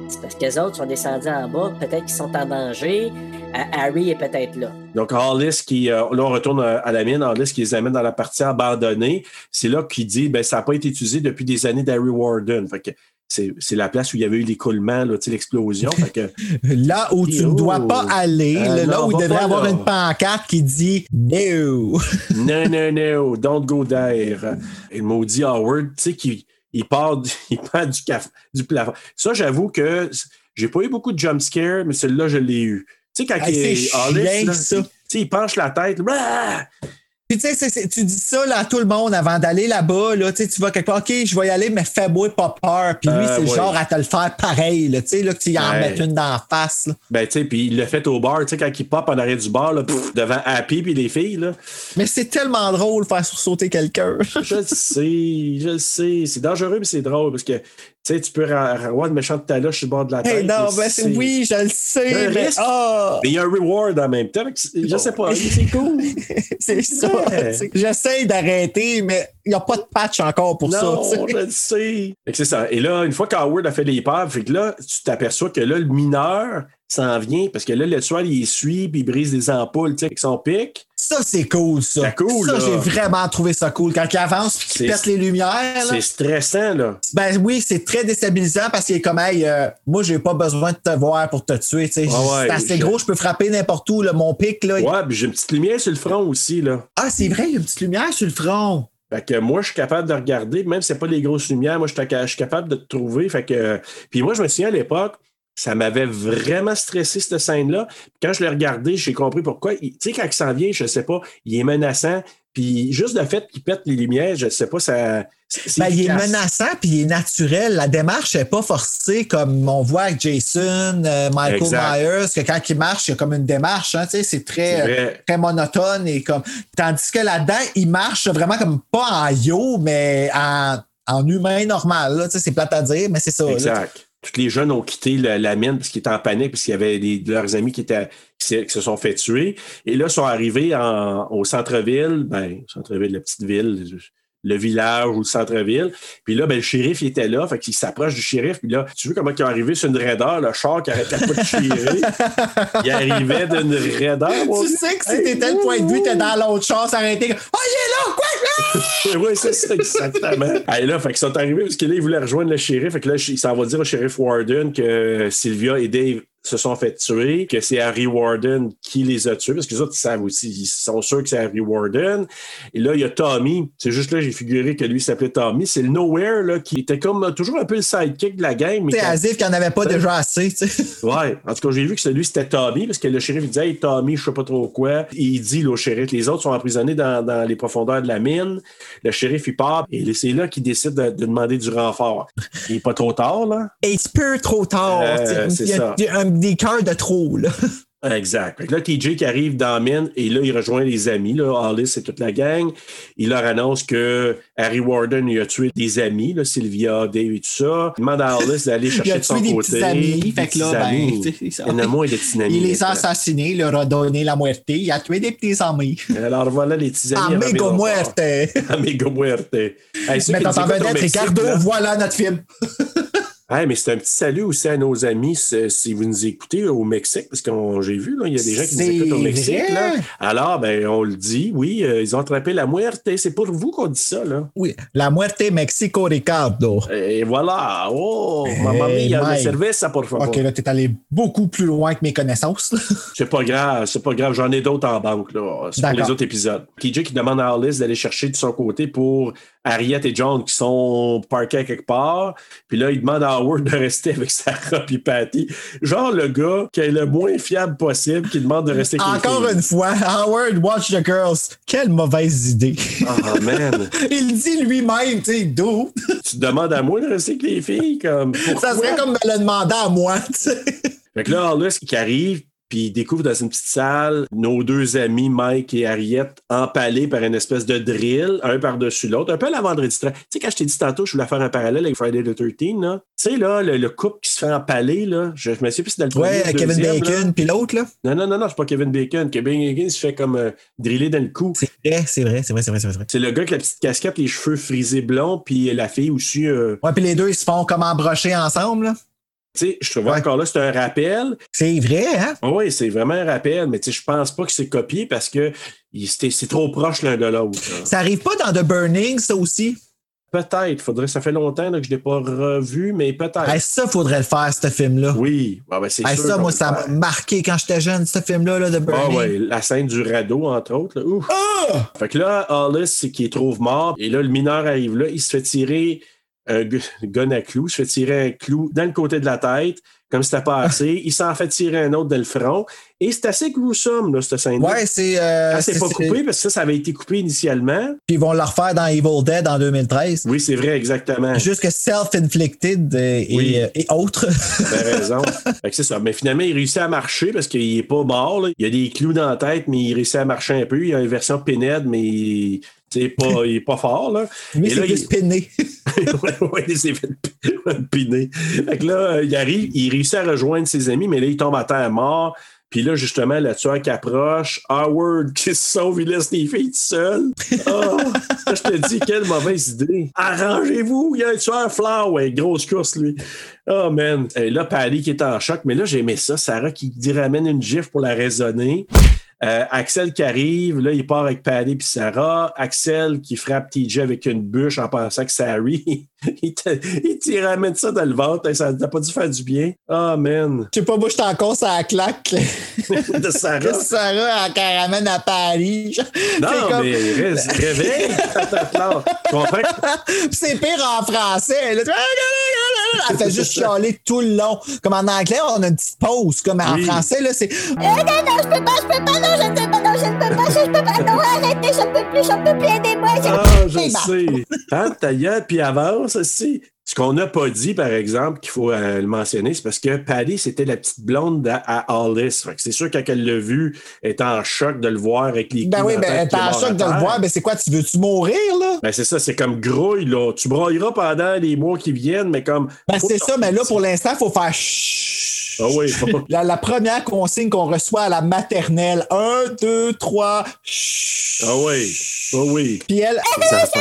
C'est parce que les autres sont descendus en bas, peut-être qu'ils sont en danger. Euh, Harry est peut-être là. Donc, Hollis qui, euh, là, on retourne à à la mine, Hollis qui les amène dans la partie abandonnée. C'est là qu'il dit, ben, ça n'a pas été utilisé depuis des années d'Harry Warden. Fait que c'est c'est la place où il y avait eu l'écoulement, là, tu sais, l'explosion. Fait que, Là où tu ne Oh. dois pas aller, Ah, là, non, là où on il va devrait pas avoir là. une pancarte qui dit No! non, non, non, don't go there. Et le maudit Howard, tu sais, qui il part, du- il part du, caf- du plafond. Ça, j'avoue que c- j'ai pas eu beaucoup de jump scare, mais celui-là, je l'ai eu. Tu sais, quand Hey, il c'est Hollis, chiant, là, ça. tu sais, il penche la tête, là, Ah! Puis tu sais, c'est- c'est- tu dis ça là, à tout le monde avant d'aller là-bas, là, tu sais, tu vas quelque part, OK, je vais y aller, mais fais-moi pas peur. Puis lui, Euh, c'est ouais. genre à te le faire pareil, là, tu sais, là, que tu y en Ouais. mettes une dans la face. là. Ben, tu sais, puis il l'a fait au bar, tu sais, quand il pop en arrière du bar, là, pff, devant Happy puis les filles, là. Mais c'est tellement drôle faire sursauter quelqu'un. Je le sais, je le sais. C'est dangereux, mais c'est drôle parce que, tu sais, tu peux ra- ra- avoir une méchante taloche sur le bord de la tête. hey, non, mais ben, c'est oui, je le sais, Le mais risque. ah, Mais il y a un reward en même temps. fait que c'est- Je sais pas, c'est cool. c'est ça. Ouais. tu sais. J'essaie d'arrêter, mais il n'y a pas de patch encore pour ça. non, tu sais. je le sais. Fait que c'est ça. Et là, une fois qu'Howard a fait les peurs, fait que là, tu t'aperçois que là, le mineur s'en vient parce que là, le tueur, il suit puis il brise des ampoules, tu sais, avec son pic. Ça, c'est cool, ça. C'est cool, ça, là. j'ai vraiment trouvé ça cool. Quand il avance puis qu'il C'est- pète les lumières, Ah, là, C'est stressant, là. ben oui, c'est très déstabilisant parce qu'il est comme, hey, euh, moi, j'ai pas besoin de te voir pour te tuer. tu sais. Ah ouais, c'est assez je- gros, je peux frapper n'importe où. là. Mon pic, là. Ouais, puis j'ai une petite lumière sur le front aussi, là. Ah, c'est vrai, il y a une petite lumière sur le front. Fait que moi, je suis capable de regarder, même si c'est pas les grosses lumières, moi, je suis je suis capable de te trouver. Fait que, puis moi, je me souviens à l'époque, ça m'avait vraiment stressé, cette scène-là. Quand je l'ai regardé, j'ai compris pourquoi. Il- Tu sais, quand il s'en vient, je sais pas, il est menaçant. Puis juste le fait qu'il pète les lumières, je sais pas, ça. c'est- c'est Ben, il est efficace. menaçant puis il est naturel. La démarche n'est pas forcée comme on voit avec Jason, euh, Michael Exact. Myers, que quand il marche, il y a comme une démarche. hein, tu sais, c'est C'est très, vrai. très monotone et comme. Tandis que là-dedans, il marche vraiment comme pas en yo, mais en, en humain normal. là. Tu sais, C'est plate à dire, mais c'est ça. là. Exact. Tous les jeunes ont quitté le- la mine parce qu'ils étaient en panique, parce qu'il y avait des- de leurs amis qui, étaient, qui, se, qui se sont fait tuer. Et là, sont arrivés en- au centre-ville, ben, centre-ville, la petite ville, le village ou le centre-ville. Puis là, ben, le shérif il était là, fait qu'il s'approche du shérif. Puis là, tu vois comment il est arrivé sur une raideur, le char qui arrêtait pas de tirer. il arrivait d'une raideur. mon Tu Dieu. sais que si Hey, t'étais le point de vue, t'es dans l'autre chance arrêté. Oh, il est là! Quoi? oui, c'est ça, exactement. Allez, là, fait qu'ils sont arrivés parce que là, ils voulaient rejoindre le shérif. Fait que là, il s'en va dire au shérif Warden que Sylvia et Dave se sont fait tuer, que c'est Harry Warden qui les a tués, parce que les autres, ils savent aussi, ils sont sûrs que c'est Harry Warden. Et là, il y a Tommy. C'est juste là, j'ai figuré que lui s'appelait Tommy. C'est le Nowhere, là, qui était comme toujours un peu le sidekick de la game. mais C'est qui- asif qu'il n'y en avait pas déjà assez. tu sais. Ouais. En tout cas, j'ai vu que celui, c'était Tommy, parce que le shérif il disait Hey, Tommy, je sais pas trop quoi. Il dit là, au shérif, les autres sont emprisonnés dans, dans les profondeurs de la mine. Le shérif, il part, et c'est là qu'il décide de, de demander du renfort. Il est pas trop tard, là. Et c'est peu trop tard. Euh, tu sais. c'est il y a, ça. il y a un- des cœurs de trop. Là. Exact. Fait que là, TJ qui arrive dans la mine, et là, il rejoint les amis, là, Hollis et toute la gang. Il leur annonce que Harry Warden, il a tué des amis, là, Sylvia, Dave et tout ça. Il demande à Hollis d'aller Il chercher a de son tué des côté. petits amis. Des Fait que là, petits ben, amis. tu sais, c'est ça. Il y en a moins des petits amis. Il les a là. assassinés, il leur a donné la muerte. Il a tué des petits amis. Alors voilà les petits amis. Robin Amigo Lampard. muerte. Amigo Muerte. Ah, Hey, ceux qui Mettant nous en écoutent au vedette Mexique, Ricardo, là. voilà notre film. Hey, mais c'est un petit salut aussi à nos amis ce- si vous nous écoutez au Mexique, parce que j'ai vu, là, il y a des gens qui nous C'est écoutent au Mexique. vrai? là. Alors, ben, on le dit, oui, euh, ils ont attrapé la muerte. C'est pour vous qu'on dit ça, là. Oui. La muerte Mexico Ricardo. Et voilà. Oh, mamma Hey, mia, una Mike. cerveza, por favor. Eh, Ok, là, t'es allé beaucoup plus loin que mes connaissances. C'est pas grave, c'est pas grave. J'en ai d'autres en banque, là. C'est pour D'accord. les autres épisodes. TJ qui demande à Hollis d'aller chercher de son côté pour Harriet et John qui sont parqués à quelque part. Puis là, il demande à Howard de rester avec Sarah puis Patty. Genre le gars qui est le moins fiable possible qui demande de rester avec les Encore filles. une fois, Howard, watch the girls. Quelle mauvaise idée. Ah, man. Il dit lui-même, tu sais, d'où? tu demandes à moi de rester avec les filles? Comme, Ça pourquoi? serait comme me le demander à moi, tu sais. Fait que là, Hollis qui arrive, puis il découvre dans une petite salle nos deux amis, Mike et Harriet, empalés par une espèce de drill, un par-dessus l'autre, un peu à la vendredi 13. Tu sais, quand je t'ai dit tantôt, je voulais faire un parallèle avec Friday the 13, là. Tu sais, là, le, le couple qui se fait empaler, là, je, je me souviens plus si dans le premier Ouais, ou le Kevin deuxième, là. Bacon, puis l'autre, là. Non, non, non, non, c'est pas Kevin Bacon. Kevin Bacon se fait comme euh, driller dans le cou. C'est vrai, c'est vrai, c'est vrai, c'est vrai, c'est vrai. C'est le gars avec la petite casquette, les cheveux frisés blonds, puis la fille aussi. euh, Ouais, puis les deux, ils se font comme embrocher ensemble, là. tu sais, je trouve Ouais. encore là, c'est un rappel. C'est vrai, hein? Ah Oui, c'est vraiment un rappel, mais tu sais, je pense pas que c'est copié parce que il- c'était- c'est trop proche l'un de l'autre. là. Ça arrive pas dans The Burning, ça aussi? Peut-être, faudrait, ça fait longtemps là, que je l'ai pas revu, mais peut-être. Hey, ça, faudrait le faire, ce film-là. oui, Ah, ben, c'est Hey, sûr ça, qu'on moi, peut ça le m'a faire. marqué quand j'étais jeune, ce film-là, là, The Ah Burning. ouais, la scène du radeau, entre autres. là. Ouf. Ah! Fait que là, Hollis, c'est qu'il trouve mort. Et là, le mineur arrive là, il se fait tirer un gu- gun à clou, il se fait tirer un clou dans le côté de la tête, comme si c'était pas assez. il s'en fait tirer un autre dans le front. Et c'est assez gruesome, là, cette scène-là. Ouais, c'est. euh, Ah, c'est pas coupé, parce que ça, ça avait été coupé initialement. Puis ils vont le refaire dans Evil Dead en 2013. Oui, c'est vrai, exactement. Juste que self-inflicted euh, et, Oui. euh, et autres. T'as raison. Fait que c'est ça. Mais finalement, il réussit à marcher parce qu'il est pas mort. là. Il a des clous dans la tête, mais il réussit à marcher un peu. Il a une version Pinhead, mais il, tu sais, pas, il est pas fort. Là. Mais Et là, c'est il- juste piné. ouais, ouais, il s'est fait piner. Fait que là, euh, il arrive, il réussit à rejoindre ses amis, mais là, il tombe à terre mort. Puis là, justement, le tueur qui approche, Howard qui se sauve, il laisse les filles tout seules. Oh, ça, je te dis, quelle mauvaise idée. Arrangez-vous, il y a un tueur flair, ouais, grosse course, lui. Oh man. Et là, Pally qui est en choc, mais là, j'aimais ça. Sarah qui dit ramène une gifle pour la raisonner. Euh, Axel qui arrive, là, il part avec Paddy puis Sarah. Axel qui frappe TJ avec une bûche en pensant que Sari, il, te- il t'y ramène ça dans le ventre. Hey, Ça n'a pas dû faire du bien. Oh, man. Je sais pas, moi, je suis encore sur la claque. Ah. De Sarah. Qu'est-ce que Sarah, elle, qu'elle ramène à Paris? genre. Non, C'est comme- mais reste, réveille. Attends, tu comprends? Puis c'est pire en français. là. Elle fait juste chialer tout le long. Comme en anglais, on a une petite pause. Comme en Oui. français, là, c'est. Eh, non, non, je pues, peux pas, je peux pas, non, je ne sais pas, non, je ne peux pas, je ne peux pas, non, arrêtez, je ne pues, peux plus, je ne peux plus, aidez-moi, je... Ah, je Hey, bah. sais. Hein, ta gueule, puis avance aussi. Ce qu'on n'a pas dit, par exemple, qu'il faut euh, le mentionner, c'est parce que Patty, c'était la petite blonde à, à Alice. Fait que c'est sûr, quand elle l'a vu, elle était en choc de le voir avec les Ben coups oui, dans la ben, tête, t'es puis est en mort à choc de le terre. voir. Ben, c'est quoi, tu veux-tu mourir, là? Ben, c'est ça, c'est comme grouille, là. Tu brailleras pendant les mois qui viennent, mais comme. Ben, c'est Faut- ça, mais là, pour l'instant, il faut faire chut. Ah oui, faut- La, la première consigne qu'on reçoit à la maternelle. Un, deux, trois, chut. Ah oui. Ah oui. Puis elle. Ça fait-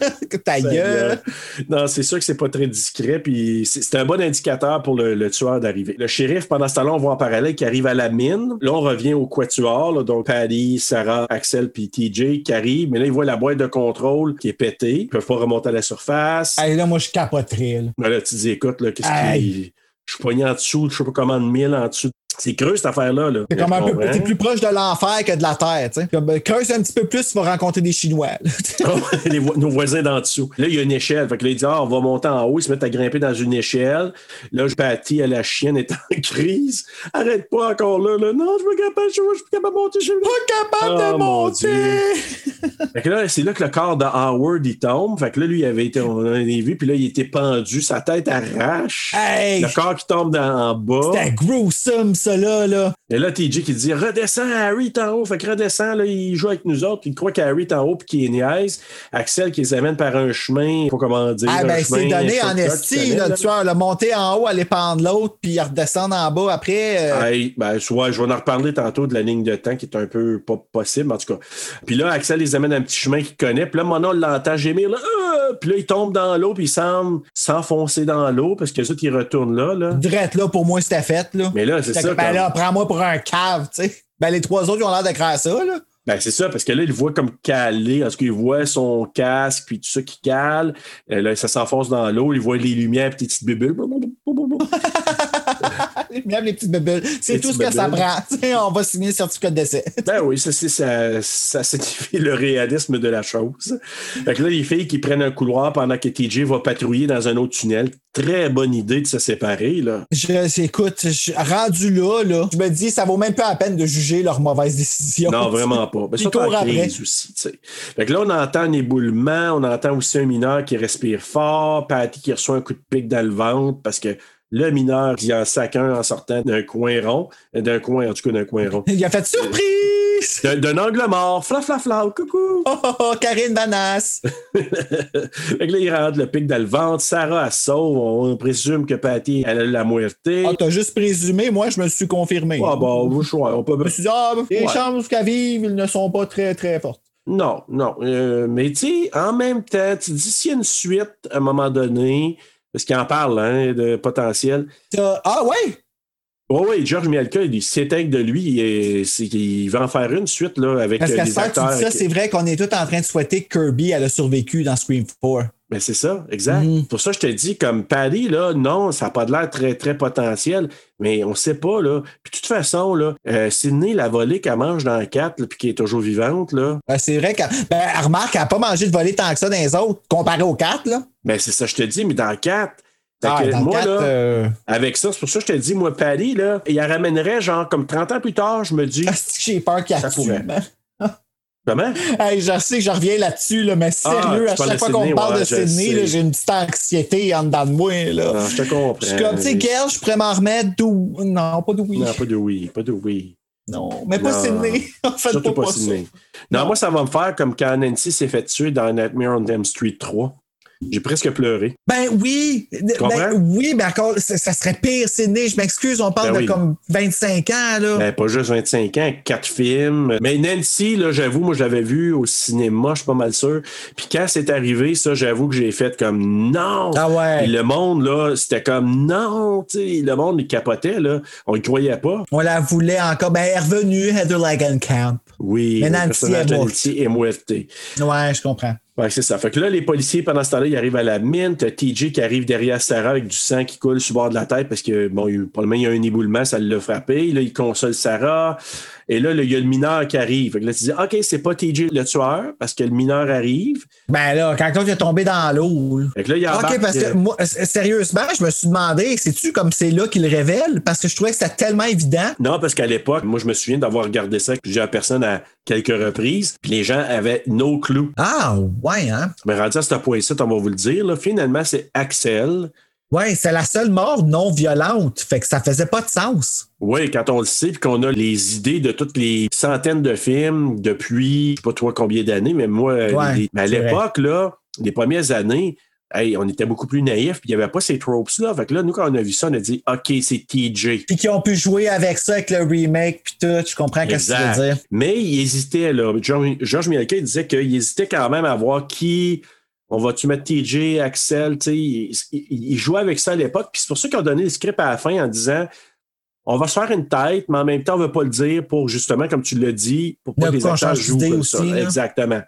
Ah, Ta gueule. Non, c'est sûr que c'est pas très discret, puis c'est c'est un bon indicateur pour le, le tueur d'arriver. Le shérif, pendant ce temps-là, on voit en parallèle qui arrive à la mine. Là, on revient au quatuor, là, donc Patty, Sarah, Axel, puis TJ qui arrivent, mais là, ils voient la boîte de contrôle qui est pétée. Ils peuvent pas remonter à la surface. Hey, là, moi, je capoterais. là. Mais là, tu te dis, écoute, là, qu'est-ce qui. Aïe. Je suis pogné en dessous, je sais pas comment de mille en dessous. C'est creux, cette affaire-là. là. T'es comme un peu. Comprends? T'es plus proche de l'enfer que de la terre, tu sais. Comme, ben, creuse un petit peu plus, tu vas rencontrer des Chinois. là. Oh, les vo- nos voisins d'en dessous. Là, il y a une échelle. Fait que là, il dit, ah, on va monter en haut. Ils se mettent à grimper dans une échelle. Là, je bâtis à la chienne est en crise. Arrête pas encore là. là. Non, je me capable, je, je suis capable de monter. Je suis Pas capable Oh, de mon monter. Fait que là, c'est là que le corps de Howard, il tombe. Fait que là, lui, il avait été, on en a vu. Puis là, il était pendu. Sa tête arrache. Hey! Le corps qui tombe dans- en bas. C'était gruesome, ça, là, là. Et là, TJ qui dit Redescends, Harry est en haut. Fait que redescend, là, il joue avec nous autres. Il croit qu'Harry est en haut puis qu'il est niaise. Axel qui les amène par un chemin, pas comment dire. Ah, un ben, c'est chemin, donné un en shortcut, tu esti, connais, là, là. le tueur. là. Monter en haut, aller pendre l'autre, puis redescendre en bas après. euh, Hey, ben, je vois- je vais en reparler tantôt de la ligne de temps qui est un peu pas possible, en tout cas. Puis là, Axel les amène à un petit chemin qu'il connaît. Puis là, Mona l'entend gémir. Là, Ah! puis là, il tombe dans l'eau, puis il semble s'enfoncer dans l'eau parce que ça, il retourne là. là. Drette, là, pour moi, c'était fait, là. Mais là, c'est Fait ça. que, ben comme- là, prends-moi pour un cave, tu sais. Ben, les trois autres, ils ont l'air de craindre ça, là. Ben, c'est ça, parce que là, il le voit comme calé, parce qu'il voit son casque, puis tout ça qui cale. Euh, là, ça s'enfonce dans l'eau, il voit les lumières, puis des petites bulles. Même les petites bébelles. Les C'est tout ce petites que ça bébelles. prend. tu sais, on va signer le certificat de décès. Ben oui, ça, c'est- ça, ça signifie le réalisme de la chose. Fait que là, les filles qui prennent un couloir pendant que TJ va patrouiller dans un autre tunnel. Très bonne idée de se séparer, là. Je, écoute, je, rendu là, là, je me dis, ça vaut même pas la peine de juger leur mauvaise décision. Non, vraiment pas. Ben, Ils surtout en courent après. crise aussi, tu sais. Fait que là, on entend un éboulement, on entend aussi un mineur qui respire fort, Patty qui reçoit un coup de pic dans le ventre parce que le mineur qui en sac un en sortant d'un coin rond, euh, d'un coin, en tout cas d'un coin rond. Il a fait surprise! D'un- D'un angle mort, fla fla fla, coucou! Oh, oh, oh, Karine Banasse! fait que là, il rentre le pic dans le ventre, Sarah elle sauve, on présume que Patty elle a la moitié. Ah, t'as juste présumé, moi, je me le suis confirmé. Ah bon, vous choix, on peut Je me suis dit, ah, les Ouais. chances qu'à vivre, ils ne sont pas très, très fortes. Non, non. Euh, mais tu sais, en même temps, tu dis s'il y a une suite à un moment donné, parce qu'il en parle hein, de potentiel. T'as- Ah, ouais! Oui, oui, George Mielka, il s'éteigne de lui et c'est qu'il va en faire une suite là, avec Parce euh, qu'à ce les faire, tu acteurs. dis ça, qui- c'est vrai qu'on est tous en train de souhaiter que Kirby elle a survécu dans Scream 4. Ben, c'est ça, exact. Mm. Pour ça, je te dis, comme Paris, là, non, ça n'a pas de l'air très, très potentiel, mais on ne sait pas, là. Puis de toute façon, là, euh, Sydney, la volée qu'elle mange dans la 4, là, puis qui est toujours vivante, là, Ben, c'est vrai qu'elle ben, elle remarque qu'elle n'a pas mangé de voler tant que ça dans les autres, comparé aux 4. Là. ben c'est ça, je te dis, mais dans la 4. Fait Ah, que dans le moi, quatre, là, euh, avec ça, c'est pour ça que je te dis, moi, Paris, là, il la ramènerait, genre, comme 30 ans plus tard, je me dis, asti que j'ai peur qu'elle Ça tue, pourrait. man. comment? Hey, je sais que je reviens là-dessus, là, mais sérieux, Ah, tu à parles chaque de fois qu'on Sydney, parle ouais, de je Sydney, sais. Ah, là, j'ai une petite anxiété en dedans de moi. Là. Non, je te comprends. je suis comme, tu sais, Gail, je pourrais m'en remettre d'où. Non, pas d'où. ben, Non, pas de oui, pas de oui. Non, mais pas Non. Sydney. En fait, Surtout pas, pas pas Sydney. Non, moi, ça va me faire comme quand Nancy s'est fait tuer dans Nightmare on Elm Street 3. J'ai presque pleuré. Ben oui, comprends? ben, oui, mais encore, ça, ça serait pire, Sydney. Je m'excuse, on parle Ben de oui. comme 25 ans, là. Ben, pas juste 25 ans, quatre films. Mais Nancy, là, j'avoue, moi, je l'avais vu au cinéma, je suis pas mal sûr. Puis quand c'est arrivé, ça, j'avoue que j'ai fait comme non. ah ouais, Puis le monde, là, c'était comme non. tu sais, le monde, il capotait, là. On ne croyait pas. on la voulait encore. Ben, elle est revenue, Heather Lagenkamp. Oui, Mais le Nancy personnage est de morte. Nancy est muerté. Ouais, je comprends. Ouais, c'est ça. Fait que là, les policiers, pendant ce temps-là, ils arrivent à la mine. T'as TJ qui arrive derrière Sarah avec du sang qui coule sur le bord de la tête parce que, bon, il- probablement, il y a un éboulement, ça l'a frappé. Là, il console Sarah. Et là, là, il y a le mineur qui arrive. Fait que là, tu dis, OK, c'est pas TJ le tueur parce que le mineur arrive. Ben là, quand l'autre est tombé dans l'eau. là. Fait que là, il embarque, Ok, parce que euh, moi, s- sérieusement, je me suis demandé, c'est-tu comme c'est là qu'il révèle? Parce que je trouvais que c'était tellement évident. Non, parce qu'à l'époque, moi, je me souviens d'avoir regardé ça avec plusieurs personnes à quelques reprises. Puis les gens avaient no clue. Ah, ouais, hein? Mais rendu à ce point-ci, on va vous le dire. Là, finalement, c'est Axel. Ouais, c'est la seule mort non violente. Fait que ça faisait pas de sens. Oui, quand on le sait, puis qu'on a les idées de toutes les centaines de films depuis, je sais pas toi combien d'années, mais moi, Ouais, les- mais à c'est vrai. l'époque, là, les premières années, hey, on était beaucoup plus naïfs, puis il n'y avait pas ces tropes-là. Fait que là, nous, quand on a vu ça, on a dit, OK, c'est TJ. Puis qu'ils ont pu jouer avec ça, avec le remake, puis tout. Je comprends quest ce que tu veux Exact. dire. Mais il hésitait, là. George, George Mielke disait qu'il hésitait quand même à voir qui. On va-tu mettre TJ, Axel, tu sais, il, il- il jouait avec ça à l'époque, puis c'est pour ça qu'ils ont donné le script à la fin en disant on va se faire une tête, mais en même temps, on ne veut pas le dire pour justement, comme tu l'as dit, pour pas Ouais, que les pour qu'on acteurs change jouent d'idée comme aussi, ça. là. Exactement.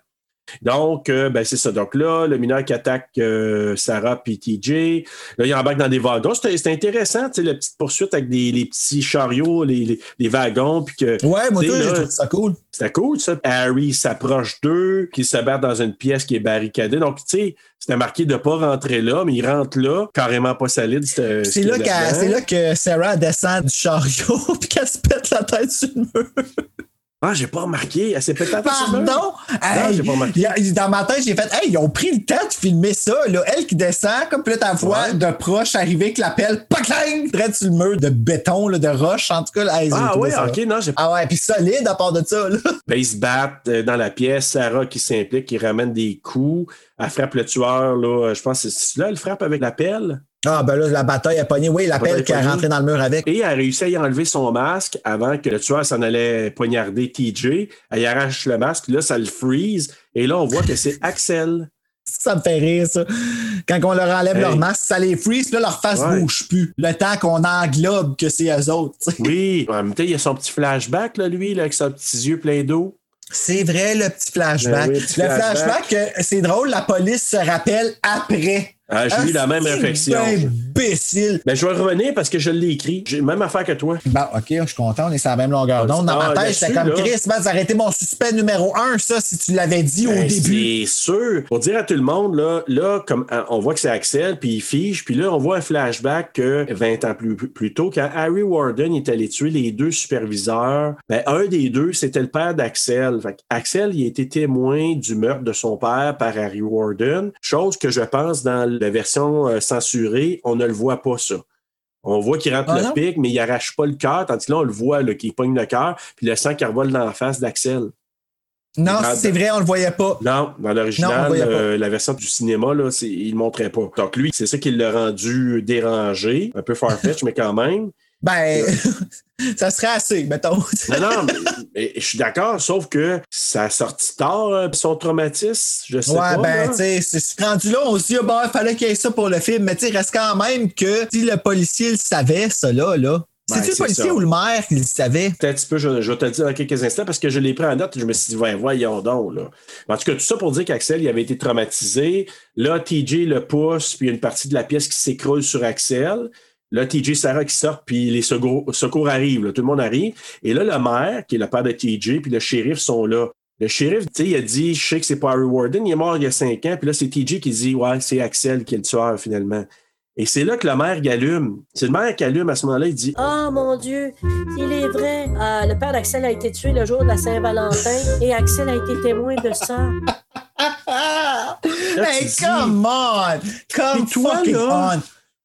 Donc, euh, ben, c'est ça. Donc là, le mineur qui attaque euh, Sarah puis TJ. Là, il embarque dans des wagons. C'était c'était intéressant, tu sais, la petite poursuite avec des, les petits chariots, les, les- les wagons, puis que Ouais, moi, Tu sais, toi, là, j'ai trouvé ça cool. c'était cool, ça. Harry s'approche d'eux, qu'ils se battent dans une pièce qui est barricadée. Donc, tu sais, c'était marqué de ne pas rentrer là, mais ils rentrent là, carrément pas solide. c'était- C'est c'était là, qu'elle- Euh, là-dedans. c'est là que Sarah descend du chariot puis qu'elle se pète la tête sur le mur. Ah, j'ai pas remarqué. Elle s'est peut-être attaquée. Pardon! Hey, j'ai pas remarqué. y a- y- euh, dans ma tête, j'ai fait Hey, ils ont pris le temps de filmer ça. Là. Elle qui descend, comme peut-être ta voix Ouais. de proche arriver avec la pelle, pacling! Direct sur le mur de béton, là, de roche, en tout cas. là, hey, j'ai Ah trouvé oui, ça. ok, non, j'ai pas. Ah ouais, puis solide à part de ça. Là. Ben, ils se battent euh, dans la pièce, Sarah qui s'implique, qui ramène des coups, elle frappe le tueur, là, euh, je pense que c'est là, elle frappe avec la pelle, Ah ben là, la bataille a pogné. Oui, la bataille pelle qui a est pogné. rentrée dans le mur avec. et elle réussit à y enlever son masque avant que le tueur s'en allait poignarder TJ, elle y arrache le masque, là, ça le freeze, et là, on voit que c'est Axel. Ça me fait rire, ça. Quand on leur enlève Hey. leur masque, ça les freeze, là, leur face Ouais. bouge plus. Le temps qu'on englobe que c'est eux autres. tu sais. Oui, en même temps, il y a son petit flashback, là, lui, là, avec ses petits yeux pleins d'eau. C'est vrai, le petit flashback. Ben oui, petit le flashback. flashback, euh, c'est drôle, la police se rappelle après. Ah, j'ai eu la même Asti, réflexion. Imbécile. Ben, je vais revenir parce que je l'ai écrit, j'ai même affaire que toi. Bon, OK, je suis content, on est sur la même longueur d'onde. Dans Ah, ma tête, là-dessus, j'étais comme là. Chris, man, ça aurait été mon suspect numéro un, ça, si tu l'avais dit au Ben, C'est début. sûr. Pour dire à tout le monde, là, là comme euh, on voit que c'est Axel, puis il fiche, puis là, on voit un flashback que 20 ans plus, plus tôt, quand Harry Warden est allé tuer les deux superviseurs, ben, un des deux, c'était le père d'Axel. Fait que Axel, il a été témoin du meurtre de son père par Harry Warden, chose que je pense dans la version euh, censurée, on ne le voit pas ça. On voit qu'il rentre Ah le non? pic, mais il arrache pas le cœur, tandis que là, on le voit là, qu'il pogne le cœur, puis le sang qui revole dans la face d'Axel. Non, Ah, c'est ben- vrai, on le voyait pas. Non, dans Non, on l'original, voyait pas. euh, la version du cinéma, là, c'est- il ne montrait pas. Donc lui, c'est ça qui l'a rendu dérangé, un peu farfetch, mais quand même. Ben, ça serait assez, mettons. Non, non, mais, mais je suis d'accord, sauf que ça a sorti tard, euh, son traumatisme, je sais Ouais, pas. ben, là. tu sais, c'est- c'est rendu là, on se dit, ah, ben, fallait qu'il y ait ça pour le film, mais tu sais, reste quand même que si le policier le savait, ça là, là. Ben, C'est-tu le c'est policier ça. ou le maire qui le savait? Peut-être un petit peu, je, je vais te le dire dans quelques instants parce que je l'ai pris en note et je me suis dit, ouais, voyons donc. Là. Mais En tout cas, tout ça pour dire qu'Axel, il avait été traumatisé. Là, TJ le pousse, puis il y a une partie de la pièce qui s'écroule sur Axel. Là, TJ, Sarah qui sort, puis les secours, secours arrivent. là. Tout le monde arrive. Et là, le maire, qui est le père de TJ, puis le shérif sont là. Le shérif, tu sais, il a dit, je sais que c'est pas Harry Warden, il est mort il y a cinq ans. Puis là, c'est TJ qui dit, ouais, c'est Axel qui est le tueur finalement. Et c'est là que le maire il allume. C'est le maire qui allume à ce moment-là, il dit, Oh mon Dieu, il est vrai. Euh, le père d'Axel a été tué le jour de la Saint-Valentin et Axel a été témoin de ça. Ah! Là, Hey, tu dis- come on! Come Puis toi, fucking là, on!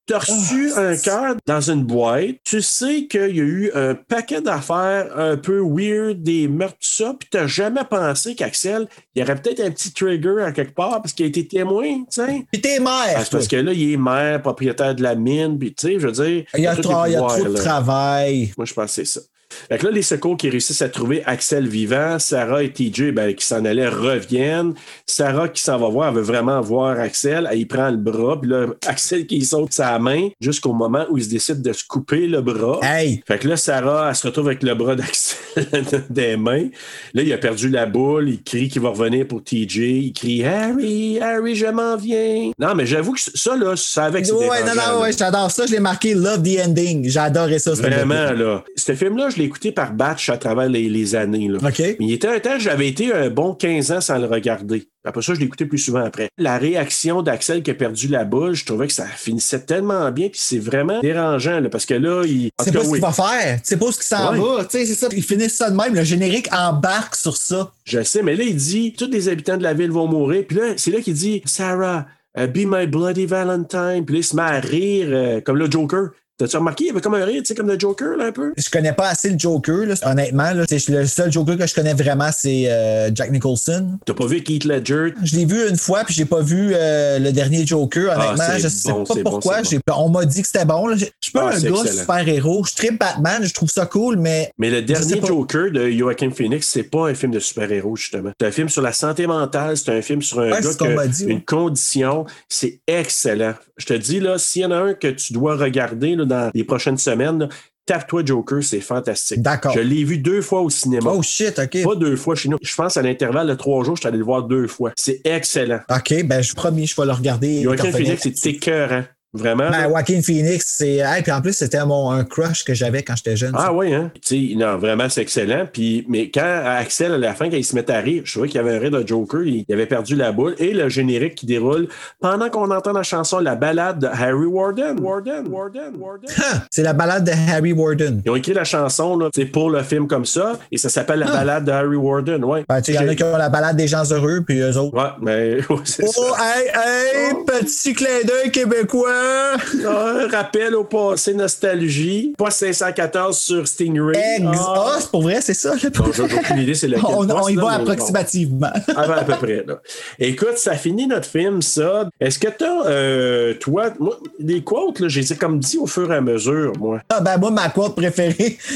T'as reçu Ah. un cœur dans une boîte. Tu sais qu'il y a eu un paquet d'affaires un peu weird, des meurtres, tout ça, puis t'as jamais pensé qu'Axel, il y aurait peut-être un petit trigger à quelque part parce qu'il a été témoin, tu sais. Puis t'es Ah, maire! c'est parce que là, il est maire, propriétaire de la mine, puis tu sais, je veux dire. Il y a, tout trop, est il y a pouvoir, trop de là. travail. Moi, je pense que c'est ça. Fait que là, les secours qui réussissent à trouver Axel vivant, Sarah et TJ ben, qui s'en allaient reviennent. Sarah qui s'en va voir, elle veut vraiment voir Axel. Elle y prend le bras, puis là, Axel qui saute sa main jusqu'au moment où il se décide de se couper le bras. Hey! Fait que là, Sarah, elle se retrouve avec le bras d'Axel des mains. Là, il a perdu la boule. Il crie qu'il va revenir pour TJ. Il crie Harry, Harry, je m'en viens. Non, mais j'avoue que ça, là, ça avec c'est Ouais, non, dérangeant, là. non, ouais, j'adore ça. Je l'ai marqué Love the Ending. J'adorais ça. ce Vraiment, film. là. Ce film-là, je l'ai écouté par batch à travers les, les années. Là. OK. Mais il était un temps, j'avais été un bon 15 ans sans le regarder. Après ça, je l'écoutais plus souvent après. La réaction d'Axel qui a perdu la boule, je trouvais que ça finissait tellement bien, puis c'est vraiment dérangeant, là, parce que là, il. En C'est tout pas cas, ce oui, qu'il va faire. C'est pas ce qu'il s'en Ouais. va. Tu sais, c'est ça. Ils finissent ça de même. Le générique embarque sur ça. je sais, mais là, il dit tous les habitants de la ville vont mourir, puis là, c'est là qu'il dit Sarah, euh, be my bloody Valentine, puis là, il se met à rire, euh, comme le Joker. T'as-tu remarqué? Il avait comme un rire, tu sais, comme le Joker, là, un peu. Je connais pas assez le Joker, là. honnêtement. là. C'est le seul Joker que je connais vraiment, c'est euh, Jack Nicholson. T'as pas vu Keith Ledger, Je l'ai vu une fois, puis j'ai pas vu euh, le dernier Joker, Ah, honnêtement. c'est je sais bon, pas c'est bon, pourquoi. c'est J'ai- On m'a dit que c'était bon. là. Je je suis pas Ah, un c'est gars excellent. super-héros. Je tripe Batman, je trouve ça cool, mais Mais le sais dernier pas. Joker de Joaquin Phoenix, c'est pas un film de super-héros, justement. C'est un film sur la santé mentale, c'est un film sur un Ouais, c'est gars ce qu'on qui m'a a dit, ouais. une condition. C'est excellent. Je te dis, là, s'il y en a un que tu dois regarder là, dans les prochaines semaines, là, tape-toi Joker, c'est fantastique. D'accord. Je l'ai vu deux fois au cinéma. oh shit, OK. Pas deux fois chez nous. Je pense à l'intervalle de trois jours, je suis allé le voir deux fois. C'est excellent. OK, ben je promis, je vais le regarder. et Joaquin t'en revenir. Phoenix, c'est écœurant. Vraiment. Ben, là. Joaquin Phoenix, c'est. Hey, puis en plus, c'était mon un crush que j'avais quand j'étais jeune. ça. Ah oui, hein? Tu sais, non, vraiment, c'est excellent. Puis, mais quand Axel, à la fin, quand il se met à rire, je trouvais qu'il y avait un rire de Joker, il, il avait perdu la boule. Et le générique qui déroule pendant qu'on entend la chanson La balade de Harry Warden. Warden, Warden, Warden. Ah, C'est la balade de Harry Warden. Ils ont écrit la chanson là, c'est pour le film comme ça, et ça s'appelle La balade de Harry Warden. Ouais. Ah. Ben, tu sais, il y en a qui ont la balade des gens heureux, puis eux autres. Ouais, mais ouais, c'est Oh, ça. Oh. hey, hey, petit clin d'œil québécois! Un rappel au passé, nostalgie. Pas 514 sur Stingray. Ex- Ah. Ah, c'est pour vrai, c'est ça? le- Bon, j'ai j'ai aucune idée, c'est lequel. on, on poste, là, y va mais bon. approximativement. Ah ben, à peu près, là. Écoute, ça finit notre film, ça. Est-ce que t'as, euh, toi, moi, les quotes, là, je les ai comme dit au fur et à mesure, moi. Ah, ben, moi, ma quote préférée.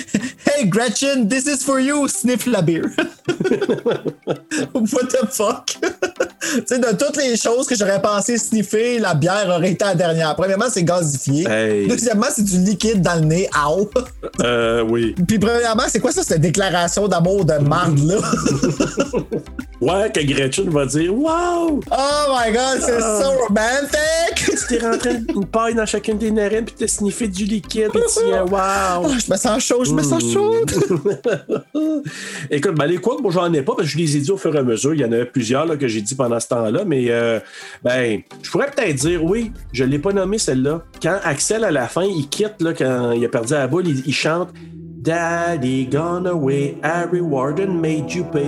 Hey, Gretchen, this is for you. Sniff la bière. What the fuck? tu sais, de toutes les choses que j'aurais pensé sniffer, la bière aurait été la dernière. Premièrement, c'est gazifié. Hey. Deuxièmement, c'est du liquide dans le nez. Ow. Euh, oui. Puis, premièrement, c'est quoi ça, cette déclaration d'amour de marde, là? Ouais, que Gretchen va dire Wow! oh my god, c'est so romantic! T'es rentré une paille dans chacune des narines, puis t'as sniffé du liquide, puis tu dis Wow! Oh, je me sens chaud, je me sens chaud. Écoute, ben, les quotes, moi, j'en ai pas, parce que je les ai dit au fur et à mesure. Il y en a plusieurs là, que j'ai dit pendant ce temps-là, mais euh, ben, je pourrais peut-être dire, oui, je l'ai pas nommé celle-là. Quand Axel, à la fin, il quitte, là, quand il a perdu la boule, il, il chante Daddy gone away, Harry Warden made you pay.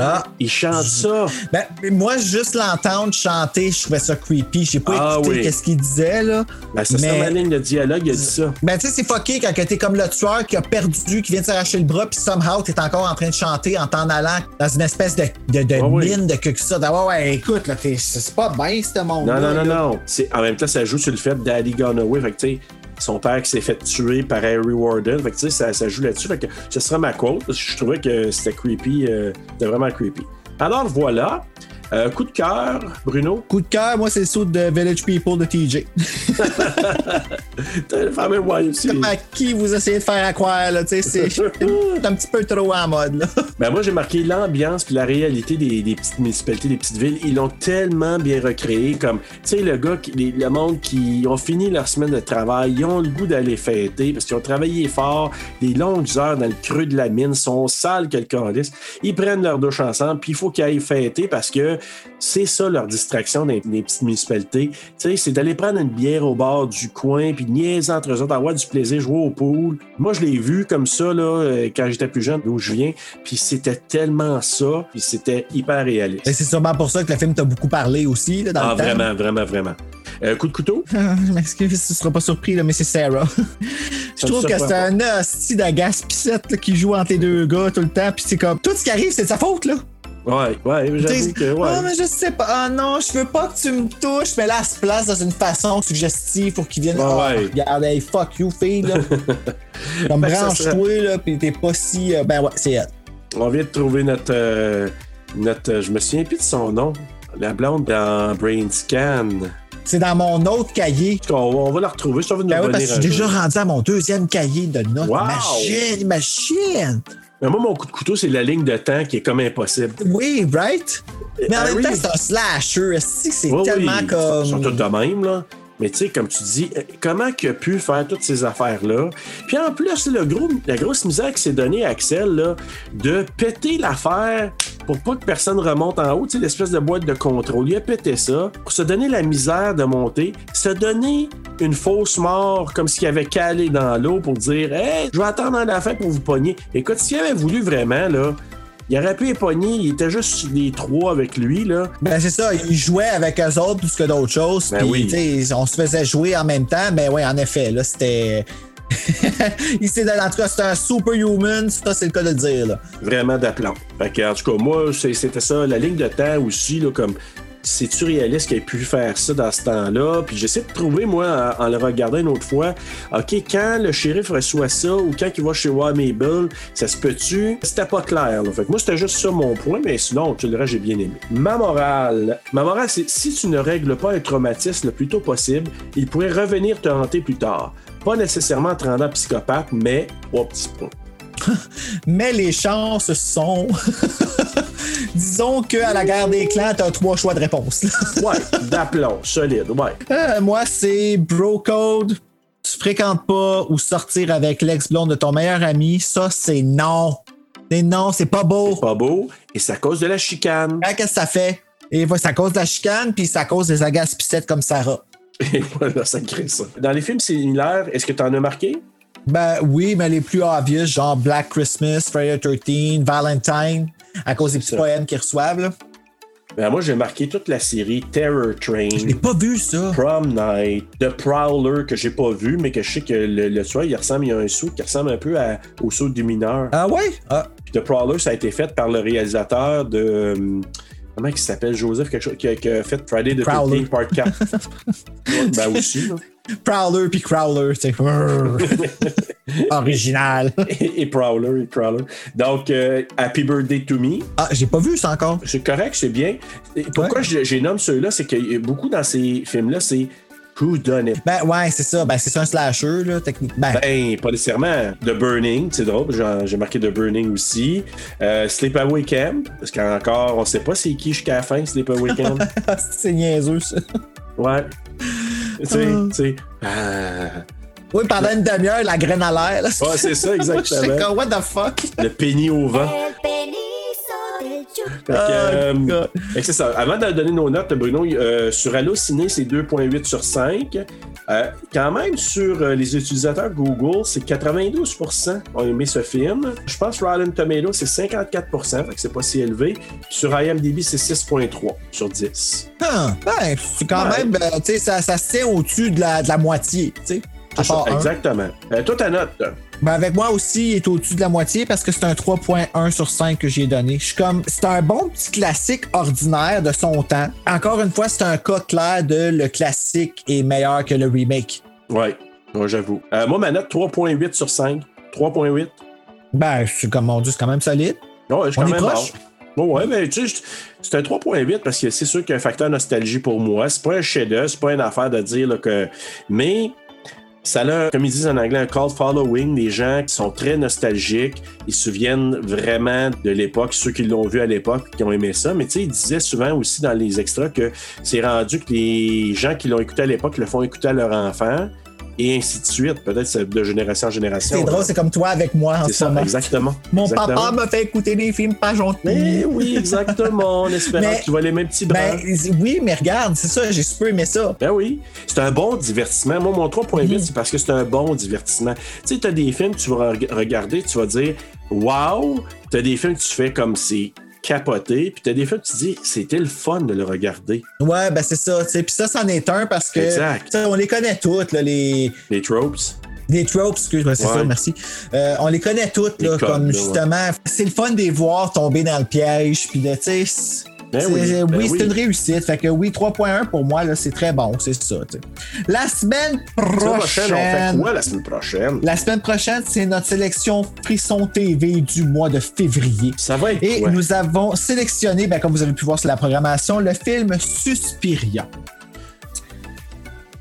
Ah. Il chante ça. Ben, moi, juste l'entendre chanter, je trouvais ça creepy. J'ai pas Ah écouté oui. qu'est-ce qu'il disait, là. Ben, c'est Mais- ça, ma ligne de dialogue, il a dit ça. Ben, tu sais, c'est fucké quand que t'es comme le tueur qui a perdu, qui vient de s'arracher le bras, puis somehow t'es encore en train de chanter en t'en allant dans une espèce de, de, de Ah oui. mine de quelque chose. Ah, ouais, ouais, écoute, là, t'es- c'est pas bien, ce monde-là. Non, non, non, là. non. C'est- En même temps, ça joue sur le fait d'Ali Gone Away. Fait que, tu sais, son père qui s'est fait tuer par Harry Warden. Fait que, tu sais, ça, ça joue là-dessus. Fait que ce sera ma quote. parce que Je trouvais que c'était creepy. euh, c'était vraiment creepy. Alors, voilà. Euh, coup de cœur, Bruno. Coup de cœur, moi, c'est le saut de Village People de TJ. T'as le fameux Wild aussi. Comme à qui vous essayez de faire à croire, là, tu sais, c'est c'est un petit peu trop en mode, là. Ben moi, j'ai marqué l'ambiance puis la réalité des, des petites municipalités, des petites villes. Ils l'ont tellement bien recréé. Comme, tu sais, le gars, qui- les- le monde qui ont fini leur semaine de travail, ils ont le goût d'aller fêter parce qu'ils ont travaillé fort, des longues heures dans le creux de la mine, sont sales que le calice. Ils prennent leur douche ensemble, puis il faut qu'ils aillent fêter parce que c'est ça leur distraction des, des petites municipalités. Tu sais, c'est d'aller prendre une bière au bord du coin, puis niaiser entre eux autres, avoir du plaisir, jouer au pool. Moi, je l'ai vu comme ça, là, euh, quand j'étais plus jeune, d'où je viens. Puis c'était tellement ça, puis c'était hyper réaliste. Et Ben, c'est sûrement pour ça que le film t'a beaucoup parlé aussi, là, dans Ah, le temps. vraiment, vraiment, vraiment. Euh, coup de couteau? Ah, Je m'excuse, tu seras pas surpris, là, mais c'est Sarah. Je Ça me trouve que surprend c'est un hostie d'agaspissette là, qui joue entre les deux gars tout le temps. Puis c'est comme, tout ce qui arrive, c'est de sa faute, là. Ouais, ouais, j'avoue que, ouais. Ah, mais je sais pas. Ah non, je veux pas que tu me touches. Mais là, elle se place dans une façon suggestive pour qu'il vienne. Ouais, Ah, ouais. Regarde, hey, fuck you, fille, là. comme Ben, ça branche-toi, là, pis t'es pas si. euh, ben ouais, c'est elle. On vient de trouver notre. euh, notre euh, je me souviens plus de son nom. La blonde dans Brain Scan. C'est dans mon autre cahier. On, on va la retrouver. Je vais nous Ben ouais, revenir parce que je un suis déjà jour. rendu à mon deuxième cahier de notes. Wow. Machine, machine. Mais moi, mon coup de couteau, c'est la ligne de temps qui est comme impossible. Oui, right? Mais en Harry- même temps, c'est un slasher. esti, C'est Ben Oui, tellement oui, comme. Ils sont tous de même, là. Mais tu sais, comme tu dis, euh, comment qu'il a pu faire toutes ces affaires-là? Puis en plus, le gros, la grosse misère qui s'est donnée à Axel, là, de péter l'affaire pour pas que personne remonte en haut, tu sais, l'espèce de boîte de contrôle. Il a pété ça pour se donner la misère de monter, se donner une fausse mort comme s'il avait calé dans l'eau pour dire Hey, je vais attendre à la fin pour vous pogner. Écoute, s'il avait voulu vraiment, là, il aurait pu les pogner, il était juste les trois avec lui, là. Ben c'est ça, ils jouaient avec eux autres plus que d'autres choses. Ben puis, oui. tu sais, on se faisait jouer en même temps. Mais oui, en effet, là, c'était. Il s'est donné- en tout cas, c'était un superhuman, ça c'est le cas de le dire. Là. vraiment d'aplomb. Fait que, en tout cas, moi, c'est- c'était ça. La ligne de temps aussi, là, comme c'est-tu réaliste qu'il ait pu faire ça dans ce temps-là? Puis j'essaie de trouver, moi, en, en le regardant une autre fois, OK, quand le shérif reçoit ça ou quand il va chez Mabel, ça se peut-tu? C'était pas clair. là. Fait que moi, c'était juste ça mon point, mais sinon, tu le reste, j'ai bien aimé. Ma morale. Ma morale, c'est si tu ne règles pas un traumatisme le plus tôt possible, il pourrait revenir te hanter plus tard. Pas nécessairement en te rendant psychopathe, mais trois petits points. Mais les chances sont. Disons qu'à la guerre des clans, t'as trois choix de réponse. là. Ouais, d'aplomb, solide, ouais. Euh, moi, c'est bro code. Tu fréquentes pas ou sortir avec l'ex-blonde de ton meilleur ami, ça c'est non. C'est non, c'est pas beau. C'est pas beau et c'est à cause de la chicane. Ah, qu'est-ce que ça fait? Et voilà, ça cause de la chicane, puis ça cause des agaces pissettes comme Sarah. Et voilà, ça crée ça. Dans les films similaires, est-ce que t'en as marqué? Ben oui, mais les plus obvious, genre Black Christmas, Friday the 13, Valentine, à cause des petits Ça. poèmes qu'ils reçoivent. Là. Ben, moi, j'ai marqué toute la série Terror Je l'ai Train, pas vu, ça. Prom Night, The Prowler, que j'ai pas vu, mais que je sais que le, le soir, il ressemble, il y a un saut qui ressemble un peu à- au saut du mineur. Ah ouais? Ah, Puis The Prowler, ça a été fait par le réalisateur de. euh, Comment il s'appelle Joseph, quelque chose, qui a, qui a fait Friday the Prowler. 13th Part 4. Ouais, ben aussi. là. Prowler puis Crowler, tu sais. Original. Et, et Prowler, et Prowler. Donc, euh, Happy Birthday to Me. Ah, j'ai pas vu ça encore. C'est correct, c'est bien. Et pourquoi Ouais. je- j'ai nomme ceux-là, c'est que euh, beaucoup dans ces films-là, c'est Who Done It? Ben ouais, c'est ça. Ben c'est ça un slasher, là, technique. Ben, Ben, pas nécessairement. The Burning, c'est drôle, j'en- j'ai marqué The Burning aussi. Euh, Sleepaway Camp, parce qu'encore, on sait pas c'est qui jusqu'à la fin, Sleepaway Camp. c'est niaiseux, ça. ouais. Tu sais, Ah. tu sais. Ah. Oui, pendant une demi-heure, la graine à l'air. là. Ouais, c'est ça, exactement. Je sais comme, what the fuck? Le penny au vent. Fait que, Ah, euh, Oh, God. fait que c'est ça. Avant de donner nos notes, Bruno, euh, sur Allociné, c'est 2.8 sur 5. Euh, quand même, sur euh, les utilisateurs Google, c'est 92 ont aimé ce film. Je pense que Rotten Tomatoes, c'est 54 fait que c'est pas si élevé. Puis sur IMDb, c'est 6,3 sur 10. Ah, ben, c'est quand Ouais. même, euh, tu sais, ça, ça se tient au-dessus de la, de la moitié, tu sais. à part un. Exactement. Euh, toi, ta note. Ben, avec moi aussi, il est au-dessus de la moitié parce que c'est un 3.1 sur 5 que j'ai donné. Je suis comme, c'est un bon petit classique ordinaire de son temps. Encore une fois, c'est un cas clair de le classique est meilleur que le remake. Ouais, moi j'avoue. Euh, moi, ma note 3,8 sur 5. 3,8. Ben, c'est comme, mon Dieu, c'est quand même solide. Ouais, je suis On quand est même proche? bon. Bon, ouais, mais tu sais, je- c'est un 3.8 parce que c'est sûr qu'il y a un facteur nostalgie pour moi. C'est pas un chef-d'œuvre, c'est pas une affaire de dire là, que. Mais ça a, un- comme ils disent en anglais, un cult following, des gens qui sont très nostalgiques. Ils se souviennent vraiment de l'époque, ceux qui l'ont vu à l'époque, qui ont aimé ça. Mais tu sais, ils disaient souvent aussi dans les extras que c'est rendu que les gens qui l'ont écouté à l'époque le font écouter à leur enfant et ainsi de suite. Peut-être c'est de génération en génération. C'est drôle, c'est comme toi avec moi en C'est ce ça, moment. exactement. Mon Exactement. papa m'a fait écouter des films pas gentils. Mais oui, exactement, en espérant Mais- que tu vas les mêmes petits bras. Ben, oui, mais regarde, c'est ça, j'ai super aimé ça. Ben oui, c'est un bon divertissement. Moi, mon 3.8, c'est parce que c'est un bon divertissement. Tu sais, t'as des films que tu vas reg- regarder, tu vas dire « Wow! » T'as des films que tu fais comme c'est capoté, puis t'as des films que tu dis « C'était le fun de le regarder. Ouais, ben c'est ça. tu sais. Puis ça, c'en est un parce que Exact. tu sais, on les connaît toutes, là, les, » Les tropes. les tropes, excuse-moi, c'est Ouais. ça, merci. Euh, on les connaît toutes, Les là, codes, comme là, justement. C'est le fun de les voir tomber dans le piège. Puis de, tu sais, c'est- Ben c'est- oui, oui, ben c'est oui. une réussite. Fait que oui, 3.1 pour moi, là, c'est très bon, c'est ça. tu sais. La semaine La prochaine. prochaine, on fait quoi la semaine prochaine? la semaine prochaine, c'est notre sélection Frisson TV du mois de février. Ça va être Et quoi? nous avons sélectionné, ben, comme vous avez pu voir sur la programmation, le film Suspiria.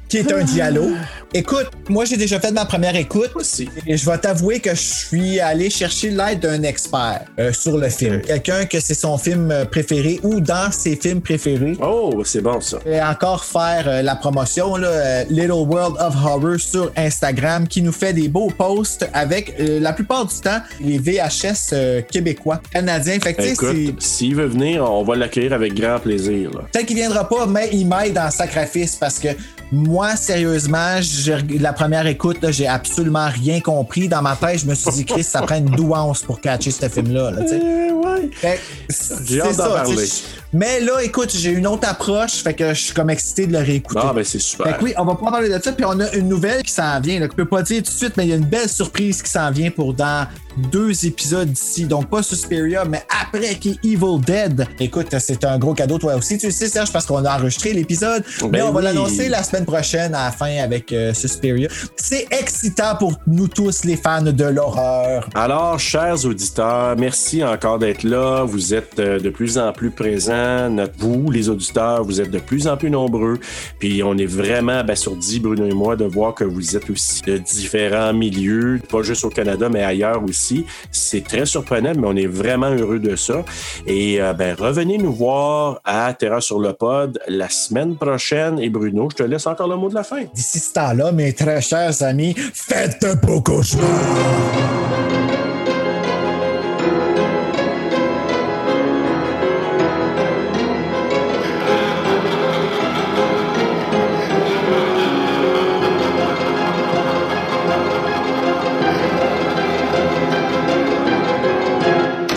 Qui est un dialogue. Écoute, moi j'ai déjà fait ma première écoute. Ah. Moi aussi. Et je vais t'avouer que je suis allé chercher l'aide d'un expert euh, sur le film. Quelqu'un que c'est son film euh, préféré ou dans ses films préférés. Oh, c'est bon, ça. Et encore faire euh, la promotion, là, euh, Little World of Horror sur Instagram, qui nous fait des beaux posts avec euh, la plupart du temps les VHS euh, québécois, canadiens. Fait que, tu sais, c'est- Écoute, s'il veut venir, on va l'accueillir avec grand plaisir. là. Peut-être qu'il viendra pas, mais il m'aide dans le sacrifice parce que moi, sérieusement, j'ai- la première écoute, là, j'ai absolument rien compris. Dans ma tête, je me suis dit, Chris, ça prend une douance pour catcher ce film-là. là, tu sais. Eh, ouais. Fait que c'est J'ai hâte d'en ça, tu sais, parler. je- Mais là, écoute, j'ai une autre approche, fait que je suis comme excité de le réécouter. Ah, ben c'est Fait super. que oui, on va pas parler de ça, puis on a une nouvelle qui s'en vient. Là, que je peux pas dire tout de suite, mais il y a une belle surprise qui s'en vient pour dans deux épisodes d'ici. Donc pas Suspiria, mais après qui est Evil Dead. Écoute, c'est un gros cadeau toi aussi, tu le sais Serge, parce qu'on a enregistré l'épisode. Ben mais on va oui. l'annoncer la semaine prochaine à la fin avec euh, Suspiria. C'est excitant pour nous tous les fans de l'horreur. Alors, chers auditeurs, merci encore d'être là. Vous êtes euh, de plus en plus présents. Notre- vous, les auditeurs, vous êtes de plus en plus nombreux. Puis on est vraiment abasourdis, Bruno et moi, de voir que vous êtes aussi de différents milieux, pas juste au Canada, mais ailleurs aussi. C'est très surprenant, mais on est vraiment heureux de ça. Et euh, ben, revenez nous voir à Terra sur le Pod la semaine prochaine. Et Bruno, je te laisse encore le mot de la fin. D'ici ce temps-là, mes très chers amis, faites de beaux cauchemars.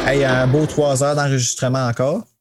Hey, un beau trois heures d'enregistrement encore.